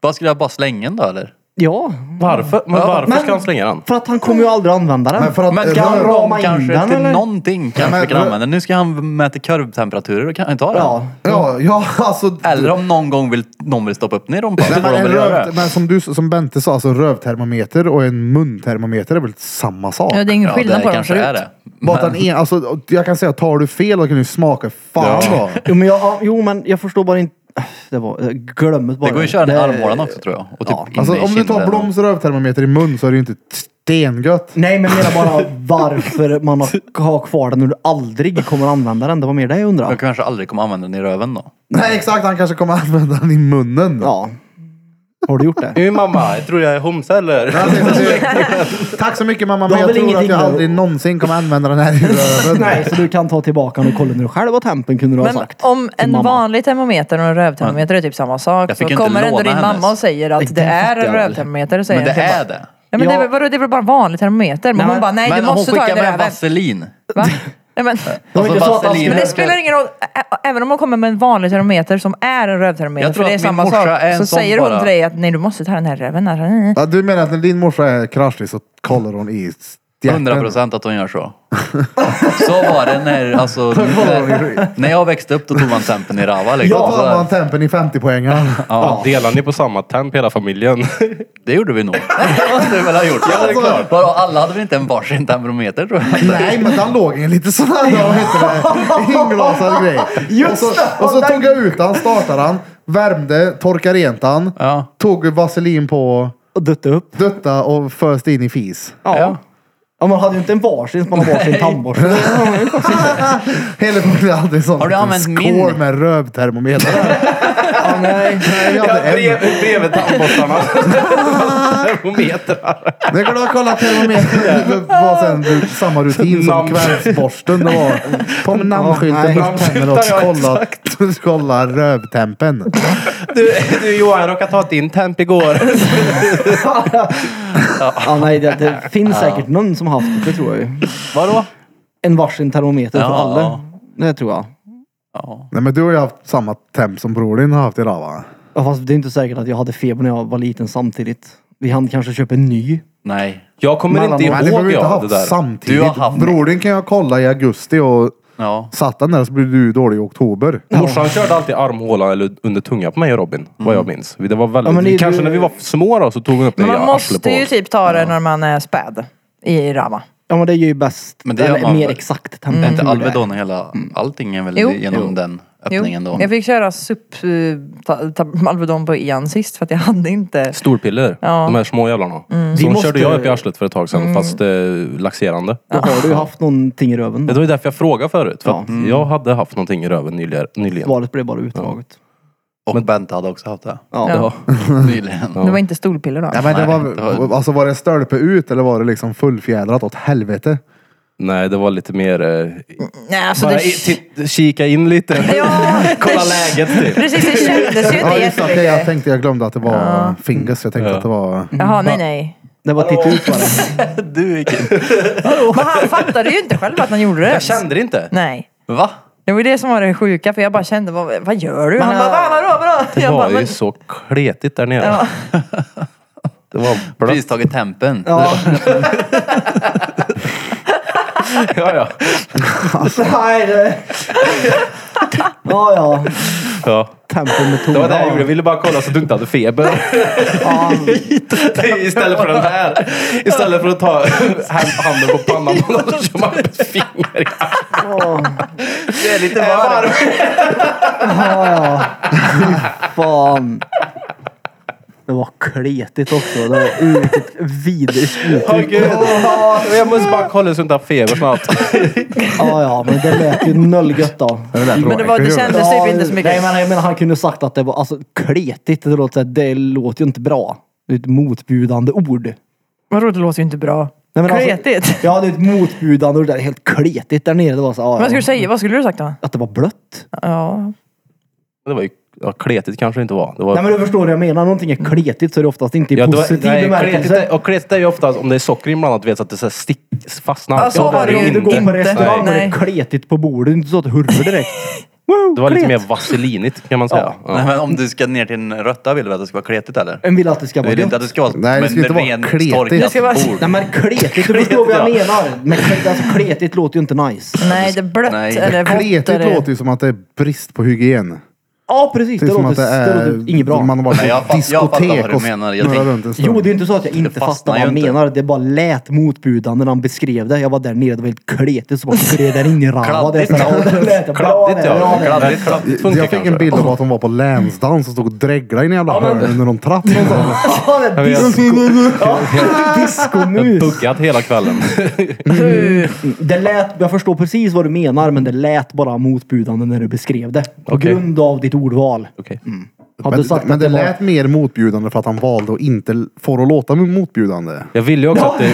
S2: vad skulle jag bara slänga den då eller?
S4: ja,
S3: Varför? Men varför
S4: men-
S3: ska han slänga den?
S4: för att han kommer ju aldrig använda den.
S1: Men för att
S2: Men
S1: röv-
S4: han
S2: kan de
S4: rama in
S2: kanske
S4: den,
S2: till
S4: eller?
S2: någonting kanske
S1: men
S2: vi kan
S1: rö-
S2: använda. Nu ska han mäta kurvtemperaturer och kan ta den.
S4: Ja.
S1: Ja, ja alltså.
S2: Eller om någon gång vill, någon vill stoppa upp ner dem på
S1: Nej,
S2: så får
S1: men,
S2: de
S1: en
S2: väl göra
S1: röv,
S2: det.
S1: men som, du, som Bente sa, alltså rövtermometer och en muntermometer är väl samma sak?
S5: Ja, det är ingen
S2: Ja,
S5: skillnad
S2: det
S5: på dem
S2: kanske
S5: förut.
S2: är det.
S1: Bara att den är, alltså, jag kan säga, tar du fel och kan du smaka fan då.
S4: Jo men jag, jo, men jag förstår bara inte. Äh, Det var, glöm det bara.
S2: Det går ju att köra den i armhålan också tror jag. Och typ inne
S1: Alltså,
S2: i
S1: om du tar
S2: kinden.
S1: Bloms rövtermometer i mun så är det ju inte stengött.
S4: Nej men jag menar bara varför man har, har kvar den när du aldrig kommer använda den. Det var mer det jag
S2: Jag
S4: undrar.
S2: kanske aldrig kommer använda den i röven då.
S1: Nej exakt, han kanske kommer använda den i munnen.
S4: Ja. Har du gjort det?
S3: Nu mamma, jag tror jag är homse eller?
S1: Han säger så här, Tack så mycket mamma,
S4: Du
S1: men
S4: har
S1: jag
S4: väl
S1: tror att
S4: ingenting
S1: jag
S4: där-
S1: aldrig någonsin kommer använda den här i röven.
S4: Nej, så du kan ta tillbaka den och kolla när du själv var tempen kunde du ha
S5: Men
S4: sagt.
S5: om en
S4: mamma.
S5: vanlig termometer och en rövtermometer är typ samma sak
S2: Jag fick
S5: så
S2: inte
S5: kommer ändå
S2: låna
S5: din mamma
S2: hennes.
S5: och säger att
S4: Nej,
S5: det,
S4: det
S5: är
S4: fattar jag
S5: en
S4: väl.
S5: rövtermometer. Och säger
S2: Men det
S5: att
S2: är
S5: bara,
S2: det.
S5: Ja, men det, är
S4: Ja.
S5: väl, vadå, det är väl bara en vanlig termometer? Men
S4: Nej,
S5: hon bara, nej
S2: men
S5: du
S2: hon
S5: måste ta
S2: skickar
S5: den i
S2: med
S5: röven.
S2: vaselin.
S5: Va? Nej, men,
S4: Det var
S2: Alltså,
S4: inte så att han
S2: vaselin-
S4: skulle...
S5: men det spelar ingen roll, ä- ä- även om hon kommer med en vanlig termometer som är en rövtermometer,
S2: Jag tror
S5: för det är
S2: att min
S5: samma
S2: morsa
S5: sak,
S2: är en
S5: så
S2: sån
S5: säger hon
S2: bara.
S5: till dig att nej du måste ta den här i röven. alltså." här."
S1: Ja, du menar att när din morsa är kraschlig så kollar hon i stjärten?
S2: 100 procent att hon gör så. så var det när, alltså, när, när jag växte upp då tog man tempen i rava liksom.
S1: Jag
S2: Så
S1: tar
S2: där.
S1: man tempen i 50 poängen.
S3: Ja. Delar ni på samma temp hela familjen?
S2: Det gjorde vi nog. det måste vi väl ha gjort. Ja, det är klart. Bara, alla hade väl inte en varsin termometer tror jag.
S1: Nej, men den låg i en lite sån här, vad heter det, inglasad grej. och så, och så tog jag ut den, startade den, värmde, torkade rent den,
S2: Ja.
S1: tog vaselin på,
S4: Och dutta upp.
S1: dutta och föste in i fis.
S4: Ja. Ja, man hade ju inte en varsin som man har varsin tandborste.
S1: Hela tiden hade en sån
S2: Har du använt
S1: skål
S2: min?
S1: med rövtermometer.
S4: ja, nej.
S1: Nej, jag hade en.
S3: bredvid tandborstarna. Termometrar.
S1: Det går att kolla termometern. Det var sen du- samma rutin som
S3: Namn.
S1: kvällsborsten. Det var på med namnskylten
S4: nej.
S1: med tänderna och
S3: Namnskyltar, ja,
S1: kolla, kolla rövtempen.
S3: Du, du Johan råkade ta din temp igår.
S4: Ja, nej det, det finns säkert någon som har haft det, det tror jag ju.
S2: Vadå?
S4: En varsin termometer för
S2: Ja.
S4: alla. Det tror jag.
S2: Ja.
S1: Nej men du har ju haft samma temp som bror din har haft idag va?
S4: Ja, fast det är inte säkert att jag hade feber när jag var liten samtidigt. Vi hann kanske köpa en ny.
S2: Nej.
S3: Jag kommer
S4: Mellan-
S3: inte
S1: Nej det behöver
S3: ihåg
S1: vi inte
S3: jag, det
S1: ha
S3: där.
S1: samtidigt.
S2: Du har haft-
S1: Bror din kan jag kolla i augusti och
S2: Ja.
S1: satt den där så blir du dålig i oktober.
S3: Morsan körde alltid armhålan eller under tungan på mig och Robin. Vad jag minns. Det var väldigt,
S4: Ja, men det-
S3: kanske när vi var små då så tog hon upp det
S5: Men
S3: i
S5: man
S3: arslet på
S5: måste ju
S3: oss.
S5: typ ta det när man är späd. I rama.
S4: Ja men det är ju bäst.
S2: Men det gör
S4: eller,
S2: man
S4: mer
S2: väl?
S4: exakt
S2: Är
S4: temperatur.
S2: inte Alvedon hela... Allting är väl
S5: Jo.
S2: genom
S5: Jo.
S2: den
S5: Jo.
S2: öppningen då?
S5: Jag fick köra SUP eh, ta- ta- Alvedon på Ian sist för att jag hade inte.
S3: Storpiller.
S5: Ja. Mm.
S3: De här små jävlarna.
S4: Vi
S3: Så de
S4: måste-
S3: körde jag upp i arslet för ett tag sedan fast eh, laxerande.
S4: Då har du ju haft någonting i röven.
S3: Det
S4: Då.
S3: var ju därför jag frågade förut. För
S4: Ja.
S3: att jag hade haft någonting i röven nyligen. nyligen.
S4: Svaret blev bara utdraget.
S2: Och men... Bente hade också haft det.
S4: Ja.
S5: Ja.
S2: Nyligen.
S5: Det var inte stolpiller då.
S1: Ja, men det
S2: Nej,
S1: var,
S2: det var-
S1: Alltså var det stölpe ut eller var det liksom fullfjädrat åt helvete?
S3: Nej, det var lite mer... Eh,
S5: Nej, alltså
S3: bara
S5: det...
S3: i, titt- kika in lite.
S5: Ja,
S3: Kolla
S5: det-
S3: läget typ.
S5: Precis, det kändes ju
S1: Ja
S5: inte
S1: just det, okej, jag
S5: jättemycket.
S1: tänkte, jag glömde att det var fingers. Jag tänkte att det var...
S5: Jaha, nej nej.
S4: Det var titta ut bara.
S2: Du gick
S5: Men han fattade ju inte själv att han gjorde det.
S3: Jag kände det inte.
S5: Nej.
S2: Va?
S5: Det var det som var det sjuka för jag bara kände, vad, vad gör du?
S4: Men
S5: han
S4: jag-
S5: bara, "Va, vadå, vadå?
S3: Det
S5: Jag bara,
S3: var ju
S5: men,
S3: så kletigt där nere.
S5: Ja.
S3: Det var blött.
S2: Precis tagit tempen.
S4: Ja.
S3: Ja, ja.
S4: Alltså, Nej, det... Ja, ja.
S3: ja.
S4: Tempermetod.
S3: Det var det jag gjorde. Jag ville bara kolla så att du inte hade feber.
S4: Ja,
S3: Istället för den här. Istället för att ta hand- handen på pannan på någon så kör man med ett finger i
S4: ja,
S2: Det är lite varmt.
S4: ja. Fy fan. Det var kletigt också. Det var vilket vidrigt
S3: Åh,
S4: uttryck.
S3: gud. Jag måste bara kolla så att du inte har feber snart.
S4: Ja, ja, men det lät ju nollgött då.
S1: Det lät
S5: men det, var, det
S1: råäckligt.
S5: kändes typ inte så
S4: Nej,
S5: mycket.
S4: men jag menar, han kunde sagt att det var alltså, kletigt. Det låter, så här, det låter ju inte bra. Det är ett motbjudande ord. Nej,
S5: Vadå, det låter ju inte bra.
S4: men
S5: Kletigt?
S4: Alltså, ja, det är ett motbjudande ord. Det är helt kletigt där nere. Det var så, ja,
S5: Vad skulle
S4: ja.
S5: du säga? Vad skulle du sagt då?
S4: Att det var blött.
S5: Ja.
S3: Det var ju ja, kletigt kanske det inte var. Det var
S4: Nej, men du förstår vad jag menar. Någonting är kletigt så är det oftast inte i
S3: Ja, det var,
S4: positiv
S3: nej, kletigt
S4: bemärkelse.
S3: är, och kletigt är ju ofta om det är socker inblandat, du vet så att det så här stick, fastnar.
S5: Ja, så
S3: Det
S5: var det ju.
S4: Om du
S5: inte.
S4: går på restaurang och det
S5: Nej.
S4: är kletigt på bordet. Det är inte så att du hurrar direkt. Wow,
S3: Det var lite
S4: klet.
S3: mer vaselinigt kan man säga. Ja.
S2: Nej, men om du ska ner till en rötta vill du att det ska vara kletigt eller?
S4: En vill att det ska
S2: Du
S4: vara
S2: vill inte att
S4: gött.
S2: det ska vara
S1: Nej, det
S2: men
S1: ska inte vara
S2: ren
S1: kletigt.
S2: storkat
S5: Det ska vara-
S2: bord.
S4: Nej men kletigt, du förstår vad jag
S3: Kletigt,
S4: menar. Men kletigt, alltså, kletigt låter ju inte nice.
S5: Nej, det är blött
S2: Nej.
S5: eller vått.
S1: Kletigt
S5: eller-
S1: låter ju som att det är brist på hygien.
S4: Ja precis,
S1: Det
S4: det,
S1: är som
S4: låter,
S1: att det är...
S4: det låter inget bra.
S1: Man har varit
S2: Nej, jag
S1: på
S2: fatt- jag fattar vad
S1: diskotek
S2: du
S1: och
S2: menar. Jag
S1: snurrat
S2: tänkte-
S1: runt en stund.
S4: Jo, det är inte så att jag inte
S2: fastnar
S4: fattar vad han
S2: ju inte.
S4: menar. Det bara lät motbjudande när han beskrev det. Jag var där nere, det var helt kletigt. Så bara gled den in i Rawa. Det är så här, ja, det lät bra
S3: Kladdigt
S4: det.
S3: ja.
S4: Ja, det-
S3: Kladdigt, kladdigt funkar
S1: jag fick
S3: kanske.
S1: en bild av att hon var på länsdans och stod och dreglade i en jävla hörn under någon trapp.
S4: Ja, det är
S3: vet.
S4: disco- ja,
S3: Jag
S4: Diskomus.
S3: buggat hela kvällen.
S4: Det lät, jag förstår precis vad du menar, men det lät bara motbjudande när du beskrev det. På
S3: Okej.
S4: grund av ditt ordval.
S3: Okej.
S4: Hade
S1: Men,
S4: du sagt
S1: men
S4: att
S1: det
S4: det var-
S1: lät mer motbjudande för att han valde att inte få det att låta motbjudande.
S3: Jag ville ju också att det...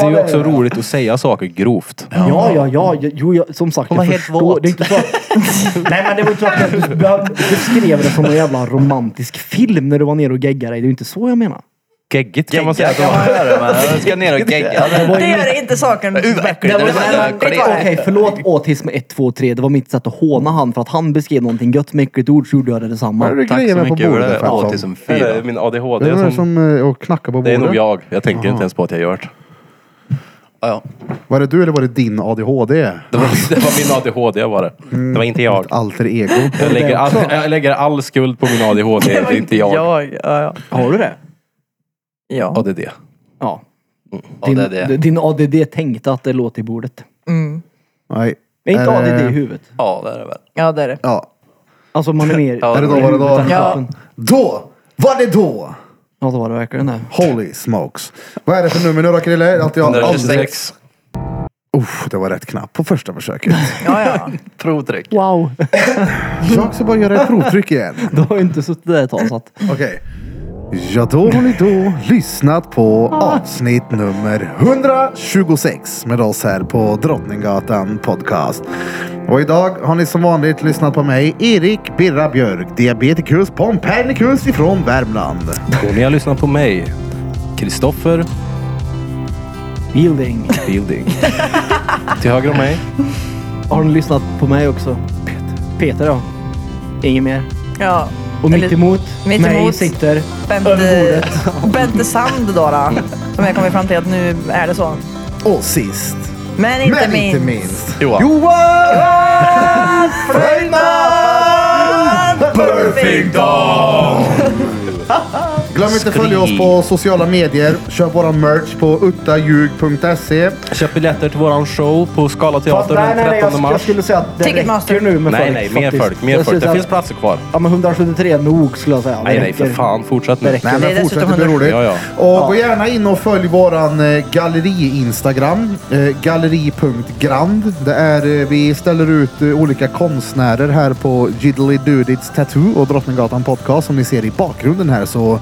S3: det är ju också roligt att säga saker grovt.
S4: Ja, ja, ja. ja, Jo, jag, som sagt,
S2: Hon
S4: jag
S2: var helt
S4: förstår.
S2: våt.
S4: Det är inte så att, Nej, men det var inte så att jag- du jag beskrev det som en jävla romantisk film när du var nere och geggade dig. Det är ju inte så jag menar.
S3: Geggigt kan man säga
S2: Gegga
S3: att
S2: kan man göra det men jag ska ner och gegga.
S4: var ju
S5: Det
S4: mitt-
S5: gör inte saken
S2: Uh, vad
S5: bättre.
S2: äckligt. Det var-
S5: Det var-
S4: Okej, förlåt autism 1, 2, 3. Det var mitt sätt att håna han för att han beskrev någonting gött med äckligt ord så gjorde jag det
S1: Vad är
S4: detsamma.
S1: det
S2: Tack
S1: grejer
S2: så
S1: med på
S2: mycket. Hur är
S1: bordet?
S2: det?
S1: för fan?
S2: Autism
S3: Är det
S2: 4.
S3: min ADHD
S1: Det är
S3: som...
S1: som eh, att knacka på bordet.
S3: Det är nog jag. Jag tänker inte ens på att jag gör det.
S2: Ja, ja.
S1: Var det du eller var det din ADHD?
S3: Det var, det var min ADHD var det. Det var inte jag.
S1: Alter ego.
S3: Jag lägger, all, jag lägger all skuld på min ADHD. Det är inte jag.
S5: Ja, ja.
S4: Har du det?
S5: ja.
S3: ADD.
S4: Ja.
S2: ja
S4: Din,
S2: det är det.
S4: din ADD tänkte att det låter i bordet.
S5: Mm.
S1: Nej.
S4: Men inte
S1: Är
S4: ADD
S1: det-
S4: i huvudet.
S2: Ja det är det väl.
S5: ja, det är det.
S1: Eh, Ja.
S4: Alltså man är mer...
S1: Är det då, var det då?
S4: utan kroppen.
S1: Då! Var det då?
S4: Ja, det var det verkligen det.
S1: Holy smokes. Vad är det för nummer nu då Krille? Att jag aldrig...
S3: 126.
S1: Uff, det var rätt knappt på första försöket.
S5: Ja, ja.
S2: Provtryck.
S4: Wow!
S1: Jag ska bara göra ett provtryck igen.
S4: Du har ju inte suttit där ett tag så att...
S1: Okej. Ja, då har ni då lyssnat på avsnitt nummer 126 med oss här på Drottninggatan Podcast. Och idag har ni som vanligt lyssnat på mig, Erik Birra Björk, diabetikus Pompernicus ifrån Värmland.
S3: Och ni har lyssnat på mig, Kristoffer
S4: Yielding.
S3: Building. Till höger om mig,
S4: Har ni lyssnat på mig också? Peter. Peter då? Inget mer.
S5: ja.
S4: Och
S5: Eller-
S4: mitt emot,
S5: mitt
S4: mig
S5: emot.
S4: sitter...
S5: Bente, Bente Sand då, då. Som jag kommer fram till att nu är det så.
S1: Och sist,
S5: Men inte
S1: men
S5: minst.
S1: inte minst,
S2: Johan.
S1: Johan Fröjdman!
S2: Perfect dog!
S1: Glöm inte att följa oss på sociala medier. Köp våran merch på uttaljug.se.
S3: köp biljetter till våran show på Skala
S6: Fast
S3: Teatern
S6: nej, nej, nej,
S3: den
S6: jag,
S3: 13
S6: jag
S3: mars.
S6: skulle säga att det
S5: Ticketmaster.
S6: räcker nu med
S3: Nej,
S6: folk
S3: nej, mer
S6: faktiskt.
S3: folk, mer
S6: Jag skulle
S3: folk. Det
S6: säga-
S3: finns platser kvar.
S6: Ja, men 173 är nog skulle jag säga.
S3: Nej,
S6: Det
S3: nej, för
S6: räcker.
S3: fan. Fortsätt
S6: Det
S3: nu.
S6: räcker.
S1: Nej,
S5: Det är
S1: men
S5: dessutom
S1: fortsätt, det blir
S5: 100.
S1: roligt.
S3: Ja, ja.
S1: Och gå gärna in och följ våran eh, galleri-instagram, eh, galleri.grand. Det är, eh, vi ställer ut eh, olika konstnärer här på Jiddly Dudits Tattoo och Drottninggatan Podcast som ni ser i bakgrunden här. Så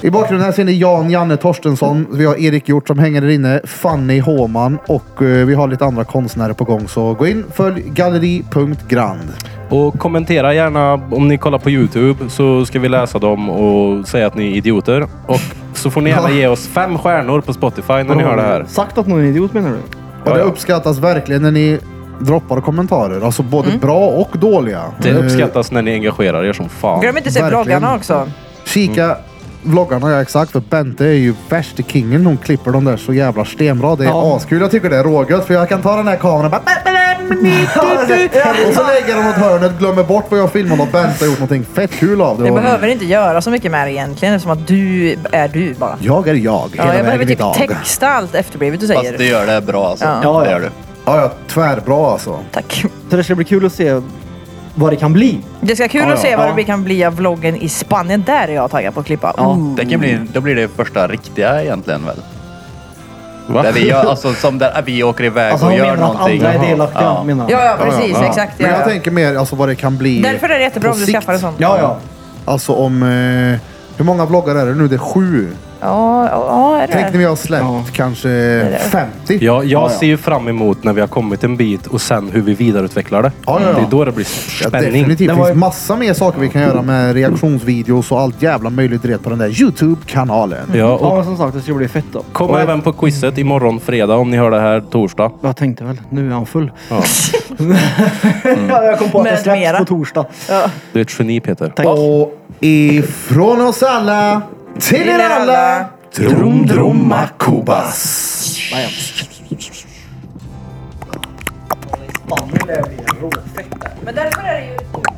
S1: i bakgrunden här ser ni Jan Janne Torstensson. Vi har Erik Hjort som hänger där inne. Fanny Håman och eh, vi har lite andra konstnärer på gång. Så gå in, följ galleri.grand.
S3: Och kommentera gärna om ni kollar på Youtube så ska vi läsa dem och säga att ni är idioter. Och så får ni gärna ge oss fem stjärnor på Spotify när ni hör det här.
S4: Sagt att någon är idiot menar du?
S1: Och
S3: Ja,
S1: det
S3: ja.
S1: uppskattas verkligen när ni droppar kommentarer. Alltså både bra och dåliga.
S3: Det
S1: Eh,
S3: uppskattas när ni engagerar er som fan.
S5: Glöm inte att se
S1: Verkligen.
S5: bloggarna också.
S1: Kika vloggarna, ja exakt. För Bente är ju värst i kingen. Hon klipper dem där så jävla stenbra. Det är
S4: Ja.
S1: askul. Jag tycker det är rågött för jag kan ta den här kameran och bara... Och så lägger de åt hörnet, glömmer bort vad jag filmade och Bente har gjort någonting fett kul av det.
S5: Vi
S1: Och-
S5: behöver inte göra så mycket mer egentligen eftersom att du är du bara.
S1: Jag är jag hela
S5: Ja, jag behöver
S1: vägen
S5: typ
S1: idag.
S5: texta allt efterblivet du
S2: Fast du
S5: säger.
S2: gör det bra alltså.
S5: Ja.
S4: Ja,
S2: Det
S4: ja.
S2: gör du.
S1: Ja, ja, tvärbra alltså.
S5: Tack.
S4: Så det ska bli kul att se vad det kan bli. Alltså,
S5: Det ska bli kul
S1: Ja,
S5: att se
S1: ja.
S5: vad
S4: Ja.
S5: det kan bli av vloggen i Spanien. Där är jag taggad på att klippa. Mm.
S4: Ja.
S5: Ooh.
S2: Det kan bli, då blir det första riktiga egentligen väl?
S3: Va?
S2: Där vi, gör- alltså, som där vi åker iväg
S4: Alltså
S2: och
S4: han
S2: gör
S4: menar att
S2: någonting.
S4: andra är delaktiga
S2: Ja.
S4: menar han.
S5: Ja, ja, precis.
S1: Ja, ja.
S5: Exakt. Ja,
S1: Men jag
S5: ja.
S1: tänker mer alltså vad det kan bli.
S5: Därför är det jättebra
S1: på
S5: om du
S1: sikt.
S5: skaffar en sån.
S4: Ja, ja.
S1: Alltså om... Eh, hur många vloggar är det nu? Det är sju.
S5: Ja, ja, ja, är det
S1: Tänk när
S5: det?
S1: vi har släppt kanske 50.
S3: Ja, jag ser ju fram emot när vi har kommit en bit och sen hur vi vidareutvecklar det.
S1: Ja, ja, ja.
S3: Det är då det blir
S1: Ja,
S3: spänning.
S1: definitivt. Det
S4: var
S1: finns
S4: ju-
S1: massa mer saker vi kan göra med reaktionsvideos och allt jävla möjligt direkt på den där YouTube-kanalen.
S3: ja,
S4: Ja,
S3: och
S4: men som sagt det ska bli fett då.
S3: kom
S4: Och jag,
S3: även på quizet imorgon fredag om ni hör det här torsdag.
S4: jag tänkte väl, nu är han full. Ja, jag kom på att
S5: Med
S4: det släpps
S5: mera.
S4: på torsdag.
S3: Du är ett geni Peter.
S4: Tack.
S1: Och ifrån oss alla till er alla. Drum drum makubas.
S5: Men därför är det ju...